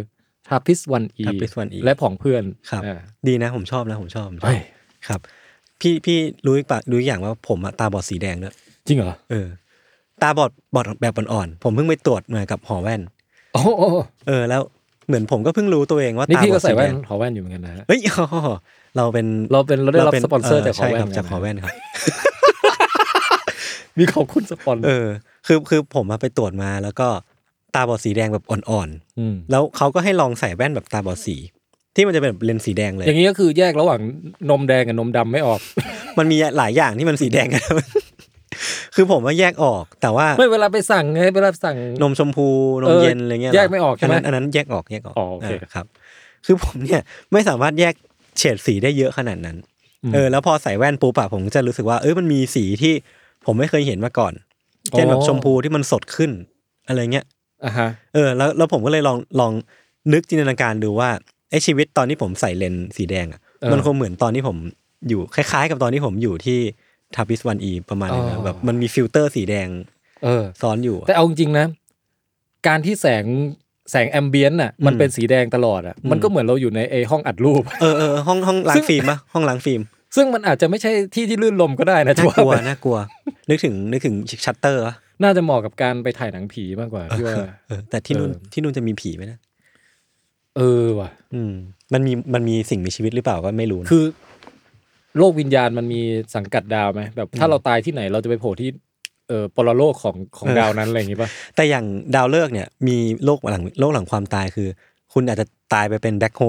Speaker 3: ทาพิสวันอี
Speaker 2: Trappist 1E
Speaker 3: และผองเพื่อน
Speaker 2: ครับ
Speaker 3: อ่า
Speaker 2: ดีนะ ผมชอบนะ ผมชอบผมชอบ
Speaker 3: เฮ้ย
Speaker 2: ครับ พี่พี่รู้อีกปะรู้อีกอย่างว่าผมอะตาบอดสีแดงด้วย
Speaker 3: จริงเหรอ
Speaker 2: เออ ตาบอดบอดแบบอ่อนๆผมเพิ่งไปตรวจมากับหอแว่น
Speaker 3: โอ้โอ้โอ้
Speaker 2: เออ แล้วเหมือนผมก็เพิ่งรู้ตัวเองว่า
Speaker 3: นี่
Speaker 2: ตา
Speaker 3: พี่
Speaker 2: บ
Speaker 3: ก็
Speaker 2: อด
Speaker 3: ใส่
Speaker 2: สีแด
Speaker 3: แว่น
Speaker 2: ง
Speaker 3: หอแว่นอยู่เหมือนกันนะฮะ
Speaker 2: เฮ้ย อ๋อเราเป็น
Speaker 3: เราเป็นเราได้รับ
Speaker 2: ป็
Speaker 3: สปอนเซอร์จากหอ
Speaker 2: เใช่
Speaker 3: แว่น
Speaker 2: ครับจากหอแว่นครับ
Speaker 3: มีขอบคุณสปอนเซ
Speaker 2: เอ
Speaker 3: อ
Speaker 2: อ
Speaker 3: ร์
Speaker 2: คือคือผมอะไปตรวจมาแล้วก็ตาบอดสีแดงแบบอ่อน
Speaker 3: ม
Speaker 2: ๆแล้วเขาก็ให้ลองใส่แว่นแบบตาบอดสี ที่มันจะเป็นแบบเลนส์สีแดงเลย
Speaker 3: อย่างนี้ก็คือแยกระหว่างนมแดงกับนมดำไม่ออก
Speaker 2: มันมีหลายอย่างที่มันสีแดงกัน คือผมว่าแยกออก แต่ว่า
Speaker 3: ไม่เวลาไปสั่งไงเวลาสั่ง
Speaker 2: นมชมพูน
Speaker 3: เอ
Speaker 2: ม
Speaker 3: อ
Speaker 2: เย็นอะไรเงี้ย
Speaker 3: แยกไม่ออกใช่ไหม
Speaker 2: นนั้นอันนั้นแยกออกแยกออก
Speaker 3: อ๋อโอเค
Speaker 2: าครับ คือผมเนี่ยไม่สามารถแยกเฉดสีได้เยอะขนาดนั้น เออ แล้วพอใส่แว่นปุ๊บอะผมจะรู้สึกว่าเออมันมีสีที่ผมไม่เคยเห็นมาก่อน เช่นแบบชมพูที่มันสดขึ้น อะไรเงี้ย
Speaker 3: อ่ะฮะ
Speaker 2: เออแล้วแล้วผมก็เลยลองลองนึกจินตนาการดูว่าไอชีวิตตอนที่ผมใส่เลนส์สีแดงอ่ะมันคงเหมือนตอนที่ผมอยู่คล้ายๆ กับตอนที่ผมอยู่ที่ทาพิสวันอีประมาณนึงนะแบบมันมีฟิลเตอร์สีแดง
Speaker 3: เออ
Speaker 2: ซ้อนอยู่อะ
Speaker 3: แต่เอาจริงๆนะ การที่แสง แสงแอมเบียนต์น่ะมันเป็นสีแดงตลอดอ่ะมันก็เหมือนเราอยู่ในไอห้องอัดรูป
Speaker 2: เออเออห้องห้องล้างฟิล์มปะห้องล้างฟิล์ม
Speaker 3: ซึ่งมันอาจจะไม่ใช่ที่ที่ลื่นลมก็ได้นะจะ
Speaker 2: น่าก
Speaker 3: ว่า
Speaker 2: ลัว
Speaker 3: ไป
Speaker 2: น่ากลัว นึกถึงนึกถึงชัตเตอร์ปะ
Speaker 3: น่าจะเหมาะกับการไปถ่ายหนังผีมากกว่าที่ว่า
Speaker 2: เออแต่ที่นู่น
Speaker 3: เออ
Speaker 2: ที่นู่นจะมีผีไหมนะ
Speaker 3: เออว่ะ
Speaker 2: อืมมันมีมันมีสิ่งมีชีวิตหรือเปล่าก็ไม่รู้นะ
Speaker 3: คือ โลกวิญญาณมันมีสังกัดดาวไหมแบบ ถ้าเราตายที่ไหนเราจะไปโผล่ที่เอ่อปรโลกของของดาวนั้นอะไรอย่างงี้ป่ะ
Speaker 2: แต่อย่างดาวเลิกษ์เนี่ยมีโลกหลังโลกหลังความตายคือ คุณอาจจะตายไปเป็นแบ็คโฮ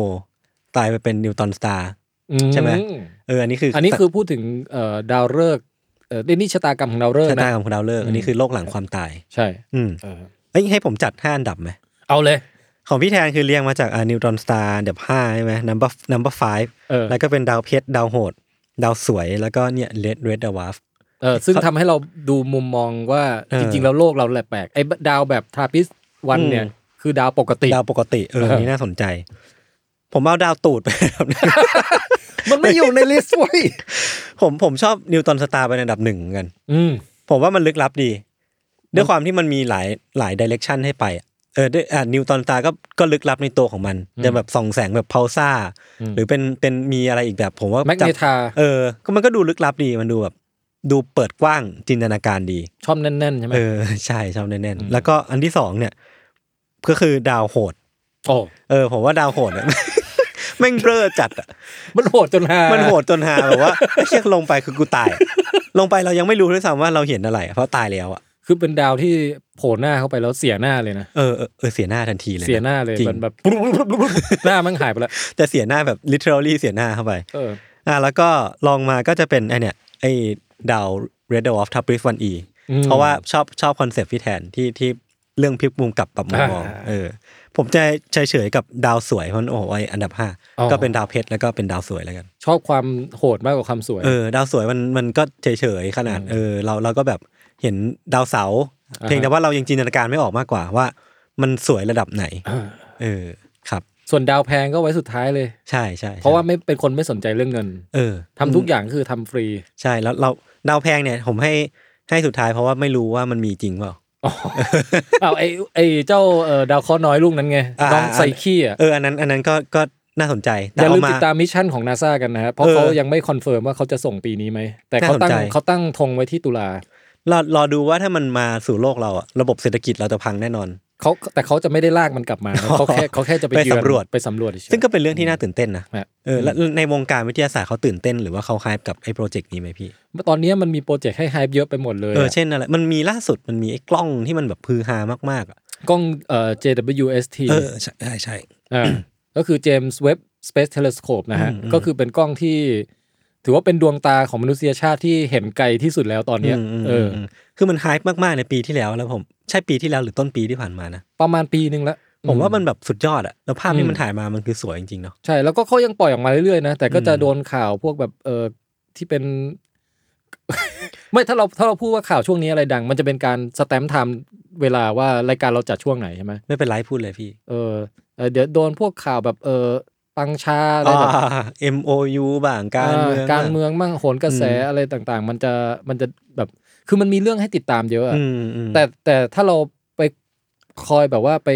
Speaker 2: ตายไปเป็นนิวตันสตาร์
Speaker 3: อื
Speaker 2: ใช่ไหม เอออันนี้คืออั
Speaker 3: อันนี้คือพูดถึงเอ่อดาวฤกษ์เอ่อนี่ชะตากรรมของดาวฤกษ์
Speaker 2: ชะตา
Speaker 3: นะ
Speaker 2: ของดาวเลิกษ์อันนี้คือโลกหลังความตาย
Speaker 3: ใช่
Speaker 2: อืม
Speaker 3: เออ
Speaker 2: เอ้ยให้ผมจัดห้าอันดับไหม
Speaker 3: เอาเลย
Speaker 2: ของพี่แทนคือเรียงมาจากนิวตรอนสตาร์เดบห้าใช่ไหมนัมเบอร์นัมเบอร์ไฟ
Speaker 3: เออ
Speaker 2: แล้วก็เป็นดาวเพชรดาวโหด ดาวสวยแล้วก็เนี่ยเลดเรดดาวาฟ
Speaker 3: เออซึ่งทำให้เราดูมุมมองว่า
Speaker 2: เออ
Speaker 3: จริง ๆ แล้วโลกเราแหละแปลกไอ้ดาวแบบทราปิสวันเนี่ย
Speaker 2: อืม
Speaker 3: คือดาวปกติ
Speaker 2: ดาวปกติเออ
Speaker 3: เอออั
Speaker 2: อันนี้น่าสนใจ ผมเอาดาวตูดไป อันดับหนึ่ง
Speaker 3: มันไม่อยู่ในลิสต์เว้ย
Speaker 2: ผมผมชอบนิวตรอนสตาร์เป็นอันดับหนึ่งเหมือนกัน
Speaker 3: อืม
Speaker 2: ผมว่ามันลึกลับดี ด้วยความที่มันมีหลายหลายดิเรกชันให้ไปอะเออด้วยอ่านิวตรอนสตาร์ก็ก็ลึกลับในตัวของมัน
Speaker 3: อืม
Speaker 2: จะแบบส่องแสงแบบพาวซ่า
Speaker 3: อืม
Speaker 2: หรือเป็นเป็นมีอะไรอีกแบบ ผมว่า
Speaker 3: แมก
Speaker 2: จับ
Speaker 3: เนทา
Speaker 2: เออ ก็มันก็ดูลึกลับดี มันดูแบบ ดูเปิดกว้างจินตนาการดี
Speaker 3: ชอบแน่น ๆ ใช่ไหม
Speaker 2: เออ ใช่ชอบแน่น
Speaker 3: อืม
Speaker 2: ๆ แล้วก็อันที่สองเนี่ย ก็คือดาวโหด
Speaker 3: โอ้
Speaker 2: เออ ผมว่าดาวโหดอะ แม่งเบลอจัดอะ
Speaker 3: มันโหดจนฮา
Speaker 2: มั
Speaker 3: มัน
Speaker 2: โหดจนหาแบบว่า ไอ้เชี่ยลงไปคือกูตาย ลงไปเรายังไม่รู้ด้วยซ้ำว่าเราเห็นอะไรอะเพราะตายแล้วอะ
Speaker 3: คือเป็นดาวที่โผล่หน้าเข้าไปแล้วเสียหน้าเลยนะ
Speaker 2: เออเออเออเสียหน้าทันทีเลยะ
Speaker 3: เสียหน้าเลย
Speaker 2: จริง
Speaker 3: มันแบบ ปุ๊บปุ๊บปุ๊บปุ๊บปุ๊บหน้ามันหายไปแล้ว
Speaker 2: แต่เสียหน้าแบบ literally เสียหน้าเข้าไป
Speaker 3: เออ
Speaker 2: อ่ะแล้วก็ลองมาก็จะเป็นไอเนี่ยไอดาว Red Dwarf t a b r i f 1E
Speaker 3: อืม
Speaker 2: เพราะว่าชอบชอบคอนเซปต์พี่แทนที่ที่เรื่องพลิกมุมกลับปรับมุมมอง
Speaker 3: อ่า
Speaker 2: เออผมจะเฉยเฉยๆกับดาวสวยเพราะมันโอ้โหไอ้อันดับห้า
Speaker 3: อ๋อ
Speaker 2: ก็เป็นดาวเพชรแล้วก็เป็นดาวสวยแล้วกัน
Speaker 3: ชอบความโหดมากกว่าความสวย
Speaker 2: เออดาวสวยมันมันก็เฉยเฉยๆขนาดเออเราเราก็แบบเห็นดาวเสาร์
Speaker 3: อ่าฮะ
Speaker 2: เพียงแต่ว่าเรายังจินตนาการไม่ออกมากกว่าว่า มันสวยระดับไหน
Speaker 3: อ
Speaker 2: เออครับ
Speaker 3: ส่วนดาวแพงก็ไว้สุดท้ายเลย
Speaker 2: ใช่ใช่
Speaker 3: เพราะว่าไม่เป็นคนไม่สนใจเรื่องเงิน
Speaker 2: เออ
Speaker 3: ทำทุกอย่างคือทำฟรี
Speaker 2: ใช่แล้วเราดาวแพงเนี่ยผมให้ให้สุดท้ายเพราะว่าไม่รู้ว่ามันมีจริงเปล่า
Speaker 3: เอาไอ้ไอ้เจ้าเอ่อดาวเคราะห์น้อยลูกนั้นไง
Speaker 2: อ่า
Speaker 3: น้องไซคี้อ่ะ
Speaker 2: เอออันนั้นอันนั้นก็ก็น่าสนใจ
Speaker 3: อย่า
Speaker 2: เ
Speaker 3: ลืมติดตามมิชชั่นของนาซากันนะครับเพราะ
Speaker 2: เออ
Speaker 3: เขายังไม่คอนเฟิร์มว่าเขาจะส่งปีนี้ไหมแต่เขาตั้ง
Speaker 2: น่าสนใจ
Speaker 3: เขาตั้งธงไว้ที่ตุลาร
Speaker 2: อรอดูว่าถ้ามันมาสู่โลกเราอะระบบเศรษฐกิจเราจะพังแน่นอน
Speaker 3: เขาแต่เขาจะไม่ได้ลากมันกลับมา นะเขาแค่เขาแค่จะไป
Speaker 2: ไป
Speaker 3: เยือน
Speaker 2: สำรวจ
Speaker 3: ไปสำรวจเฉย
Speaker 2: ซึ่งก็เป็นเรื่องที่น่าตื่นเต้นนะ
Speaker 3: ฮะ
Speaker 2: เออแล้วในวงการวิทยาศาสตร์เขาตื่นเต้นหรือว่าเขาไฮป์กับไอ้โปรเจกต์นี้ไหมพี่
Speaker 3: ตอนนี้มันมีโปรเจกต์ให้ไฮป์เยอะไปหมดเลย
Speaker 2: เออ
Speaker 3: อะ
Speaker 2: เช่นอะไรมันมีล่าสุดมันมีไอ้กล้องที่มันแบบพือฮามากๆอะ
Speaker 3: กล้องเอ่อ JWST
Speaker 2: เออใช่ใช่ใช่
Speaker 3: อ่า ก็คือ James Webb Space Telescope นะฮะ
Speaker 2: อืมอืม
Speaker 3: ก็คือเป็นกล้องที่ ถือว่าเป็นดวงตาของมนุษยชาติที่เห็นไกลที่สุดแล้วตอนเนี้ย
Speaker 2: อืมอืม
Speaker 3: เอออ
Speaker 2: ม คือมันไฮป์มากๆในปีที่แล้วแล้วผมใช่ปีที่แล้วหรือต้นปีที่ผ่านมานะ
Speaker 3: ประมาณปีนึงละ
Speaker 2: ผมว่ามัน
Speaker 3: อื
Speaker 2: แบบสุดยอดอะแล้วภาพที่
Speaker 3: อืม
Speaker 2: มันถ่ายมามันคือสวยจริงๆเนาะ
Speaker 3: ใช่ แล้วก็เขายังปล่อยออกมาเรื่อยๆนะ แต่ก็จะ
Speaker 2: อืม
Speaker 3: โดนข่าวพวกแบบเออที่เป็น ไม่ถ้าเราถ้าเราพูดว่าข่าวช่วงนี้อะไรดัง มันจะเป็นการสแตมป์ไทม์เวลาว่ารายการเราจัดช่วงไหนใช่ไหม
Speaker 2: ไม่เป็นไรพูดเลยพี่
Speaker 3: เออเออเดี๋ยวโดนพวกข่าวแบบเออปังชาอะไรแบบ
Speaker 2: อ่า MOU บ้างการเมือง
Speaker 3: การเมืองมั่งโหนกระแส
Speaker 2: อืม
Speaker 3: อะไรต่างๆ มันจะมันจะแบบคือมันมีเรื่องให้ติดตามเยอะอะ
Speaker 2: อืมอืม
Speaker 3: แต่แต่ถ้าเราไปคอยแบบว่าไป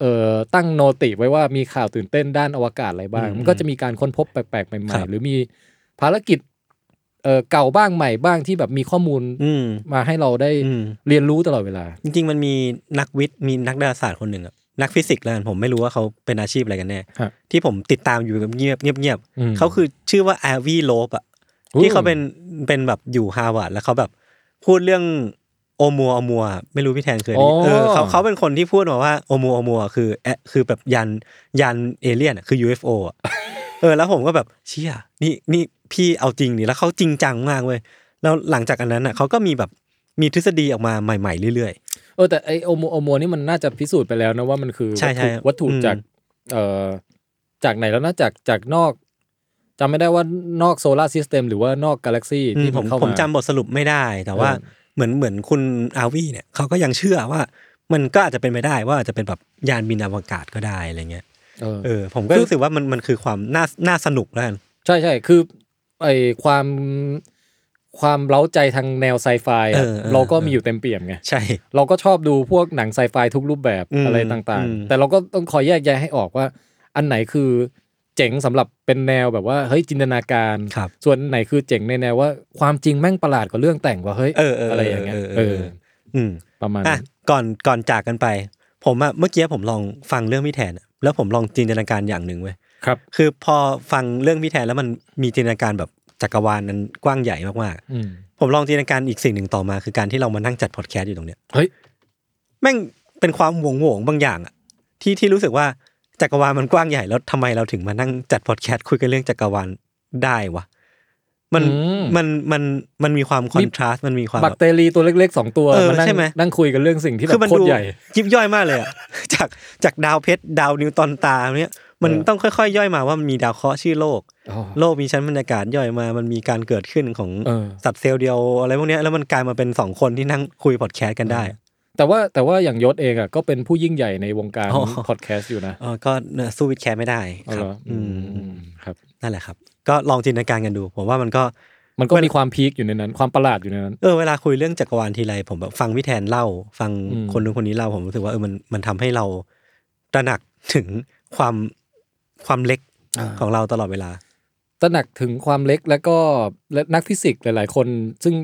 Speaker 3: เอ่อตั้งโนติไว้ว่ามีข่าวตื่นเต้นด้านอวกาศอะไรบ้าง
Speaker 2: อืม
Speaker 3: มันก็จะมีการค้นพบแปลกๆ ใหม่
Speaker 2: ครั
Speaker 3: ๆ
Speaker 2: บ
Speaker 3: หรือมีภารกิจเอ่อเก่าบ้างใหม่บ้างที่แบบมีข้อมูล
Speaker 2: อืม
Speaker 3: มาให้เราได้
Speaker 2: อืม
Speaker 3: เรียนรู้ตลอดเวลา
Speaker 2: จริงๆ มันมีนักวิทย์มีนักดาราศาสตร์คนหนึ่งอะนักฟิสิกส์แล้วกันผมไม่รู้ว่าเขาเป็นอาชีพอะไรกันแน่
Speaker 3: ฮะ
Speaker 2: ที่ผมติดตามอยู่แบบเงียบเงียบๆ
Speaker 3: อืม
Speaker 2: เขาคือชื่อว่าอาวีโลบอะ
Speaker 3: อืม
Speaker 2: ที่เขาเป็นเป็นแบบอยู่ฮาวาดแล้วเขาแบบพูดเรื่องโอมัวโอมัวไม่รู้พี่แทนเคยได้ยินเออเขาเขาเป็นคนที่พูดมาว่าโอมัวโอมัวคือแอะคือแบบยันยันเอเลี่ยนอะคือ UFO อะเออแล้วผมก็แบบเชี่ยนี่นี่พี่เอาจริงดิแล้วเขาจริงจังมากเว้ยแล้วหลังจากอันนั้นอะเขาก็มีแบบมีทฤษฎีออกมาใหม่ๆเรื่อยๆ
Speaker 3: เออแต่ไอโอโมโอโมนี่มันน่าจะพิสูจน์ไปแล้วนะว่ามันคือ
Speaker 2: ใช่
Speaker 3: วัต
Speaker 2: ใช่
Speaker 3: ถุวัตถุ
Speaker 2: อืม
Speaker 3: จากเอ่อจากไหนแล้วนะจากจากนอกจำไม่ได้ว่านอกโซลาร์ซิสเต็มหรือว่านอกกาแล็กซี่
Speaker 2: อืม
Speaker 3: ที่
Speaker 2: ผ
Speaker 3: มัน
Speaker 2: ม
Speaker 3: เข้ามา
Speaker 2: ผมจำบทสรุปไม่ได้ แต่ว่า
Speaker 3: เออ
Speaker 2: เหมือนเหมือนคุณอาวีเนี่ยเขาก็ยังเชื่อว่า มันก็อาจจะเป็นไปได้ว่าอาจจะเป็นแบบยานบินอวกาศก็ได้อะไรเงี้ย
Speaker 3: เออ
Speaker 2: เออผมก็รู้สึกว่ามันมันคือความน่าน่าสนุกแล้วกัน
Speaker 3: ใช่ใช่คือไอความ ความเล้าใจทางแนวไซไฟ
Speaker 2: เออ
Speaker 3: อะ
Speaker 2: เออ
Speaker 3: เราก็มีอยู่เต็มเปี่ยมไง
Speaker 2: ใช่
Speaker 3: เราก็ชอบดูพวกหนังไซไฟทุกรูปแบบ
Speaker 2: อืม
Speaker 3: อะไรต่าง
Speaker 2: อืม
Speaker 3: ๆ แต่เราก็ต้องคอยแยกแยะให้ออกว่า อันไหนคือเจ๋งสำหรับเป็นแนวแบบว่าเฮ้ยจินตนาการ
Speaker 2: ครับ
Speaker 3: ส่วนไหนคือเจ๋งในแนวว่าความจริงแม่งประหลาดกว่าเรื่องแต่งว่าเฮ้ย
Speaker 2: เออเอออ
Speaker 3: อะไรอย่างเงี้ย
Speaker 2: เออเอ
Speaker 3: เอ
Speaker 2: อ
Speaker 3: อ
Speaker 2: อืม
Speaker 3: ประมาณ
Speaker 2: อ่ะ
Speaker 3: นั้น
Speaker 2: ก่อนก่อนจากกันไป ผมอะเมื่อกี้ผมลองฟังเรื่องพี่แทนอะแล้วผมลองจินตนาการอย่างหนึ่งเว้ย
Speaker 3: ครับ
Speaker 2: คือพอฟังเรื่องพี่แทนแล้วมันมีจินตนาการแบบจักรวาลนั้นกว้างใหญ่มาก
Speaker 3: อืม
Speaker 2: ๆ ผมลองจินตนาการอีกสิ่งหนึ่งต่อมา คือการที่เรามานั่งจัดพอดแคสต์อยู่ตรงเนี้ย
Speaker 3: เฮ้ย
Speaker 2: แม่งเป็นความหวงหวงๆบางอย่างอะที่ที่รู้สึกว่าจักรวาลมันกว้างใหญ่แล้วทำไมเราถึงมานั่งจัดพอดแคสต์คุยกันเรื่องจักรวาลได้วะมันมันมันมันมีความคอนทราสต์มันมีความ
Speaker 3: บั
Speaker 2: แบ
Speaker 3: ก
Speaker 2: บ
Speaker 3: เตอรีตัวเล็กๆสองตัว
Speaker 2: เออ
Speaker 3: นั่ง
Speaker 2: ใช่ไหม
Speaker 3: นั่งคุยกันเรื่องสิ่งที่แบ
Speaker 2: คือบ มัน
Speaker 3: โคต
Speaker 2: ดู
Speaker 3: รใหญ่
Speaker 2: ยิบย่อยมากเลยอะ จากจากดาวเพชรดาวนิวตอนตาเนี้ยมัน
Speaker 3: เออ
Speaker 2: ต้องค่อยๆย่อยมาว่ามันมีดาวเคราะห์ชื่อโลก
Speaker 3: อ๋อ
Speaker 2: โลกมีชั้นบรรยากาศย่อยมา มันมีการเกิดขึ้นของ
Speaker 3: เออ
Speaker 2: สัตว์เซลล์เดียวอะไรพวกเนี้ยแล้วมันกลายมาเป็นสองคนที่นั่งคุยพอดแคสต์กันได้
Speaker 3: แต่ว่าแต่ว่าอย่างยศเองอ่ะก็เป็นผู้ยิ่งใหญ่ในวงการ
Speaker 2: อ๋อ
Speaker 3: พอดแคสต์อยู่นะ
Speaker 2: เออก็เนี่ยสู้วิดแคสไม่ได้ค
Speaker 3: เอาเห
Speaker 2: รับ
Speaker 3: รอ
Speaker 2: อื
Speaker 3: อื
Speaker 2: ม
Speaker 3: มครับ
Speaker 2: นั่นแหละครับ ก็ลองจินตนาการกันดู ผมว่ามันก็
Speaker 3: มันก็มีความพีคอยู่ในนั้น ความประหลาดอยู่ในนั้น
Speaker 2: เออ เวลาคุยเรื่องจักรวาลทีไรผมแบบฟังพี่แทนเล่า ฟัง
Speaker 3: อืม
Speaker 2: คนนู้นคนนี้เล่าผมรู้สึกว่าเออ มัน มันทำให้เราตระหนักถึงความ ความเล็กของเราตลอดเวลา
Speaker 3: ตระหนักถึงความเล็กแล้วก็และนักฟิสิกส์หลาย ๆ คน ซึ่ง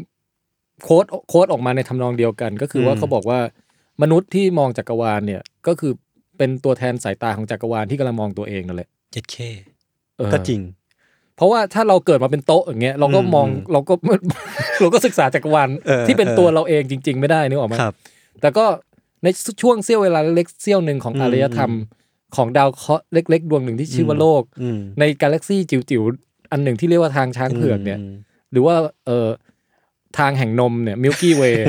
Speaker 3: โค้ดโค้ดออกมาในทำนองเดียวกัน ก็คือ
Speaker 2: อืม
Speaker 3: ว่าเขาบอกว่ามนุษย์ที่มองจักรวาลเนี่ย ก็คือเป็นตัวแทนสายตาของจักรวาลที่กำลังมองตัวเองนั่นแหละ
Speaker 2: เจ็ดเค
Speaker 3: เออ
Speaker 2: ก็จริง
Speaker 3: เพราะว่าถ้าเราเกิดมาเป็นโต๊ะอย่างเงี้ยเราก็ มอง
Speaker 2: อืม
Speaker 3: เราก็ เราก็ศึกษาจักรวาล
Speaker 2: เออ
Speaker 3: ที่เป็น
Speaker 2: เออ
Speaker 3: ตัวเราเองจริง ๆ ไม่ได้นึกออกไหม
Speaker 2: ครับ
Speaker 3: แต่ก็ในช่วงเสี้ยวเวลาเล็กๆเสี้ยวหนึ่งของ
Speaker 2: อืม
Speaker 3: อารยธรรม ของดาวเคราะห์เล็ก ๆ ดวงหนึ่งที่ชื่อว่า
Speaker 2: อืม
Speaker 3: โลก
Speaker 2: อืม
Speaker 3: ในกาแล็กซี่จิ๋วๆ อันหนึ่งที่เรียกว่าทางช้างเผือกเนี่ย
Speaker 2: ม
Speaker 3: หรือว่าเออทางแห่งนมเนี่ยมิลกี้เวย์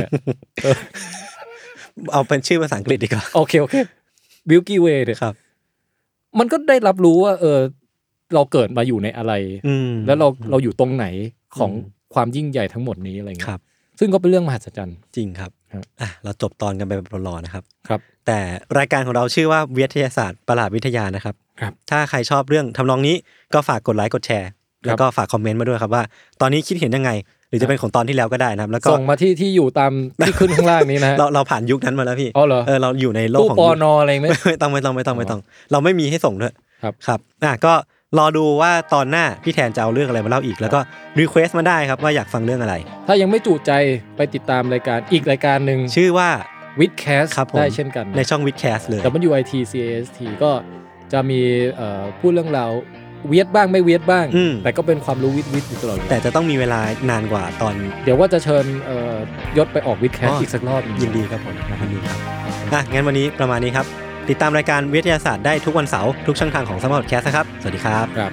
Speaker 2: เอาเป็นชื่อภาษาอังกฤษดีกว่า
Speaker 3: โอเค โอเคมิลกี้เวย์เนี่ย
Speaker 2: ครับ
Speaker 3: มันก็ได้รับรู้ว่า เออ เราเกิดมาอยู่ในอะไร
Speaker 2: อืม
Speaker 3: แล้วเราเราอยู่ตรงไหนของ
Speaker 2: อืม
Speaker 3: ความยิ่งใหญ่ทั้งหมดนี้อะไรเงี้
Speaker 2: ครับ
Speaker 3: ยซึ่งก็เป็นเรื่องมหัศจรรย์
Speaker 2: จริงครับ
Speaker 3: ครับ
Speaker 2: อ่ะเราจบตอนกันไปแบบรอๆนะครับ
Speaker 3: ครับ
Speaker 2: แต่รายการของเราชื่อว่าวิทยาศาสตร์ประหลาดวิทยานะครับ
Speaker 3: ครับ
Speaker 2: ถ้าใครชอบเรื่องทำนองนี้ก็ฝากกดไลค์กดแชร์ แล้วก็ฝากคอมเมนต์มาด้วยครับว่า ตอนนี้คิดเห็นยังไง หรือจะเป็นของตอนที่แล้วก็ได้นะครับ แล้วก็
Speaker 3: ส่งมาที่ที่อยู่ตามที่ขึ้นข้างล่างนี้นะฮะ
Speaker 2: เราเราผ่านยุคนั้นมาแล้วพี่
Speaker 3: อ๋อเหรอ
Speaker 2: เออเราอยู่ในโลก
Speaker 3: ตู้
Speaker 2: ของ
Speaker 3: ปอ
Speaker 2: ยุค
Speaker 3: นออะไรไหม
Speaker 2: ไม่ต้องไม่ต้องไม่ต้องไม่ต้อง เราไม่มีให้ส่งด้วย
Speaker 3: ครับ
Speaker 2: ครับอ่ะก็รอดูว่าตอนหน้าพี่แทนจะเอาเรื่องอะไรมาเล่าอีก แล้วก็รีเควสต์มาได้ครับว่าอยากฟังเรื่องอะไร
Speaker 3: ถ้ายังไม่จุใจไปติดตามรายการอีกรายการหนึ่ง
Speaker 2: ชื่อว่า
Speaker 3: วิดแคส
Speaker 2: ครับผม
Speaker 3: ได้เช่นกัน
Speaker 2: ในช่องวิดแคสเลย
Speaker 3: แต่มัน UIT CAST ก็จะมีเอ่อพูดเรื่องราวเวียดบ้างไม่เวียดบ้าง
Speaker 2: อืม
Speaker 3: แต่ก็เป็นความรู้วิดวิดอยู่ตลอดเวลา
Speaker 2: แต่จะต้องมีเวลานานกว่าตอน
Speaker 3: เดี๋ยวว่าจะเชิญเอ่อยศไปออกวิดแคส
Speaker 2: อ๋ออี
Speaker 3: อีกสักรอบหง
Speaker 2: ยินดีครับผมยินดีครับอ่ะงั้นวันนี้ประมาณนี้ครับ ติดตามรายการวิทยาศาสตร์ได้ทุกวันเสาร์ทุกช่องทางของสมาร์ทแคสครับ สวัสดีครับ
Speaker 3: ครับ